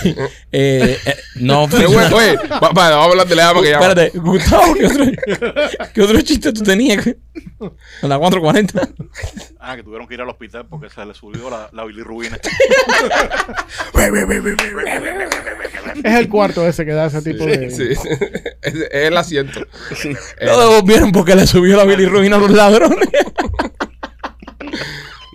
Speaker 2: Eh, eh, no,
Speaker 3: Pero bueno, oye, va- va, vamos a hablar de la llama que llama.
Speaker 2: Espérate, Gustavo, ¿qué otro, ¿qué otro chiste tú tenías? A la 440.
Speaker 6: Ah, que tuvieron que ir al hospital porque se le subió la, la bilirrubina.
Speaker 4: Es el cuarto ese que da ese tipo de.
Speaker 3: Sí. es, es el asiento. Eh,
Speaker 2: Lo devolvieron porque le subió la bilirrubina a los ladrones.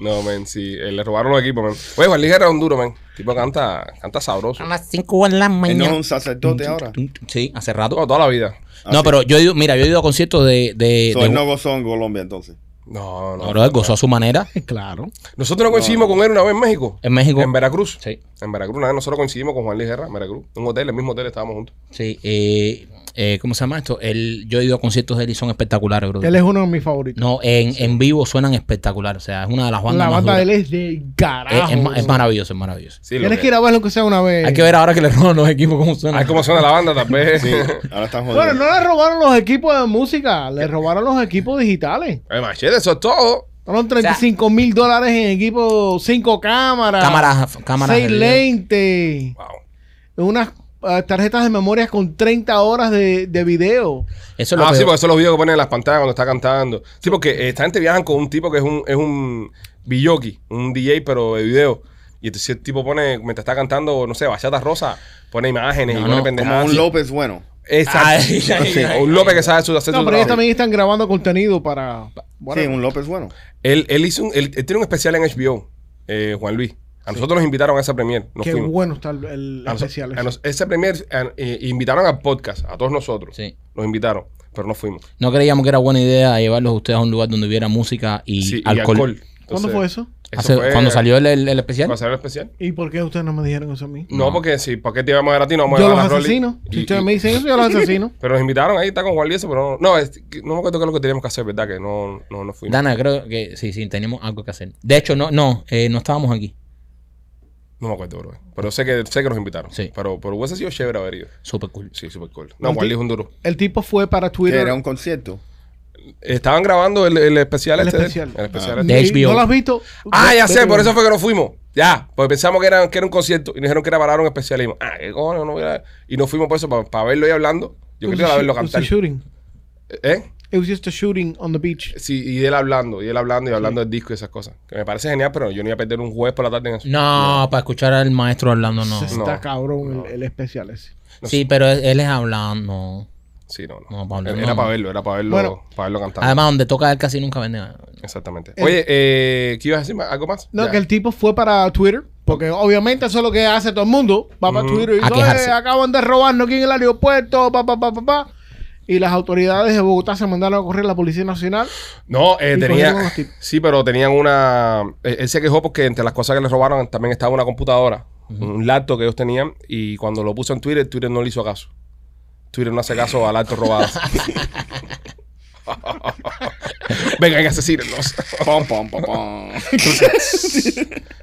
Speaker 3: no, men, sí. eh, le robaron los equipos, men. Oye, Juan Luis Guerra es un duro, men. tipo canta, canta sabroso.
Speaker 2: A las 5 de la
Speaker 5: Él Eh, no es un
Speaker 2: mañana.
Speaker 5: sacerdote ahora.
Speaker 2: Sí, hace rato.
Speaker 3: No, toda la vida.
Speaker 2: No, pero yo he ido, mira, yo he ido a conciertos de.
Speaker 3: Eh,
Speaker 2: de,
Speaker 5: So,
Speaker 2: de-
Speaker 5: él no gozó en Colombia entonces.
Speaker 3: No, no.
Speaker 2: No, brother, gozó a su manera.
Speaker 4: Claro.
Speaker 3: Nosotros no coincidimos con él una vez en México.
Speaker 2: En México.
Speaker 3: En Veracruz.
Speaker 2: Sí.
Speaker 3: En Veracruz, una vez nosotros coincidimos con Juan Luis Guerra en Veracruz. En un hotel, en el mismo hotel estábamos juntos.
Speaker 2: Sí, eh, eh, ¿cómo se llama esto? Él, yo he ido a conciertos de él y son espectaculares, bro.
Speaker 4: Él es uno de mis favoritos.
Speaker 2: No, en, en vivo suenan espectacular. O sea, es una de las bandas
Speaker 4: la
Speaker 2: más
Speaker 4: banda de
Speaker 2: duras.
Speaker 4: él es Eh. de
Speaker 2: Es-
Speaker 4: carajo.
Speaker 2: es, ma- es maravilloso, es maravilloso.
Speaker 3: Sí, lo
Speaker 4: Tienes que ir a verlo que sea una vez.
Speaker 2: Hay que ver ahora que le roban los equipos cómo suena.
Speaker 3: Ay, cómo suena la banda, tal vez.
Speaker 5: Sí, ahora están jodidos.
Speaker 4: Bueno, no le robaron los equipos de música, le robaron los equipos digitales.
Speaker 3: Eh, machete, eso es todo.
Speaker 4: Fueron 35 mil dólares en equipo, 5 cámaras,
Speaker 2: Cámaras, cámaras.
Speaker 4: 6
Speaker 2: de-
Speaker 4: lentes,
Speaker 3: Wow.
Speaker 4: unas ah, tarjetas de memoria con 30 horas de, de video.
Speaker 2: Eso es lo
Speaker 3: ah, sí,
Speaker 2: peor.
Speaker 3: porque esos son los videos que ponen en las pantallas cuando está cantando. Sí, porque eh, esta gente viajan con un tipo que es un, es un billoqui, un DJ, pero de video. Y entonces el tipo pone, mientras está cantando, no sé, bachata rosa, pone imágenes
Speaker 2: No,
Speaker 3: y pone
Speaker 2: no,
Speaker 5: Como
Speaker 3: pendejadas.
Speaker 5: un López bueno.
Speaker 3: Exacto.
Speaker 2: Ay, ay,
Speaker 3: Sí,
Speaker 2: ay,
Speaker 3: o un López que sabe su, hacer
Speaker 4: No,
Speaker 3: su
Speaker 4: pero ellos
Speaker 3: trabajo.
Speaker 4: también están grabando contenido para... Bueno,
Speaker 5: Sí, un López bueno.
Speaker 3: Él, él hizo un- él- él tiene un especial en HBO, eh, Juan Luis. A nosotros nos invitaron a esa premier. Nos
Speaker 4: qué
Speaker 3: fuimos.
Speaker 4: bueno está el, el
Speaker 3: A noso-
Speaker 4: especial.
Speaker 3: a nos- ese premier a- eh, invitaron al podcast, a todos nosotros.
Speaker 2: Sí.
Speaker 3: Los invitaron, pero no fuimos.
Speaker 2: No creíamos que era buena idea llevarlos a ustedes a un lugar donde hubiera música y
Speaker 3: Sí, y
Speaker 2: alcohol.
Speaker 4: ¿Cuándo
Speaker 3: Entonces,
Speaker 4: fue eso?
Speaker 2: Hace-
Speaker 3: fue-
Speaker 2: cuando salió el, el- el especial.
Speaker 3: cuando salió el especial.
Speaker 4: ¿Y por qué ustedes no me dijeron eso a mí?
Speaker 3: No, porque si, ¿para qué te íbamos a ver a ti? No vamos a
Speaker 4: Yo
Speaker 3: llevar
Speaker 4: los
Speaker 3: a Rolly.
Speaker 4: asesino.
Speaker 3: Y-
Speaker 4: Si ustedes
Speaker 3: y-
Speaker 4: me dicen eso, yo los asesino.
Speaker 3: Pero nos invitaron ahí, está con Juan Luis, pero no, no, es- no me acuerdo qué es lo que teníamos que hacer, ¿verdad? Que no, no, no fuimos.
Speaker 2: Dana, creo que sí, sí, tenemos algo que hacer. De hecho, no, no, eh, no estábamos aquí.
Speaker 3: No me acuerdo, bro. Pero sé que, sé que nos invitaron.
Speaker 2: Sí.
Speaker 3: Pero, pero hubiese sido chévere haber ido.
Speaker 2: Súper cool.
Speaker 3: Sí, súper cool. No,
Speaker 4: ¿Un
Speaker 3: Juan
Speaker 4: ti-
Speaker 3: Luis es un duro.
Speaker 4: El tipo fue para
Speaker 5: Que
Speaker 4: Twitter.
Speaker 5: era un concierto.
Speaker 3: Estaban grabando el, el especial
Speaker 4: El
Speaker 3: este. de él.
Speaker 4: especial.
Speaker 3: El especial
Speaker 5: Ah.
Speaker 3: este.
Speaker 2: De
Speaker 4: Ni-
Speaker 2: HBO.
Speaker 4: ¿No lo has visto?
Speaker 3: Ah, ya
Speaker 4: Vete,
Speaker 3: sé, por
Speaker 4: güey.
Speaker 3: eso fue que no fuimos. Ya, porque pensamos que era, que era un concierto y nos dijeron que era para un especial. Y dijimos, ah, qué coño, no voy a... Y nos fuimos por eso, para, verlo y hablando. Yo
Speaker 4: It
Speaker 3: quería
Speaker 4: was a
Speaker 3: verlo
Speaker 4: shoo- it was
Speaker 3: cantar.
Speaker 4: a shooting.
Speaker 3: ¿Eh?
Speaker 4: It was just a shooting on the beach.
Speaker 3: Sí, y él hablando, y él hablando, y hablando del disco y esas cosas. Que me parece genial, pero yo no iba a perder un jueves por la tarde en eso.
Speaker 2: No, para escuchar al maestro hablando, no.
Speaker 4: Está
Speaker 3: No.
Speaker 4: cabrón el, el especial ese.
Speaker 2: Sí, pero él, él es hablando.
Speaker 3: Sí, no, no.
Speaker 2: No, Pablo,
Speaker 3: era
Speaker 2: no,
Speaker 3: era
Speaker 2: no.
Speaker 3: para verlo, era para verlo,
Speaker 4: Bueno.
Speaker 3: para verlo cantando.
Speaker 2: Además, donde toca él casi nunca vende nada.
Speaker 3: Exactamente.
Speaker 4: El-
Speaker 3: Oye, eh, ¿qué ibas a decir? más? ¿Algo más?
Speaker 4: No,
Speaker 3: Ya.
Speaker 4: que el tipo fue para Twitter, porque obviamente eso es lo que hace todo el mundo. Va para Twitter y
Speaker 2: A
Speaker 4: dice,
Speaker 2: quejarse.
Speaker 4: "Oye, acaban de robarnos aquí en el aeropuerto, pa, pa, pa, pa, pa". Y las autoridades de Bogotá se mandaron a correr a la Policía Nacional.
Speaker 3: No, eh,
Speaker 4: Y
Speaker 3: tenía.
Speaker 4: cogieron los tipos.
Speaker 3: Sí, pero tenían una. eh, Él se quejó porque entre las cosas que le robaron también estaba una computadora, un laptop que ellos tenían, y cuando lo puso en Twitter, Twitter no le hizo caso. Twitter no hace caso a laptops robadas. Vengan a asesírenlos.
Speaker 5: Pom, pom, pom, pom.
Speaker 3: es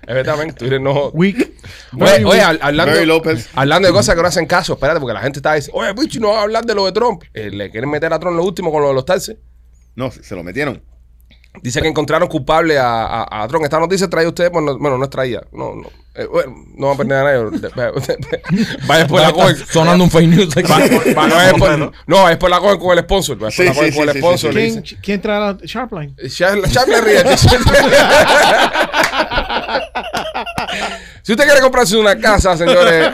Speaker 3: verdad, ven, Twitter no.
Speaker 4: Week.
Speaker 3: Oye, oye, hab-
Speaker 5: Mary
Speaker 3: hablando,
Speaker 5: López.
Speaker 3: hablando de cosas que no hacen caso, espérate, porque la gente está diciendo, oye, bicho, no vas a hablar de lo de Trump. Eh, le quieren meter a Trump lo último con lo de los taxes.
Speaker 5: No, se se lo metieron.
Speaker 3: Dice que encontraron culpable a, a, a Tron. Esta noticia trae usted, bueno, no- bueno, no es traída. No, no, eh, bueno, no va a perder a nadie. De- de- Vaya por la
Speaker 2: Está
Speaker 3: cohen.
Speaker 2: Sonando un fake news. aquí.
Speaker 3: Va- va- va- vaya por- No, es por la cohen con el sponsor. Vaya por la
Speaker 5: Sí,
Speaker 3: cohen
Speaker 5: sí,
Speaker 3: con el
Speaker 5: sí,
Speaker 3: sponsor.
Speaker 5: sí,
Speaker 3: le
Speaker 4: ¿Quién,
Speaker 3: dice.
Speaker 4: quién traerá a Sharpline?
Speaker 3: Charles- Charles Riel. Si usted quiere comprarse una casa, señores,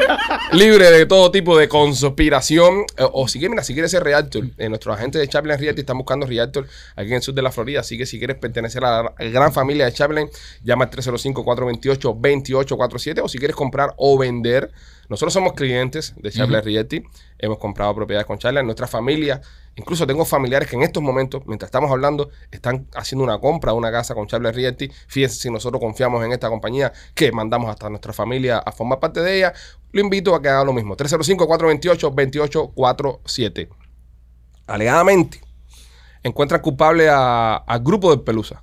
Speaker 3: libre de todo tipo de conspiración, eh, o si quiere, mira, si quiere ser realtor, eh, nuestros agentes de Chaplin Realty están buscando realtor aquí en el sur de la Florida, así que si quieres pertenecer a la gran familia de Chaplin, llama al 305-428-2847, o si quieres comprar o vender, nosotros somos clientes de Chaplin Realty, hemos comprado propiedades con Chaplin, nuestra familia, incluso tengo familiares que en estos momentos, mientras estamos hablando, están haciendo una compra de una casa con Chaplin Realty, fíjense si nosotros confiamos en esta compañía, que mandamos hasta nuestra familia a formar parte de ella, lo invito a que haga lo mismo. 305-428-2847. Alegadamente, encuentran culpable a- al grupo del Pelusa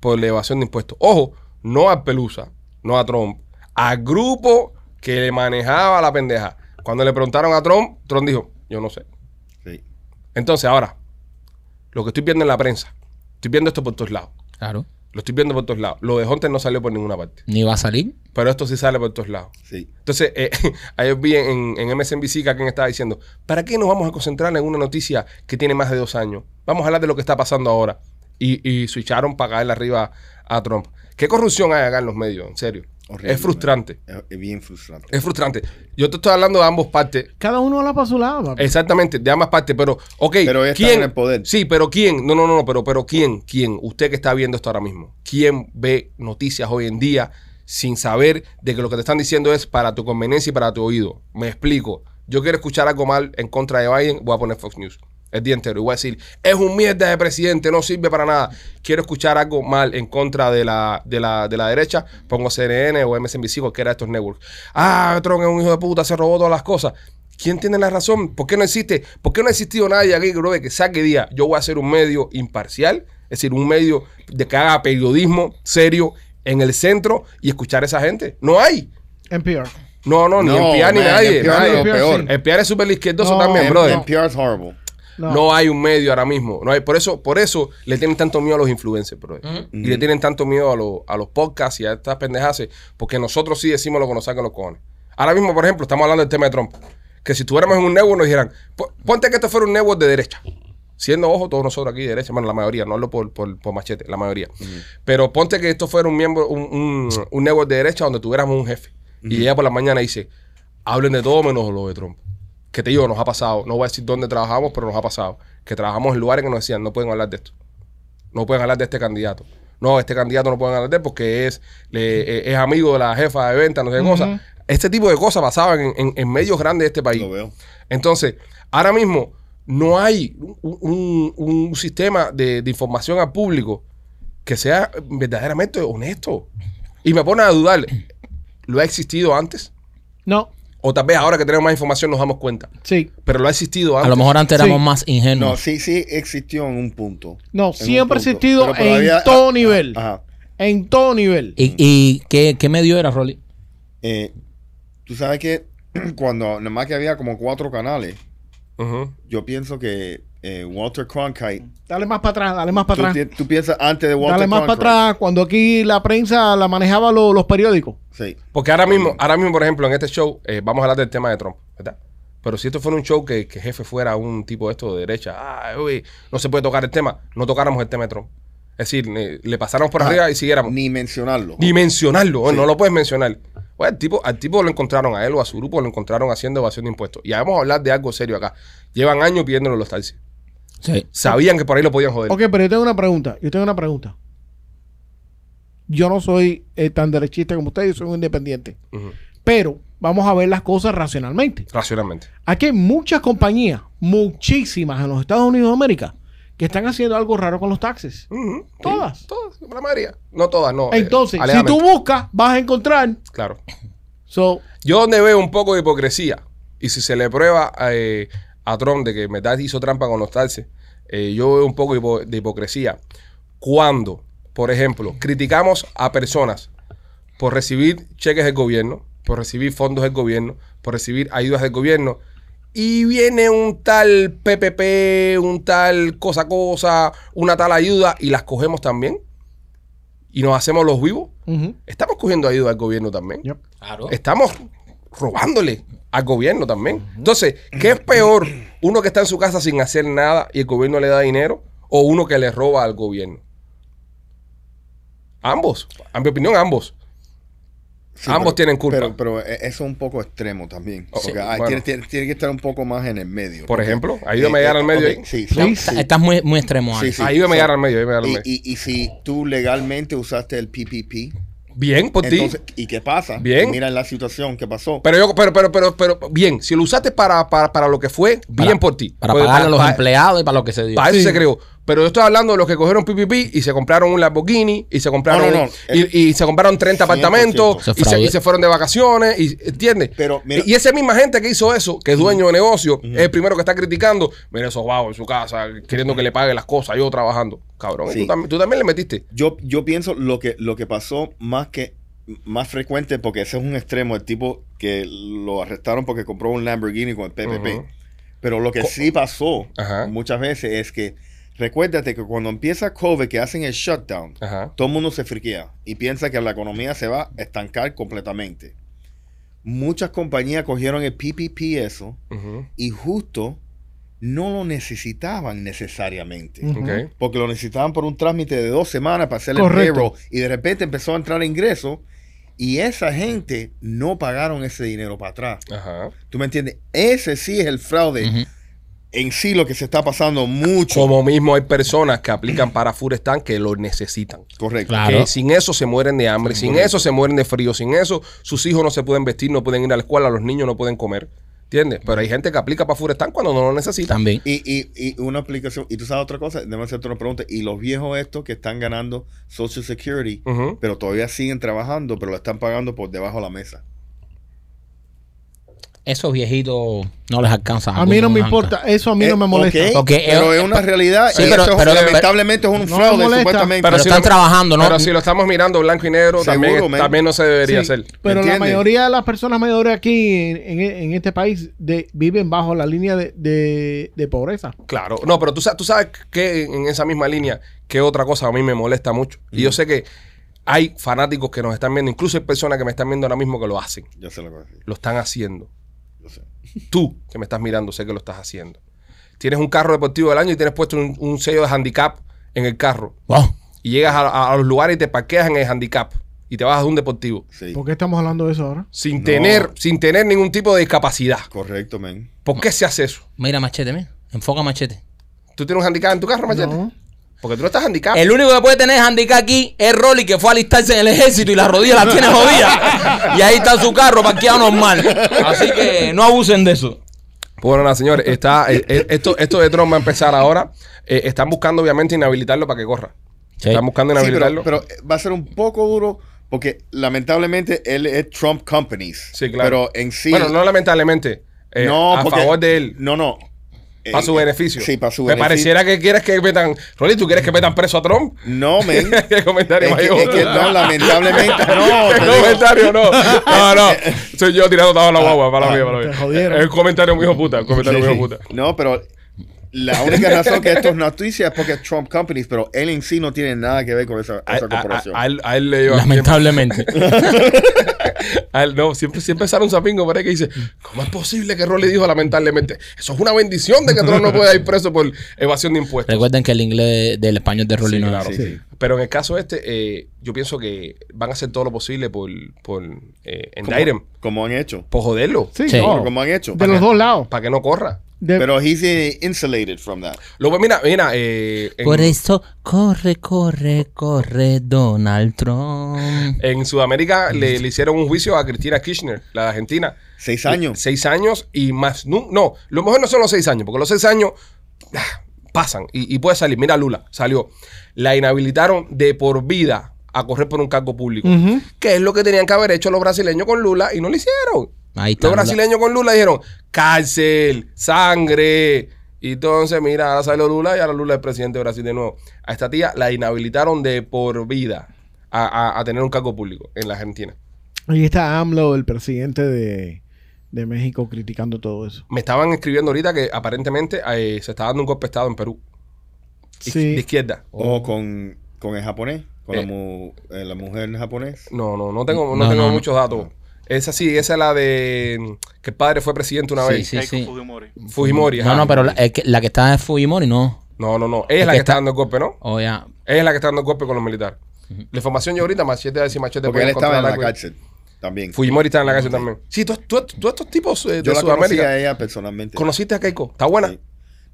Speaker 3: por la evasión de impuestos. Ojo, no a Pelusa, no a Trump, al grupo que le manejaba la pendeja. Cuando le preguntaron a Trump, Trump dijo, yo no sé.
Speaker 5: Sí.
Speaker 3: Entonces, ahora, lo que estoy viendo en la prensa, estoy viendo esto por todos lados.
Speaker 2: Claro.
Speaker 3: Lo estoy viendo por todos lados. Lo de Hunter no salió por ninguna parte.
Speaker 2: Ni va a salir.
Speaker 3: Pero esto sí sale por todos lados.
Speaker 5: Sí.
Speaker 3: Entonces, eh, ayer vi en, en MSNBC que alguien estaba diciendo, ¿para qué nos vamos a concentrar en una noticia que tiene más de dos años? Vamos a hablar de lo que está pasando ahora. Y, y switcharon para caerle arriba a Trump. ¿Qué corrupción hay acá en los medios? En serio.
Speaker 5: Horrible,
Speaker 3: es frustrante.
Speaker 5: man. Es, es bien frustrante.
Speaker 3: Es frustrante. Yo te estoy hablando de ambos partes.
Speaker 4: Cada uno habla para su lado. papi.
Speaker 5: Eh,
Speaker 3: Exactamente, de ambas partes, pero, ok,
Speaker 5: Pero ellos están en el poder.
Speaker 3: Sí, pero ¿quién? No, no, no, no, pero, pero ¿quién? ¿Quién? Usted que está viendo esto ahora mismo. ¿Quién ve noticias hoy en día sin saber de que lo que te están diciendo es para tu conveniencia y para tu oído. Me explico. Yo quiero escuchar algo mal en contra de Biden, voy a poner Fox News. El día entero. Y voy a decir, es un mierda de presidente, no sirve para nada. Quiero escuchar algo mal en contra de la, de la, de la derecha, pongo CNN o MSNBC, cualquiera de estos networks. Ah, Trump es un hijo de puta, se robó todas las cosas. ¿Quién tiene la razón? ¿Por qué no existe? ¿Por qué no ha existido nadie aquí, brother, que saque día? Yo voy a ser un medio imparcial, es decir, un medio de que haga periodismo serio en el centro y escuchar a esa gente. No hay.
Speaker 4: NPR.
Speaker 3: No, no, ni
Speaker 5: No,
Speaker 3: NPR ni
Speaker 5: man,
Speaker 3: nadie.
Speaker 5: NPR es
Speaker 3: nadie.
Speaker 5: lo peor.
Speaker 4: sí.
Speaker 3: NPR es súper izquierdoso
Speaker 4: No,
Speaker 3: también,
Speaker 4: en-
Speaker 3: brother.
Speaker 5: NPR es horrible.
Speaker 4: No.
Speaker 3: No. hay un medio ahora mismo. No hay, por eso, por eso le tienen tanto miedo a los influencers, bro. Y le tienen tanto miedo a, los- a los podcasts y a estas pendejadas. Porque nosotros sí decimos lo que nos sacan los cojones. Ahora mismo, por ejemplo, estamos hablando del tema de Trump. Que si tuviéramos en un network nos dijeran, "Po- ponte que esto fuera un network de derecha. Siendo, ojo, todos nosotros aquí de derecha, bueno, la mayoría, no hablo por, por, por machete, la mayoría. Pero ponte que esto fuera un miembro, un, un, un network de derecha donde tuviéramos un jefe. Y ella por la mañana dice, hablen de todo menos lo de Trump. Que te digo, nos ha pasado. No voy a decir dónde trabajamos, pero nos ha pasado. Que trabajamos en lugares que nos decían, no pueden hablar de esto. No pueden hablar de este candidato. No, este candidato no pueden hablar de él porque es, le- eh, es amigo de la jefa de venta, no sé qué cosa. Este tipo de cosas pasaban en, en- en medios grandes de este país.
Speaker 5: Lo veo.
Speaker 3: Entonces, ahora mismo no hay un, un- un sistema de, de información al público que sea verdaderamente honesto. Y me pone a dudar, ¿lo ha existido antes?
Speaker 4: No,
Speaker 3: O tal vez ahora que tenemos más información nos damos cuenta.
Speaker 4: sí.
Speaker 3: Pero lo ha existido antes.
Speaker 2: A lo mejor antes
Speaker 4: Sí.
Speaker 2: éramos más
Speaker 5: No,
Speaker 2: ingenuos.
Speaker 5: sí, sí existió en un punto. En
Speaker 4: No,
Speaker 5: un
Speaker 4: siempre ha
Speaker 5: punto.
Speaker 4: existido
Speaker 5: Pero todavía-
Speaker 4: en todo
Speaker 5: ah,
Speaker 4: nivel.
Speaker 5: Ajá.
Speaker 4: En todo nivel.
Speaker 2: ¿Y, y qué, qué medio era, Rolly?
Speaker 5: Eh, Tú sabes que cuando nada más que había como cuatro canales,
Speaker 3: Ujú.
Speaker 5: yo pienso que eh, Walter Cronkite.
Speaker 4: Dale más para atrás, dale más
Speaker 5: Tú,
Speaker 4: para atrás.
Speaker 5: pi- tú piensas antes de Walter
Speaker 4: Dale más para
Speaker 5: Cronkite.
Speaker 4: atrás cuando aquí la prensa la manejaba lo- los periódicos.
Speaker 5: Sí.
Speaker 3: Porque ahora mismo, ahora mismo, por ejemplo, en este show, eh, vamos a hablar del tema de Trump, ¿verdad? Pero si esto fuera un show que, que jefe fuera un tipo de esto de derecha, ah, uy, no se puede tocar el tema, no tocáramos el tema de Trump. Es decir, ne- le pasáramos por
Speaker 5: Ah,
Speaker 3: arriba y siguiéramos.
Speaker 5: Ni mencionarlo.
Speaker 3: Ni mencionarlo, no lo puedes mencionar. Bueno, al tipo, al tipo lo encontraron a él o a su grupo, lo encontraron haciendo evasión de impuestos. Y ahora vamos a hablar de algo serio acá. Llevan años pidiéndole los taxis.
Speaker 2: Sí.
Speaker 3: Sabían que por ahí lo podían joder.
Speaker 4: Ok, pero yo tengo una pregunta. Yo tengo una pregunta. Yo no soy eh, tan derechista como usted, yo soy un independiente.
Speaker 3: Ujú.
Speaker 4: Pero vamos a ver las cosas racionalmente.
Speaker 3: Racionalmente.
Speaker 4: Aquí hay muchas compañías, muchísimas en los Estados Unidos de América, que están haciendo algo raro con los taxes.
Speaker 3: Ujú. Sí,
Speaker 4: Todas.
Speaker 3: todas, la mayoría. No todas, no. eh,
Speaker 4: Entonces, si
Speaker 3: alegadamente.
Speaker 4: tú buscas, vas a encontrar.
Speaker 3: Claro.
Speaker 4: So,
Speaker 3: Yo donde veo un poco de hipocresía, y si se le prueba eh, a Trump de que en verdad hizo trampa con los taxes, eh, yo veo un poco de hipo- de hipocresía. Cuando, por ejemplo, criticamos a personas por recibir cheques del gobierno, por recibir fondos del gobierno, por recibir ayudas del gobierno, y viene un tal PPP, un tal cosa cosa, una tal ayuda, y las cogemos también, y nos hacemos los vivos,
Speaker 4: ujú,
Speaker 3: estamos cogiendo ayuda del gobierno también
Speaker 4: yep.
Speaker 2: Claro.
Speaker 3: estamos robándole al gobierno también. Entonces, ¿qué es peor? Uno que está en su casa sin hacer nada y el gobierno le da dinero o uno que le roba al gobierno. Ambos, a mi opinión, ambos.
Speaker 5: Sí,
Speaker 3: Ambos tienen culpa. Oh,
Speaker 5: Pero, pero e- eso es un poco extremo también.
Speaker 3: Sí,
Speaker 5: Porque hay-
Speaker 3: bueno.
Speaker 5: tiene, tiene- tiene que estar un poco más en el medio.
Speaker 3: Por
Speaker 5: Porque-
Speaker 3: ejemplo, ayúdame a llegar al medio
Speaker 5: ok,
Speaker 3: ahí.
Speaker 5: Sí,
Speaker 4: Sí,
Speaker 5: sí,
Speaker 4: sí.
Speaker 5: sí.
Speaker 2: Estás muy, muy extremo,
Speaker 5: Sí,
Speaker 2: Alex.
Speaker 5: sí.
Speaker 3: Ayúdame a llegar
Speaker 5: So,
Speaker 3: al medio, ayúdame a llegar al medio.
Speaker 5: Y, y- y si tú legalmente usaste el PPP,
Speaker 3: Bien, por ti.
Speaker 5: entonces, ¿y qué pasa?
Speaker 3: Bien.
Speaker 5: Mira la situación que pasó.
Speaker 3: Pero yo, pero, pero, pero, pero, bien, si lo usaste para, para, para lo que fue, bien
Speaker 2: Para-
Speaker 3: por ti.
Speaker 2: Para
Speaker 3: Porque
Speaker 2: pagarle a los
Speaker 3: Pues, pa-
Speaker 2: empleados y para lo que se dio.
Speaker 3: Para eso
Speaker 4: Sí.
Speaker 3: se creó. Pero yo estoy hablando de los que cogieron PPP y se compraron un Lamborghini y se compraron
Speaker 5: No, no, no.
Speaker 3: Y, y se compraron 30 apartamentos
Speaker 2: Eso es
Speaker 3: y se,
Speaker 2: fraude.
Speaker 3: y se fueron de vacaciones. Y, ¿Entiendes?
Speaker 5: Pero, mira-
Speaker 3: y esa misma gente que hizo eso, que es dueño de negocio, es el primero que está criticando. Mira esos vagos en su casa, queriendo que le pague las cosas, yo trabajando. Cabrón,
Speaker 5: Sí.
Speaker 3: y tú, también, tú también le metiste.
Speaker 5: Yo, yo pienso lo que, lo que pasó más que más frecuente, porque ese es un extremo, el tipo que lo arrestaron porque compró un Lamborghini con el PPP.
Speaker 3: Ujú.
Speaker 5: Pero lo que sí pasó
Speaker 3: Ajá.
Speaker 5: muchas veces es que, recuérdate que cuando empieza COVID, que hacen el shutdown,
Speaker 3: Ajá.
Speaker 5: todo el mundo se friquea y piensa que la economía se va a estancar completamente. Muchas compañías cogieron el PPP eso
Speaker 3: Ujú.
Speaker 5: y justo no lo necesitaban necesariamente
Speaker 4: Ujú.
Speaker 3: Ok.
Speaker 5: porque lo necesitaban por un trámite de dos semanas para hacer el
Speaker 4: Correcto.
Speaker 5: payroll y de repente empezó a entrar ingresos y esa gente no pagaron ese dinero para atrás.
Speaker 3: Ajá.
Speaker 5: ¿Tú me entiendes? Ese sí es el fraude
Speaker 2: Ujú.
Speaker 5: en sí lo que se está pasando mucho.
Speaker 3: Como mismo hay personas que aplican para Furestan que lo necesitan.
Speaker 5: Correcto.
Speaker 2: Claro.
Speaker 3: Que sin eso se mueren de hambre, sin eso se mueren de frío, sin eso sus hijos no se pueden vestir, no pueden ir a la escuela, los niños no pueden comer. ¿Entiendes? Pero hay gente que aplica para Furestan cuando no lo necesita.
Speaker 2: También.
Speaker 5: Y, y, y una aplicación, y tú sabes otra cosa, déjame hacerte una pregunta, y los viejos estos que están ganando Social Security,
Speaker 3: Ujú.
Speaker 5: pero todavía siguen trabajando, pero lo están pagando por debajo de la mesa.
Speaker 2: Esos viejitos no les alcanza.
Speaker 4: A mí no
Speaker 2: algunos
Speaker 4: me
Speaker 2: les
Speaker 4: importa, eso a mí no
Speaker 5: Eh,
Speaker 4: me molesta.
Speaker 5: ok,
Speaker 2: Porque
Speaker 5: pero
Speaker 2: es-
Speaker 5: es una realidad
Speaker 2: sí,
Speaker 5: y
Speaker 2: pero-
Speaker 5: eso es-
Speaker 2: pero-
Speaker 5: lamentablemente es un
Speaker 4: No me
Speaker 5: fraude,
Speaker 4: molesta.
Speaker 5: supuestamente.
Speaker 2: Pero están trabajando, ¿no?
Speaker 3: Pero si lo estamos mirando blanco y negro,
Speaker 5: Seguro,
Speaker 3: también,
Speaker 5: man.
Speaker 3: también no se debería hacer.
Speaker 4: Pero la
Speaker 5: entiendes?
Speaker 4: mayoría de las personas mayores aquí en, en- en este país de- viven bajo la línea de, de- de pobreza.
Speaker 3: Claro, no, pero tú, sa- tú sabes que en esa misma línea, que otra cosa a mí me molesta mucho. Y yo sé que hay fanáticos que nos están viendo, incluso hay personas que me están viendo ahora mismo que lo hacen,
Speaker 5: Yo sé lo que voy a decir,
Speaker 3: lo están haciendo.
Speaker 5: yo sé.
Speaker 3: Tú que me estás mirando, sé que lo estás haciendo. Tienes un carro deportivo del año y tienes puesto un, un sello de handicap en el carro.
Speaker 2: Wow.
Speaker 3: Y llegas a, a- a los lugares y te parqueas en el handicap y te bajas de un deportivo.
Speaker 5: Sí,
Speaker 4: ¿Por qué estamos hablando de eso ahora?
Speaker 3: Sin
Speaker 5: No.
Speaker 3: tener, sin tener ningún tipo de discapacidad.
Speaker 5: correcto, men.
Speaker 3: ¿Por qué se hace eso?
Speaker 2: Mira, machete, mira. Enfoca machete.
Speaker 3: ¿Tú tienes un handicap en tu carro, Machete?
Speaker 4: No.
Speaker 3: Porque tú no estás handicap.
Speaker 2: El único que puede tener handicap aquí es Rolly, que fue a alistarse en el ejército y las rodillas las tiene jodidas. Y ahí está su carro parqueado normal. Así que no abusen de eso.
Speaker 3: Bueno, nada, señores, está, eh, eh, esto, esto de Trump va a empezar ahora. Eh, están buscando, obviamente, inhabilitarlo para que corra.
Speaker 2: Sí.
Speaker 3: Están buscando
Speaker 5: Sí,
Speaker 3: inhabilitarlo.
Speaker 5: pero, pero eh, va a ser un poco duro porque lamentablemente él es Trump Companies.
Speaker 3: sí, claro.
Speaker 5: Pero en sí.
Speaker 3: Bueno, no lamentablemente. eh, a
Speaker 5: porque-
Speaker 3: favor de él.
Speaker 5: No, no.
Speaker 3: Para su
Speaker 5: Eh,
Speaker 3: beneficio.
Speaker 5: Sí, para su
Speaker 3: Me
Speaker 5: beneficio.
Speaker 3: pareciera que quieres que metan. Rolly, ¿tú quieres que metan preso a Trump?
Speaker 5: No, men. es
Speaker 3: ¿Qué comentario
Speaker 5: que,
Speaker 3: mayor?
Speaker 5: es que no, lamentablemente.
Speaker 3: ¿Qué
Speaker 5: No, te digo, Ah,
Speaker 3: comentario no? No, no. Soy yo tirando toda la guagua. Para la mía, para la
Speaker 4: te
Speaker 3: mía.
Speaker 4: jodieron.
Speaker 3: Es un comentario muy hijo puta. Un comentario
Speaker 5: Sí,
Speaker 3: muy
Speaker 5: sí.
Speaker 3: hijo puta.
Speaker 5: No, pero la única razón que esto es noticia es porque es Trump Companies, pero él en sí no tiene nada que ver con esa,
Speaker 3: A,
Speaker 5: esa
Speaker 3: a-
Speaker 5: corporación.
Speaker 3: a- a él, a él le lleva
Speaker 2: Lamentablemente.
Speaker 3: A él, no, siempre, siempre sale un zapingo por ahí que dice, ¿cómo es posible que Rolly dijo lamentablemente? Eso es una bendición de que Trump no pueda ir preso por evasión de impuestos.
Speaker 2: Recuerden que el inglés del español de Rolly
Speaker 3: Sí,
Speaker 2: no
Speaker 3: claro.
Speaker 2: es.
Speaker 3: Pero en el caso este, eh, yo pienso que van a hacer todo lo posible por, por eh, Indictem,
Speaker 5: Como han hecho.
Speaker 3: por joderlo,
Speaker 4: Sí,
Speaker 2: Sí.
Speaker 4: no.
Speaker 5: Como han hecho.
Speaker 4: De los dos lados.
Speaker 3: para que no corra.
Speaker 4: De-
Speaker 5: Pero he's eh, insulated from that.
Speaker 3: Luego, mira, mira, eh, en,
Speaker 2: Por eso, corre, corre, corre, Donald Trump.
Speaker 3: en Sudamérica le, le hicieron un juicio a Cristina Kirchner, la de Argentina.
Speaker 5: Seis años.
Speaker 3: Seis años y más. No, no, lo mejor no son los seis años, porque los seis años ah, pasan y, y puede salir. Mira, Lula salió. La inhabilitaron de por vida a correr por un cargo público.
Speaker 2: Mm.
Speaker 4: Ujú.
Speaker 3: Que es lo que tenían que haber hecho los brasileños con Lula y no lo hicieron.
Speaker 2: Ahí está.
Speaker 3: Los brasileños con Lula dijeron cárcel, sangre. Y entonces, mira, ahora salió Lula y ahora Lula es presidente de Brasil de nuevo. A esta tía la inhabilitaron de por vida a, a- a tener un cargo público en la Argentina.
Speaker 4: Ahí está AMLO, el presidente de, de México, criticando todo eso.
Speaker 3: Me estaban escribiendo ahorita que aparentemente eh, se está dando un golpe de Estado en Perú. Iz- De
Speaker 4: Sí.
Speaker 3: izquierda.
Speaker 5: O con, con el japonés. Con
Speaker 3: Oh. Eh.
Speaker 5: la, mu- eh, la mujer japonés.
Speaker 3: No, no, no tengo, no
Speaker 2: No,
Speaker 3: tengo
Speaker 2: no, no.
Speaker 3: muchos datos. Esa sí, esa es la de mm, que el padre fue presidente una
Speaker 2: Sí,
Speaker 3: vez.
Speaker 2: sí,
Speaker 6: Keiko
Speaker 2: sí.
Speaker 6: Fujimori.
Speaker 3: Fujimori.
Speaker 2: No,
Speaker 3: ajá.
Speaker 2: no, pero la, es que- la que está es Fujimori, no.
Speaker 3: No, no, no. Ella es la
Speaker 2: que
Speaker 3: que está
Speaker 2: está-
Speaker 3: dando el golpe, ¿no?
Speaker 2: O ya.
Speaker 3: Ella es la que está dando el golpe con los militares. La información yo ahorita, machete, a decir machete.
Speaker 5: Porque
Speaker 3: puede
Speaker 5: él estaba en
Speaker 3: encontrar
Speaker 5: la
Speaker 3: algo.
Speaker 5: cárcel también.
Speaker 3: Fujimori está en la cárcel también. Sí, tú, tú- tú estos tipos eh, de
Speaker 5: Yo la conocí
Speaker 3: Sudamérica.
Speaker 5: a ella personalmente.
Speaker 3: ¿Conociste a Keiko? ¿Está buena?
Speaker 5: Sí.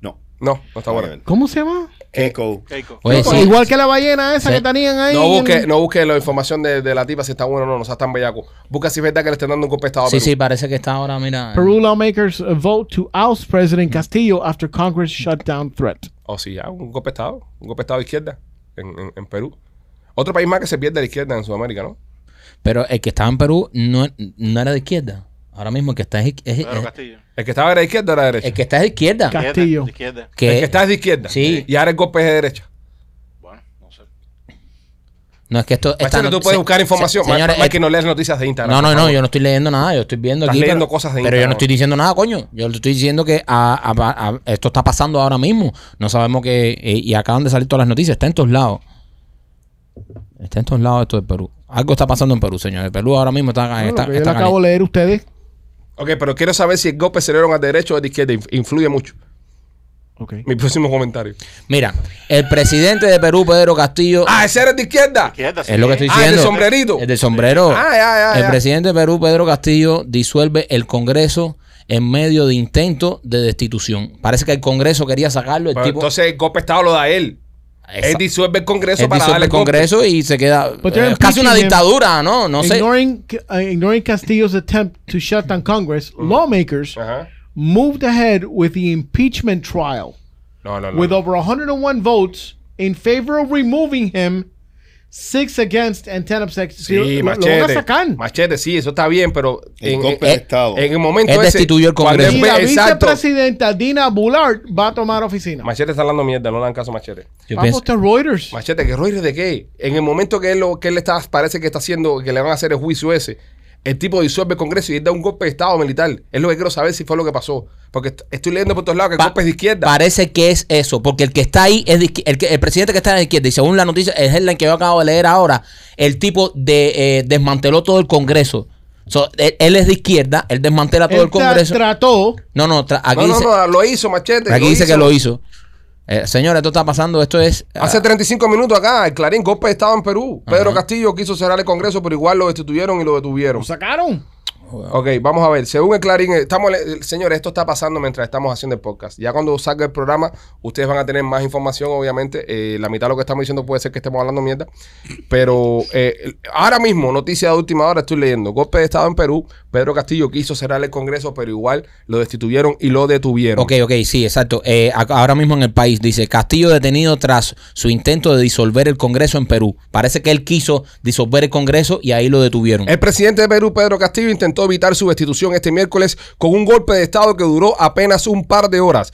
Speaker 5: No.
Speaker 3: No, no está Eh, buena.
Speaker 5: Bueno.
Speaker 4: ¿Cómo se llama?
Speaker 5: Keiko.
Speaker 6: Keiko.
Speaker 2: Oye, sí.
Speaker 4: Igual que la ballena esa
Speaker 2: Sí.
Speaker 4: que tenían ahí.
Speaker 3: No
Speaker 4: en-
Speaker 3: busque, no busque la información de, de la tipa si está buena o no, no seas tan bellaco. Busca si es verdad que le estén dando un golpe de estado a
Speaker 2: Sí,
Speaker 3: Perú.
Speaker 2: sí, parece que está ahora, mira.
Speaker 4: Peru lawmakers uh, vote to oust President Castillo after Congress shutdown threat.
Speaker 3: O Oh, sí, ya, un golpe de estado, un golpe de estado de izquierda en, en- en Perú. Otro país más que se pierde a la izquierda en Sudamérica, ¿no?
Speaker 2: Pero el que estaba en Perú no, no era de izquierda. Ahora mismo el que está es, es- es-
Speaker 6: Pedro Castillo.
Speaker 3: El que estaba era de izquierda era de derecha.
Speaker 2: el que está es de izquierda.
Speaker 4: Ca-
Speaker 6: Izquierda,
Speaker 4: Castillo.
Speaker 6: de Izquierda.
Speaker 3: El
Speaker 2: Que
Speaker 3: que está es de izquierda.
Speaker 2: Sí.
Speaker 3: Y ahora el golpe es de derecha.
Speaker 6: Bueno, no sé.
Speaker 2: no es que esto está-
Speaker 3: Machete, tú puedes
Speaker 2: se-
Speaker 3: buscar información.
Speaker 2: se- señores,
Speaker 3: hay que
Speaker 2: eh,
Speaker 3: no lees noticias de Instagram.
Speaker 2: no, no,
Speaker 3: por
Speaker 2: no,
Speaker 3: favor.
Speaker 2: yo no estoy leyendo nada, yo estoy viendo
Speaker 3: Estás
Speaker 2: aquí.
Speaker 3: leyendo
Speaker 2: pero,
Speaker 3: cosas de
Speaker 2: Pero yo
Speaker 3: Instagram.
Speaker 2: no estoy diciendo nada, coño. Yo le estoy diciendo que a- a- a- esto está pasando ahora mismo. No sabemos que eh, y acaban de salir todas las noticias, está en todos lados. Está en todos lados esto de Perú. Algo está pasando en Perú, señores. Perú ahora mismo está,
Speaker 4: Bueno,
Speaker 2: está,
Speaker 4: lo que yo
Speaker 2: está
Speaker 4: le acabo de leer a ustedes.
Speaker 3: Ok, pero quiero saber si el golpe se le dieron al derecho o al de izquierda. Inf- Influye mucho.
Speaker 4: Ok.
Speaker 3: Mi próximo comentario.
Speaker 2: Mira, el presidente de Perú, Pedro Castillo.
Speaker 3: Ah, ese era de izquierda.
Speaker 6: Izquierda, sí.
Speaker 2: Es lo que estoy
Speaker 3: Ah, el del
Speaker 2: diciendo.
Speaker 3: sombrerito.
Speaker 2: El del sombrero.
Speaker 3: Ah, ya, ya,
Speaker 2: El
Speaker 3: ya.
Speaker 2: presidente de Perú, Pedro Castillo, disuelve el Congreso en medio de intento de destitución. Parece que el Congreso quería sacarlo. El
Speaker 3: Pero
Speaker 2: tipo,
Speaker 3: entonces el golpe de Estado lo da él.
Speaker 2: Esa-
Speaker 3: Él disuelve el Congreso
Speaker 2: él
Speaker 3: para
Speaker 2: disuelve
Speaker 3: darle
Speaker 2: el Congreso y se queda.
Speaker 4: But they're
Speaker 2: eh, casi una
Speaker 4: impeaching him.
Speaker 2: dictadura, ¿no? No sé.
Speaker 4: ignoring, uh, ignoring Castillo's attempt to shut down Congress,
Speaker 2: Mm.
Speaker 4: lawmakers
Speaker 2: Uh-huh.
Speaker 3: Ajá.
Speaker 4: moved ahead with the impeachment trial
Speaker 3: No, no, no.
Speaker 4: with over 101 votes in favor of removing him, six against and 10 abstentions.
Speaker 3: Sí,
Speaker 4: Lo- lo van a
Speaker 3: machete.
Speaker 4: sacar.
Speaker 3: Machete, sí, eso está bien, pero
Speaker 5: El
Speaker 3: en,
Speaker 5: golpe
Speaker 2: eh,
Speaker 5: de Estado.
Speaker 3: en el momento
Speaker 2: Él
Speaker 3: ese,
Speaker 2: destituyó el
Speaker 3: cuando
Speaker 2: Congreso.
Speaker 4: Y
Speaker 3: él
Speaker 4: la
Speaker 3: ve- exacto.
Speaker 4: vicepresidenta Dina Boulard va a tomar oficina.
Speaker 3: Machete está hablando mierda, no le dan caso a Machete.
Speaker 2: Yo
Speaker 4: Vamos
Speaker 2: pienso-
Speaker 4: a Reuters.
Speaker 3: Machete, que Roy de qué? En el momento que él, lo, que él está, parece que está haciendo, que le van a hacer el juicio ese, el tipo disuelve el Congreso y él da un golpe de Estado militar. Es lo que quiero saber si fue lo que pasó. Porque est- estoy leyendo por todos lados que el
Speaker 2: pa-
Speaker 3: golpe es de izquierda.
Speaker 2: Parece que es eso, porque el que está ahí es de izquier- el, que- el presidente que está en la izquierda. Y según la noticia, es el que yo acabo de leer ahora, el tipo de, eh, desmanteló todo el Congreso. So, él, él es de izquierda, él desmantela todo
Speaker 4: Él
Speaker 2: el Congreso.
Speaker 4: tra- trató
Speaker 2: No, no, tra- aquí
Speaker 3: no, no,
Speaker 2: dice,
Speaker 3: no, lo hizo Machete.
Speaker 2: aquí dice que lo hizo. Eh, señora, esto está pasando, esto es... ah,
Speaker 3: Hace 35 minutos acá, el Clarín golpe de Estado en Perú. Pedro Castillo quiso cerrar el Congreso, pero igual lo destituyeron y lo detuvieron.
Speaker 4: lo sacaron.
Speaker 3: Ok, vamos a ver. Según el Clarín, eh, estamos, le- eh, señores, esto está pasando mientras estamos haciendo el podcast. Ya cuando salga el programa, ustedes van a tener más información, obviamente. Eh, la mitad de lo que estamos diciendo puede ser que estemos hablando mierda. Pero eh, el- ahora mismo, noticia de última hora, estoy leyendo. Golpe de Estado en Perú. Pedro Castillo quiso cerrar el Congreso, pero igual lo destituyeron y lo detuvieron.
Speaker 2: Ok, ok, sí, exacto. Eh, a- ahora mismo en el país dice Castillo detenido tras su intento de disolver el Congreso en Perú. Parece que él quiso disolver el Congreso y ahí lo detuvieron.
Speaker 3: El presidente de Perú, Pedro Castillo, intentó evitar su destitución este miércoles con un golpe de Estado que duró apenas un par de horas.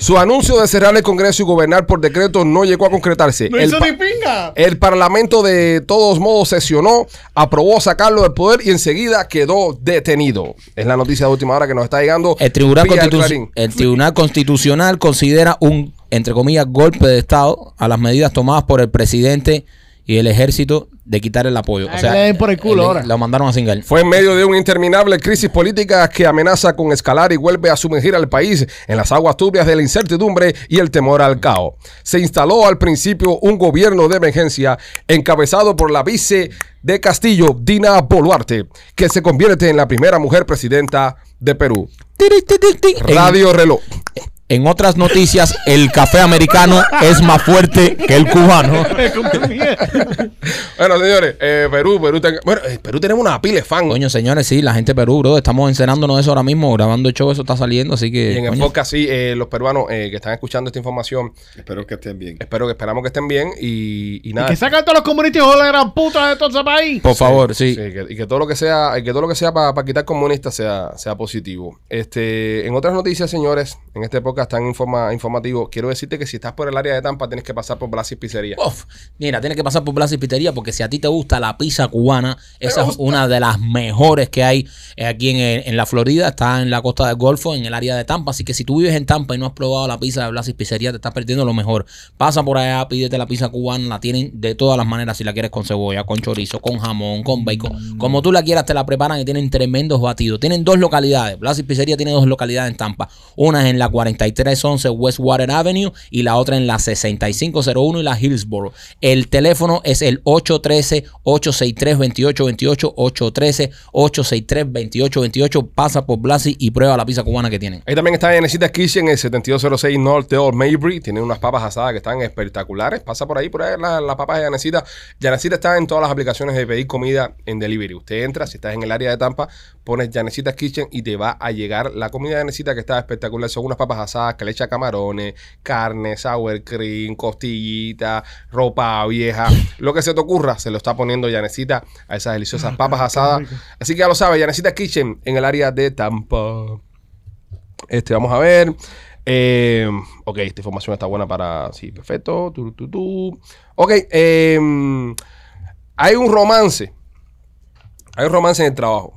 Speaker 3: Su anuncio de cerrar el Congreso y gobernar por decreto no llegó a concretarse.
Speaker 4: no
Speaker 3: el,
Speaker 4: hizo
Speaker 3: pa-
Speaker 4: ni pinga.
Speaker 3: el Parlamento de todos modos sesionó, aprobó sacarlo del poder y enseguida quedó detenido. Es la noticia de última hora que nos está llegando.
Speaker 2: El Tribunal,
Speaker 3: vía el
Speaker 2: Constitu-
Speaker 3: Clarín.
Speaker 2: el Tribunal Constitucional considera un, entre comillas, golpe de Estado a las medidas tomadas por el presidente y el ejército de quitar el apoyo.
Speaker 4: Ah, que le den por el culo
Speaker 2: le-
Speaker 4: ahora.
Speaker 2: Lo mandaron a cingar.
Speaker 3: Fue en medio de una interminable crisis política que amenaza con escalar y vuelve a sumergir al país en las aguas turbias de la incertidumbre y el temor al caos. Se instaló al principio un gobierno de emergencia encabezado por la vice de Castillo, Dina Boluarte, que se convierte en la primera mujer presidenta de Perú.
Speaker 2: En-
Speaker 3: Radio Reloj.
Speaker 2: en otras noticias, el café americano es más fuerte que el cubano.
Speaker 3: Bueno, señores, eh, Perú, Perú, ten- bueno, eh, Perú tenemos una pila de fan.
Speaker 2: Coño, señores, sí, la gente de Perú, bro, estamos encenándonos eso ahora mismo, grabando el show, eso está saliendo, así que.
Speaker 3: Y en el
Speaker 2: coño.
Speaker 3: podcast, sí, eh, los peruanos eh, que están escuchando esta información,
Speaker 5: Espero que estén bien.
Speaker 3: espero que esperamos que estén bien y, y nada.
Speaker 4: Que sacan todos los comunistas y la gran puta de todo ese país.
Speaker 2: Por favor, sí.
Speaker 3: Sí, que- y que todo lo que sea, y que todo lo que sea para quitar comunistas sea, sea positivo. Este, en otras noticias, señores, en esta época tan informa, informativo, quiero decirte que si estás por el área de Tampa, tienes que pasar por Blasis Pizzería.
Speaker 2: Uf, mira, tienes que pasar por Blas y Pizzería porque si a ti te gusta la pizza cubana, esa es una de las mejores que hay eh, aquí en, en la Florida, está en la costa del Golfo, en el área de Tampa. Así que si tú vives en Tampa y no has probado la pizza de Blas y Pizzería, te estás perdiendo lo mejor. Pasa por allá, pídete la pizza cubana, la tienen de todas las maneras, si la quieres con cebolla, con chorizo, con jamón, con bacon. Como tú la quieras, te la preparan y tienen tremendos batidos. Tienen dos localidades, Blas y Pizzería tiene dos localidades en Tampa. Una es en la 4311 Westwater Avenue y la otra en la 6501 y la Hillsboro. El teléfono es el 813-863-2828, 813-863-2828. Pasa por Blasi y prueba la pizza cubana que tienen.
Speaker 3: Ahí también está Necesitas Kitchen en el 7206 North Old Maybury. Tienen unas papas asadas que están espectaculares. Pasa por ahí, por ahí las las papas de Yanecita. Yanecita está en todas las aplicaciones de pedir comida en delivery. Usted entra, si estás en el área de Tampa, pones Yanecita Kitchen y te va a llegar la comida de Yanecita que está espectacular. Son unas papas asadas que le echa camarones, carne, sour cream, costillita, ropa vieja. Lo que se te ocurra, se lo está poniendo Yanecita a esas deliciosas papas asadas. Así que ya lo sabes, Yanecita Kitchen en el área de Tampa. Este, vamos a ver. Eh, ok, esta información está buena para. Sí, perfecto. Tu, tu, tu. Ok, eh, hay un romance. Hay un romance en el trabajo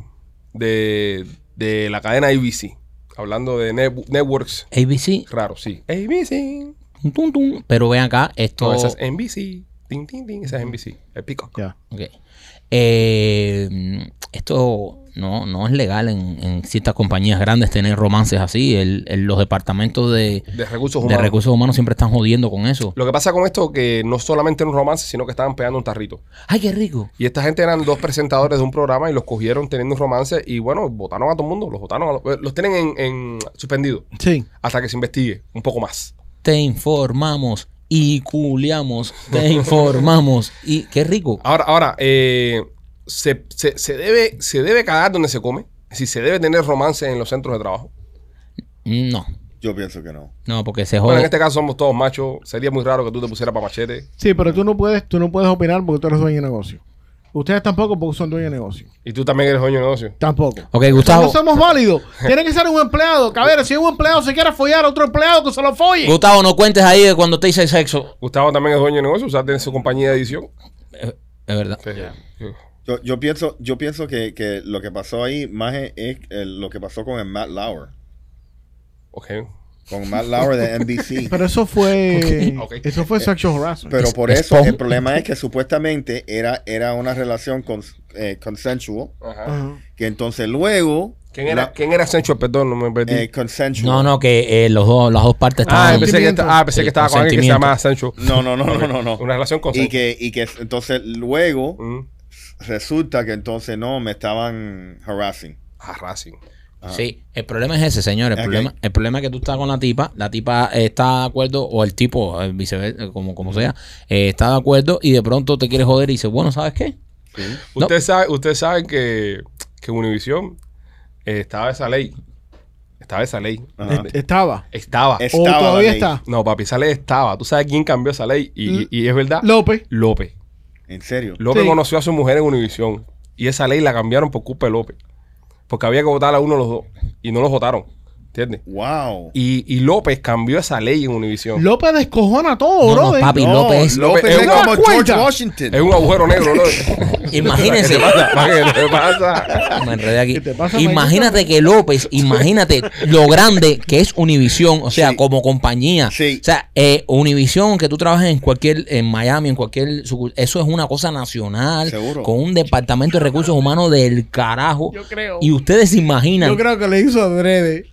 Speaker 3: de, de la cadena ABC. Hablando de net- networks
Speaker 2: ABC,
Speaker 3: raros, sí. ABC.
Speaker 2: tum, tum, tum. pero ven acá, esto...
Speaker 3: No, esa es NBC. Tin, tin, tin, Esa es NBC. El Peacock.
Speaker 4: Ya.
Speaker 2: Ok. eh, esto no, no es legal en, en ciertas compañías grandes tener romances así. El- el- los departamentos de,
Speaker 3: De recursos
Speaker 2: de
Speaker 3: humanos.
Speaker 2: recursos humanos siempre están jodiendo con eso.
Speaker 3: Lo que pasa con esto que no solamente era un romance, sino que estaban pegando un tarrito.
Speaker 2: ¡Ay, qué rico!
Speaker 3: Y esta gente eran dos presentadores de un programa y los cogieron teniendo un romance y bueno, votaron a todo el mundo, los votaron, a eh, los, los tienen en, en suspendido
Speaker 4: Sí.
Speaker 3: hasta que se investigue un poco más.
Speaker 2: Te informamos y culiamos. Te informamos. Y qué rico.
Speaker 3: Ahora, ahora eh, se, se- se debe, se debe cagar donde se come, si se debe tener romance en los centros de trabajo.
Speaker 2: No,
Speaker 5: Yo pienso que no.
Speaker 2: no, porque se
Speaker 3: Bueno, en
Speaker 2: jode.
Speaker 3: este caso somos todos machos, sería muy raro que tú te pusieras para machete
Speaker 4: Sí, pero tú no puedes, tú no puedes opinar porque tú eres dueño de negocio. Ustedes tampoco porque son dueños de negocio.
Speaker 3: y tú también eres dueño de negocio.
Speaker 4: Tampoco.
Speaker 2: Ok,
Speaker 4: No
Speaker 2: Gustavo.
Speaker 4: somos válidos. Tiene que ser un empleado. Cabrera, si un empleado se quiere follar a otro empleado, que se lo folle.
Speaker 2: Gustavo, no cuentes ahí de cuando te hice sexo.
Speaker 3: Gustavo también es dueño de negocio, o sea, tiene su compañía de edición.
Speaker 2: Es es verdad.
Speaker 3: Sí. Sí.
Speaker 5: Yo, yo pienso, yo pienso que, que lo que pasó ahí más es, es, eh, lo que pasó con el Matt Lauer.
Speaker 3: Ok.
Speaker 5: Con Matt Lauer de NBC.
Speaker 4: Pero eso fue.
Speaker 3: Ok, ok.
Speaker 4: Eso fue sexual harassment.
Speaker 5: Pero por
Speaker 2: Es- es
Speaker 5: eso
Speaker 2: pon-
Speaker 5: el problema es que supuestamente era, era una relación cons- eh, consensual.
Speaker 3: Ajá.
Speaker 4: Ajá.
Speaker 5: Que entonces luego.
Speaker 3: ¿Quién era,
Speaker 5: Ah. la-
Speaker 3: ¿Quién era Sancho? Perdón, no me perdí.
Speaker 5: eh, consensual.
Speaker 2: No, no, que eh, los dos, las dos partes
Speaker 3: ah,
Speaker 2: estaban.
Speaker 3: pensé que, esta- ah, pensé
Speaker 2: El
Speaker 3: que estaba con alguien que se
Speaker 2: consentimiento.
Speaker 3: llamaba Sancho.
Speaker 5: No, no, no, no, no, no.
Speaker 3: Una relación con
Speaker 5: Oh. Y
Speaker 3: Sancho.
Speaker 5: que, y que s- entonces luego
Speaker 3: Mm.
Speaker 5: resulta que entonces no, me estaban harassing.
Speaker 3: Ah, Racing.
Speaker 2: Sí, el problema es ese, señor. El,
Speaker 5: Ok.
Speaker 2: problema, el problema es que tú estás con la tipa, la tipa eh, está de acuerdo, o el tipo, eh, viceversa, como, como sea, eh, está de acuerdo y de pronto te quiere joder y dice, bueno, ¿sabes qué? No.
Speaker 3: Ustedes saben usted sabe que, que en Univisión eh, estaba esa ley. Estaba esa ley.
Speaker 5: Ajá.
Speaker 4: Est- Estaba.
Speaker 3: Estaba.
Speaker 5: Es-
Speaker 4: O
Speaker 5: Estaba
Speaker 4: todavía
Speaker 5: la ley.
Speaker 4: está.
Speaker 3: No, papi, esa ley estaba. ¿Tú sabes quién cambió esa ley? Y, y- y es verdad.
Speaker 4: López.
Speaker 3: López.
Speaker 5: En serio.
Speaker 3: López
Speaker 4: Sí.
Speaker 3: conoció a su mujer en Univisión. Y esa ley la cambiaron por culpa de López. Porque había que votar a uno de los dos. Y no los votaron. ¿Entiendes?
Speaker 5: Wow.
Speaker 3: Y, y López cambió esa ley en Univisión.
Speaker 4: López descojona todo,
Speaker 2: No, no,
Speaker 4: bro.
Speaker 2: papi. Y López-
Speaker 5: López
Speaker 3: López-
Speaker 5: es
Speaker 3: ¿Te
Speaker 4: das
Speaker 5: como George
Speaker 4: cuenta?
Speaker 5: Washington.
Speaker 3: Es un agujero negro, López.
Speaker 2: Imagínense.
Speaker 3: ¿Qué pasa? ¿Qué te pasa?
Speaker 2: Me enredé aquí.
Speaker 4: ¿Qué te pasa,
Speaker 2: imagínate que López, imagínate lo grande que es Univisión, o sea,
Speaker 5: Sí.
Speaker 2: como compañía.
Speaker 5: Sí.
Speaker 2: O sea, eh, Univisión, que tú trabajes en cualquier, en Miami, en cualquier, sucu- eso es una cosa nacional,
Speaker 5: Seguro.
Speaker 2: con un departamento de recursos humanos del carajo. Yo creo. Y ustedes se imaginan,
Speaker 4: Yo creo que le hizo adrede.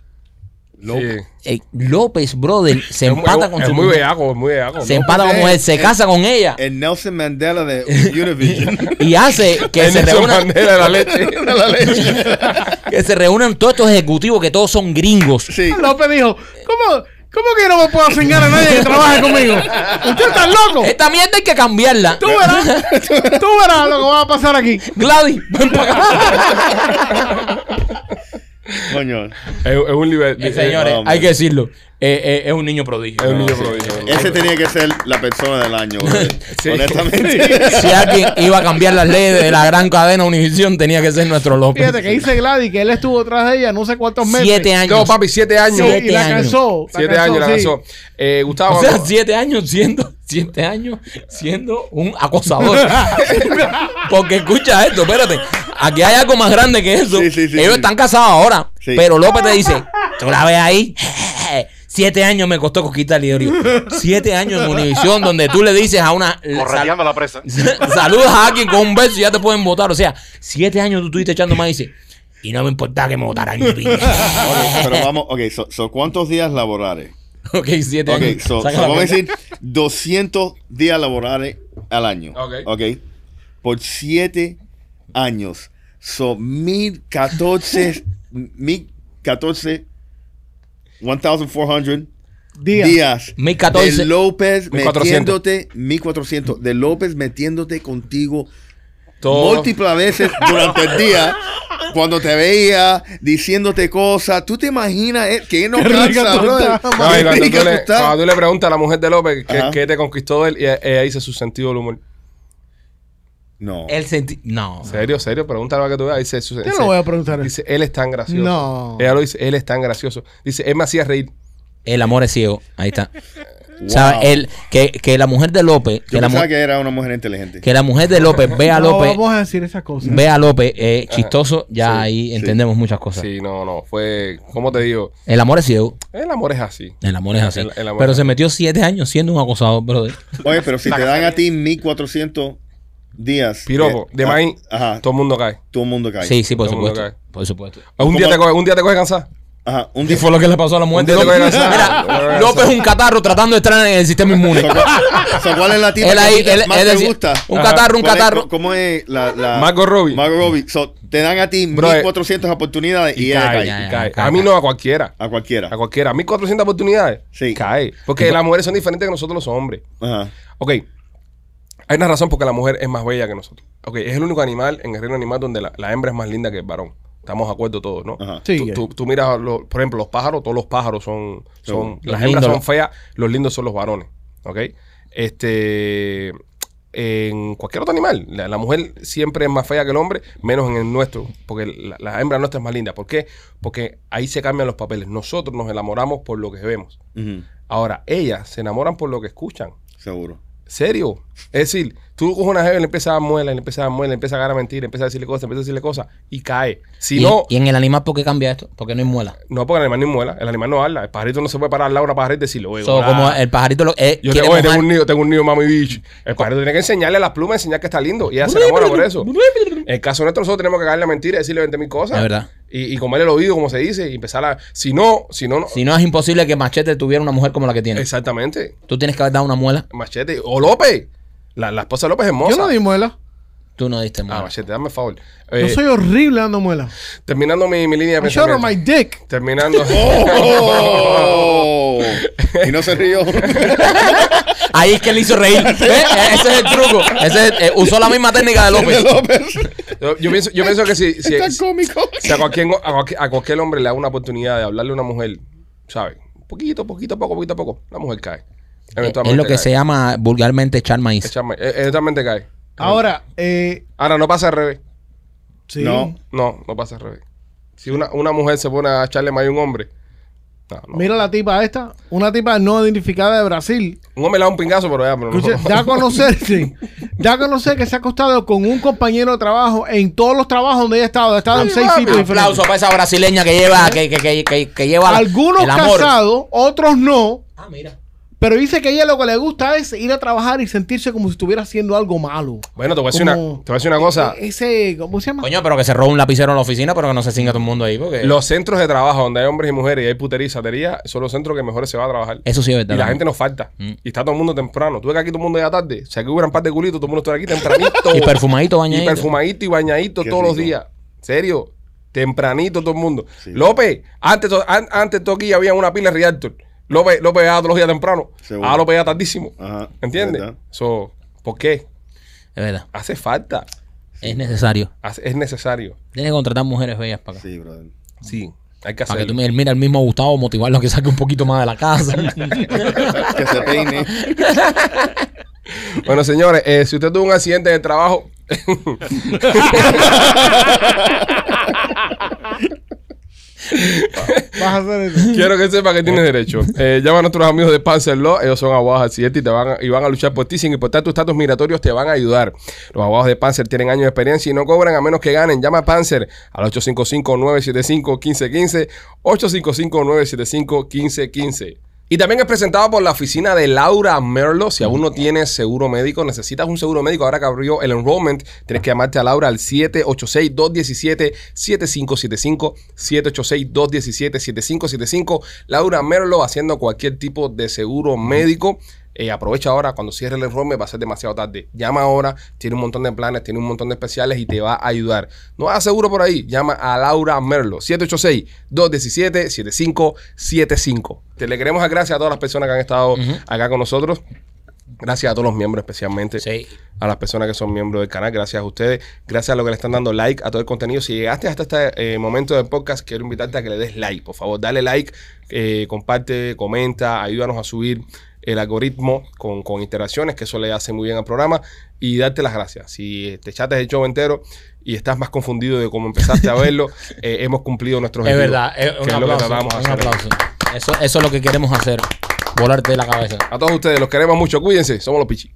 Speaker 5: López.
Speaker 3: Sí.
Speaker 2: eh, López, brother, se
Speaker 3: Es muy-
Speaker 2: empata
Speaker 3: es-
Speaker 2: con
Speaker 3: es
Speaker 2: su
Speaker 3: muy Eh,
Speaker 2: mujer.
Speaker 3: bellaco, es muy bellaco.
Speaker 2: Se
Speaker 3: ¿no?
Speaker 2: empata con
Speaker 5: Es-
Speaker 2: su mujer, se
Speaker 5: es-
Speaker 2: casa con ella
Speaker 5: El Nelson Mandela de Univision.
Speaker 2: y hace que
Speaker 3: Es
Speaker 2: se
Speaker 3: Nelson
Speaker 2: reúnan
Speaker 3: Mandela de la leche.
Speaker 2: que se reúnan todos estos ejecutivos que todos son gringos.
Speaker 5: sí.
Speaker 4: López dijo: ¿Cómo, cómo que no me puedo cingar a nadie que trabaje conmigo? ¿Usted está loco?
Speaker 2: Esta mierda hay que cambiarla.
Speaker 4: Tú verás. Tú verás lo que va a pasar aquí.
Speaker 2: Gladys, ven para acá.
Speaker 5: Coño.
Speaker 3: Es, es un nivel.
Speaker 2: Eh, señores,
Speaker 5: hombre.
Speaker 2: hay que decirlo. Eh, eh, es un niño prodigio.
Speaker 3: Es un niño prodigio.
Speaker 5: Ese tenía que ser la persona del año, brother.
Speaker 3: Sí.
Speaker 5: Honestamente.
Speaker 2: Si alguien iba a cambiar las leyes de la gran cadena Univisión, tenía que ser nuestro López.
Speaker 4: Fíjate que dice Gladys que él estuvo atrás de ella no sé cuántos meses.
Speaker 2: siete años.
Speaker 3: No, papi, siete años.
Speaker 4: Sí,
Speaker 2: Siete
Speaker 4: y la
Speaker 2: años.
Speaker 4: cansó. la
Speaker 3: siete
Speaker 4: cansó,
Speaker 3: años la
Speaker 4: sí.
Speaker 3: lanzó. Eh, Gustavo.
Speaker 2: O sea, siete años siendo, siete años siendo un acosador. Porque escucha esto, espérate. Aquí hay algo más grande que eso.
Speaker 5: Sí, sí, sí,
Speaker 2: Ellos
Speaker 5: sí.
Speaker 2: están casados ahora.
Speaker 5: Sí.
Speaker 2: Pero López te dice, tú la ves ahí. Siete años me costó Coquita Lidorio. Siete años en Univisión, donde tú le dices a una.
Speaker 6: Ah, Correteando a la presa.
Speaker 2: Saludas a alguien con un beso y ya te pueden votar. O sea, siete años tú estuviste echando más y dices, y no me importaba que me votaran mi piña.
Speaker 5: Ok, pero vamos, ok, so, so, ¿cuántos días laborales?
Speaker 2: ok, siete
Speaker 5: Ok,
Speaker 2: años.
Speaker 5: so,
Speaker 2: Saca
Speaker 5: so
Speaker 2: la
Speaker 5: vamos a
Speaker 2: cuenta.
Speaker 5: decir 200 días laborales al año.
Speaker 3: Ok.
Speaker 5: Ok. Por 7 años. Son 1014. 1014. 1400
Speaker 4: Días.
Speaker 5: días.
Speaker 2: 1014.
Speaker 5: De López
Speaker 3: 1400.
Speaker 5: metiéndote. 1400. De López metiéndote contigo
Speaker 3: todo-
Speaker 5: múltiples veces durante el día. Cuando te veía diciéndote cosas, tú te imaginas eh, que no
Speaker 4: Qué rica
Speaker 5: cansa,
Speaker 4: tú
Speaker 5: brother.
Speaker 4: estás,
Speaker 5: Qué
Speaker 3: No, y cuando,
Speaker 5: rica
Speaker 3: tú
Speaker 5: tú
Speaker 3: le,
Speaker 5: estás.
Speaker 3: cuando tú le preguntas a la mujer de López qué
Speaker 5: Ajá.
Speaker 3: qué te conquistó de él, y ella dice su sentido del humor.
Speaker 5: No.
Speaker 2: El senti- No.
Speaker 3: Serio, serio, pregúntale para que tú veas. Dice, su-
Speaker 4: Yo
Speaker 3: dice-
Speaker 4: no voy a preguntar eso.
Speaker 3: dice, él es tan gracioso.
Speaker 4: No.
Speaker 3: Ella lo dice, él es tan gracioso. Dice, él me hacía reír.
Speaker 2: El amor es ciego. Ahí está.
Speaker 5: Wow.
Speaker 2: ¿Sabes? El, que, que la mujer de López.
Speaker 5: Yo
Speaker 2: Que la,
Speaker 5: pensaba
Speaker 2: mu-
Speaker 5: que era una mujer inteligente.
Speaker 2: que la mujer de López vea a
Speaker 4: No
Speaker 2: López.
Speaker 4: vamos a decir esas cosas.
Speaker 2: Vea a López eh, chistoso. Ya
Speaker 5: sí,
Speaker 2: ahí
Speaker 5: sí.
Speaker 2: entendemos muchas cosas.
Speaker 3: Sí, no, no. Fue, ¿cómo te digo?
Speaker 2: El amor es ciego.
Speaker 3: El amor es así.
Speaker 2: El amor es así.
Speaker 3: El- el amor
Speaker 2: Pero
Speaker 3: es
Speaker 2: se metió siete años siendo un acosador, brother.
Speaker 5: Oye, pero si te dan a ti 1400 días.
Speaker 3: Piropo,
Speaker 5: eh,
Speaker 3: de
Speaker 5: ah,
Speaker 3: maíz,
Speaker 5: Ajá,
Speaker 3: todo el mundo cae.
Speaker 5: todo el mundo cae.
Speaker 2: Sí, sí, por
Speaker 3: Todo el mundo
Speaker 2: supuesto.
Speaker 3: cae.
Speaker 2: Por supuesto.
Speaker 3: Un día,
Speaker 5: ¿Cómo?
Speaker 3: te coge, un día te coge cansada.
Speaker 5: Ajá, un
Speaker 2: Y
Speaker 5: día.
Speaker 2: fue lo que le pasó a la mujer.
Speaker 3: Un día te coge cansada.
Speaker 2: Mira,
Speaker 3: Te coge
Speaker 2: López es un catarro tratando de entrar en el sistema inmune.
Speaker 5: O sea, ¿cuál es la tipa
Speaker 2: Él ahí,
Speaker 5: que
Speaker 2: él,
Speaker 5: más
Speaker 2: él
Speaker 5: te
Speaker 2: decía,
Speaker 5: gusta?
Speaker 2: un
Speaker 3: Ajá.
Speaker 2: catarro, un
Speaker 5: ¿Cuál es-
Speaker 2: catarro.
Speaker 5: ¿Cómo es la, la
Speaker 3: Margot Robbie.
Speaker 5: Margot Robbie. So, te dan a ti
Speaker 3: Bro, eh,
Speaker 5: 1400 oportunidades y,
Speaker 3: Y
Speaker 5: ella
Speaker 3: cae,
Speaker 5: cae.
Speaker 2: ya, ya,
Speaker 3: y cae.
Speaker 2: cae,
Speaker 3: A mí
Speaker 2: cae.
Speaker 3: no, a cualquiera.
Speaker 5: A cualquiera.
Speaker 3: A cualquiera. 1400 oportunidades.
Speaker 5: Sí.
Speaker 3: Cae. Porque las mujeres son diferentes que nosotros los hombres.
Speaker 5: Ajá.
Speaker 3: Ok. Hay una razón por la mujer es más bella que nosotros. Ok, es el único animal en el reino animal donde la, la hembra es más linda que el varón. Estamos de acuerdo todos, ¿no?
Speaker 5: Ajá.
Speaker 4: Sí,
Speaker 3: Tú,
Speaker 4: eh.
Speaker 3: tú- tú miras, lo- por ejemplo, los pájaros, todos los pájaros son. son
Speaker 5: Seguro.
Speaker 3: las
Speaker 2: Los
Speaker 3: hembras
Speaker 2: lindos,
Speaker 3: son
Speaker 2: los-
Speaker 3: feas, los lindos son los varones. ¿Ok? Este. En cualquier otro animal, la, la mujer siempre es más fea que el hombre, menos en el nuestro, porque la, la hembra nuestra es más linda. ¿Por qué? Porque ahí se cambian los papeles. Nosotros nos enamoramos por lo que vemos.
Speaker 5: Ujú.
Speaker 3: Ahora, ellas se enamoran por lo que escuchan.
Speaker 5: Seguro.
Speaker 3: Serio. Es decir, tú coges una jeva y le empiezas a dar muela, le empiezas a dar muela, le empiezas a agarrar mentiras, le empiezas a decirle cosas, le empiezas a decirle cosas y cae. Si
Speaker 2: y,
Speaker 3: no,
Speaker 2: y en el animal, ¿por qué cambia esto? Porque no hay muela.
Speaker 3: no porque el animal ni muela, el animal no habla. El pajarito no se puede parar al lado de una pajarita y decirle, oye,
Speaker 2: So,
Speaker 3: hola.
Speaker 2: como el pajarito lo, eh,
Speaker 3: ah. yo te,
Speaker 2: quiere
Speaker 3: oye, tengo
Speaker 2: mojar.
Speaker 3: un nido, tengo un nido, mami bitch. El pajarito tiene que enseñarle las plumas, enseñar que está lindo. Y ella se enamora por eso. En el caso nuestro, nosotros tenemos que cagarle la mentira y decirle 20 mil cosas.
Speaker 2: Es verdad.
Speaker 3: Y, y comerle el oído, como se dice, y empezar a. Si no, si no, no.
Speaker 2: Si no, es imposible que Machete tuviera una mujer como la que tiene.
Speaker 3: Exactamente.
Speaker 2: Tú tienes que haber dado una muela.
Speaker 3: Machete. O López. La, la esposa de López es hermosa.
Speaker 4: Yo no di muela.
Speaker 2: Tú no diste
Speaker 3: Ah,
Speaker 2: muela.
Speaker 3: Machete, dame el favor.
Speaker 4: Yo
Speaker 3: Eh,
Speaker 4: soy horrible dando muela.
Speaker 3: Terminando mi, mi línea de
Speaker 4: I showed her my
Speaker 3: pensamiento.
Speaker 4: dick.
Speaker 3: Terminando.
Speaker 5: ¡Oh! y no se rió.
Speaker 2: Ahí es que le hizo reír. ¿Ves? E-, Ese es el truco. Ese es- eh, usó la misma técnica de
Speaker 5: De
Speaker 2: López.
Speaker 5: López.
Speaker 3: Yo, yo pienso, yo pienso que si, si,
Speaker 5: Está
Speaker 3: si
Speaker 5: cómico.
Speaker 3: a, cualquier, a, cualquier, a cualquier hombre le da una oportunidad de hablarle a una mujer, ¿sabes? Poquito, poquito, poco, poquito, poco, la mujer cae. Eventualmente
Speaker 2: Eh, Es lo que
Speaker 3: cae.
Speaker 2: se llama vulgarmente echar maíz.
Speaker 3: Echarme- e- Eventualmente cae.
Speaker 4: Ahora, eh,
Speaker 3: Ahora, no pasa al revés.
Speaker 4: sí.
Speaker 5: No.
Speaker 3: No, no pasa al revés. Si una, una mujer se pone a echarle más a un hombre, no, no.
Speaker 4: Mira la tipa esta, una tipa no identificada de Brasil.
Speaker 3: un hombre le da un pingazo, pero ya, pero no.
Speaker 4: Escuche, da a conocer, sí. da a conocer que se ha acostado con un compañero de trabajo en todos los trabajos donde ella ha estado. Ha estado en
Speaker 3: Ay,
Speaker 4: seis
Speaker 3: mami,
Speaker 4: sitios
Speaker 2: Aplauso
Speaker 4: diferentes.
Speaker 2: para esa brasileña que lleva, que, que, que, que, que lleva
Speaker 4: Algunos
Speaker 2: el amor.
Speaker 4: casados, otros no.
Speaker 2: Ah, mira.
Speaker 4: Pero dice que a ella lo que le gusta es ir a trabajar y sentirse como si estuviera haciendo algo malo.
Speaker 3: Bueno, te voy, a decir una, te
Speaker 4: Como-
Speaker 3: voy a decir una cosa.
Speaker 4: E- Ese, ¿cómo se llama?
Speaker 2: Coño, pero que se roba un lapicero en la oficina, pero que no se cinga todo el mundo ahí.
Speaker 4: eh,
Speaker 2: Porque...
Speaker 3: Los centros de trabajo donde hay hombres y mujeres y hay putería y satería son los centros que mejores se va a trabajar.
Speaker 2: Eso sí es
Speaker 3: Y
Speaker 2: verdad.
Speaker 3: la gente nos falta.
Speaker 2: Mm.
Speaker 3: Y está todo el mundo temprano. Tú ves que aquí todo el mundo ya tarde. Si aquí hubiera un par de culitos, todo el mundo estuviera aquí tempranito.
Speaker 2: Y perfumadito,
Speaker 3: Y
Speaker 2: bañadito.
Speaker 3: perfumadito y bañadito
Speaker 5: Qué
Speaker 3: todos los
Speaker 5: rico.
Speaker 3: días. Serio. Tempranito todo el mundo.
Speaker 5: Sí.
Speaker 3: López, antes, to- an- antes todo aquí había una pila de Reactor. López, López llegaba todos los días temprano.
Speaker 5: Seguro.
Speaker 3: Ahora López llega tardísimo.
Speaker 5: Ajá,
Speaker 3: ¿Entiendes?
Speaker 5: ¿verdad?
Speaker 3: So, ¿Por qué?
Speaker 2: Es verdad.
Speaker 3: Hace falta.
Speaker 2: Es necesario.
Speaker 3: Hace- es necesario.
Speaker 2: Tienes que contratar mujeres bellas para acá.
Speaker 5: Sí, brother.
Speaker 3: Sí. Hay que
Speaker 2: Para que
Speaker 3: hacerlo.
Speaker 2: tú me mira el mismo Gustavo, motivarlo a que saque un poquito más de la casa.
Speaker 5: Que se peine.
Speaker 3: Bueno, señores, eh, si usted tuvo un accidente de trabajo,
Speaker 4: Vas a hacer eso.
Speaker 3: Quiero que sepa que tienes derecho. Eh, llama a nuestros amigos de Panzer Law. Ellos son abogados al accidente y, te van a, y van a luchar por ti. Sin importar tus estatus migratorios, te van a ayudar. Los abogados de Panzer tienen años de experiencia y no cobran a menos que ganen. Llama a Panzer al 855-975-1515. 855-975-1515. Y también es presentado por la oficina de Laura Merlo. Si aún no tienes seguro médico, necesitas un seguro médico. Ahora que abrió el enrollment, tienes que llamarte a Laura al 786-217-7575. 786-217-7575. Laura Merlo haciendo cualquier tipo de seguro médico. Eh, aprovecha ahora, cuando cierre el enrollment va a ser demasiado tarde. Llama ahora, tiene un montón de planes, tiene un montón de especiales y te va a ayudar. No hagas seguro por ahí, llama a Laura Merlo, 786-217-7575. Te le queremos dar gracias a todas las personas que han estado acá con nosotros. Gracias a todos los miembros especialmente
Speaker 2: Sí.
Speaker 3: a las personas que son miembros del canal. Gracias a ustedes. Gracias a los que le están dando like a todo el contenido. Si llegaste hasta este eh, momento del podcast, quiero invitarte a que le des like. Por favor, dale like, eh, comparte, comenta, ayúdanos a subir el algoritmo con, con interacciones, que eso le hace muy bien al programa. Y darte las gracias. Si eh, te echaste el show entero y estás más confundido de cómo empezaste a verlo, eh, hemos cumplido nuestro
Speaker 2: Es
Speaker 3: objetivo.
Speaker 2: verdad. Es
Speaker 3: que
Speaker 2: un
Speaker 3: es lo que
Speaker 2: aplauso.
Speaker 3: tratamos de
Speaker 2: un
Speaker 3: hacer.
Speaker 2: aplauso. Eso, eso es lo que queremos hacer. Volarte de la cabeza.
Speaker 3: A todos ustedes, los queremos mucho. Cuídense. Somos los Pichi.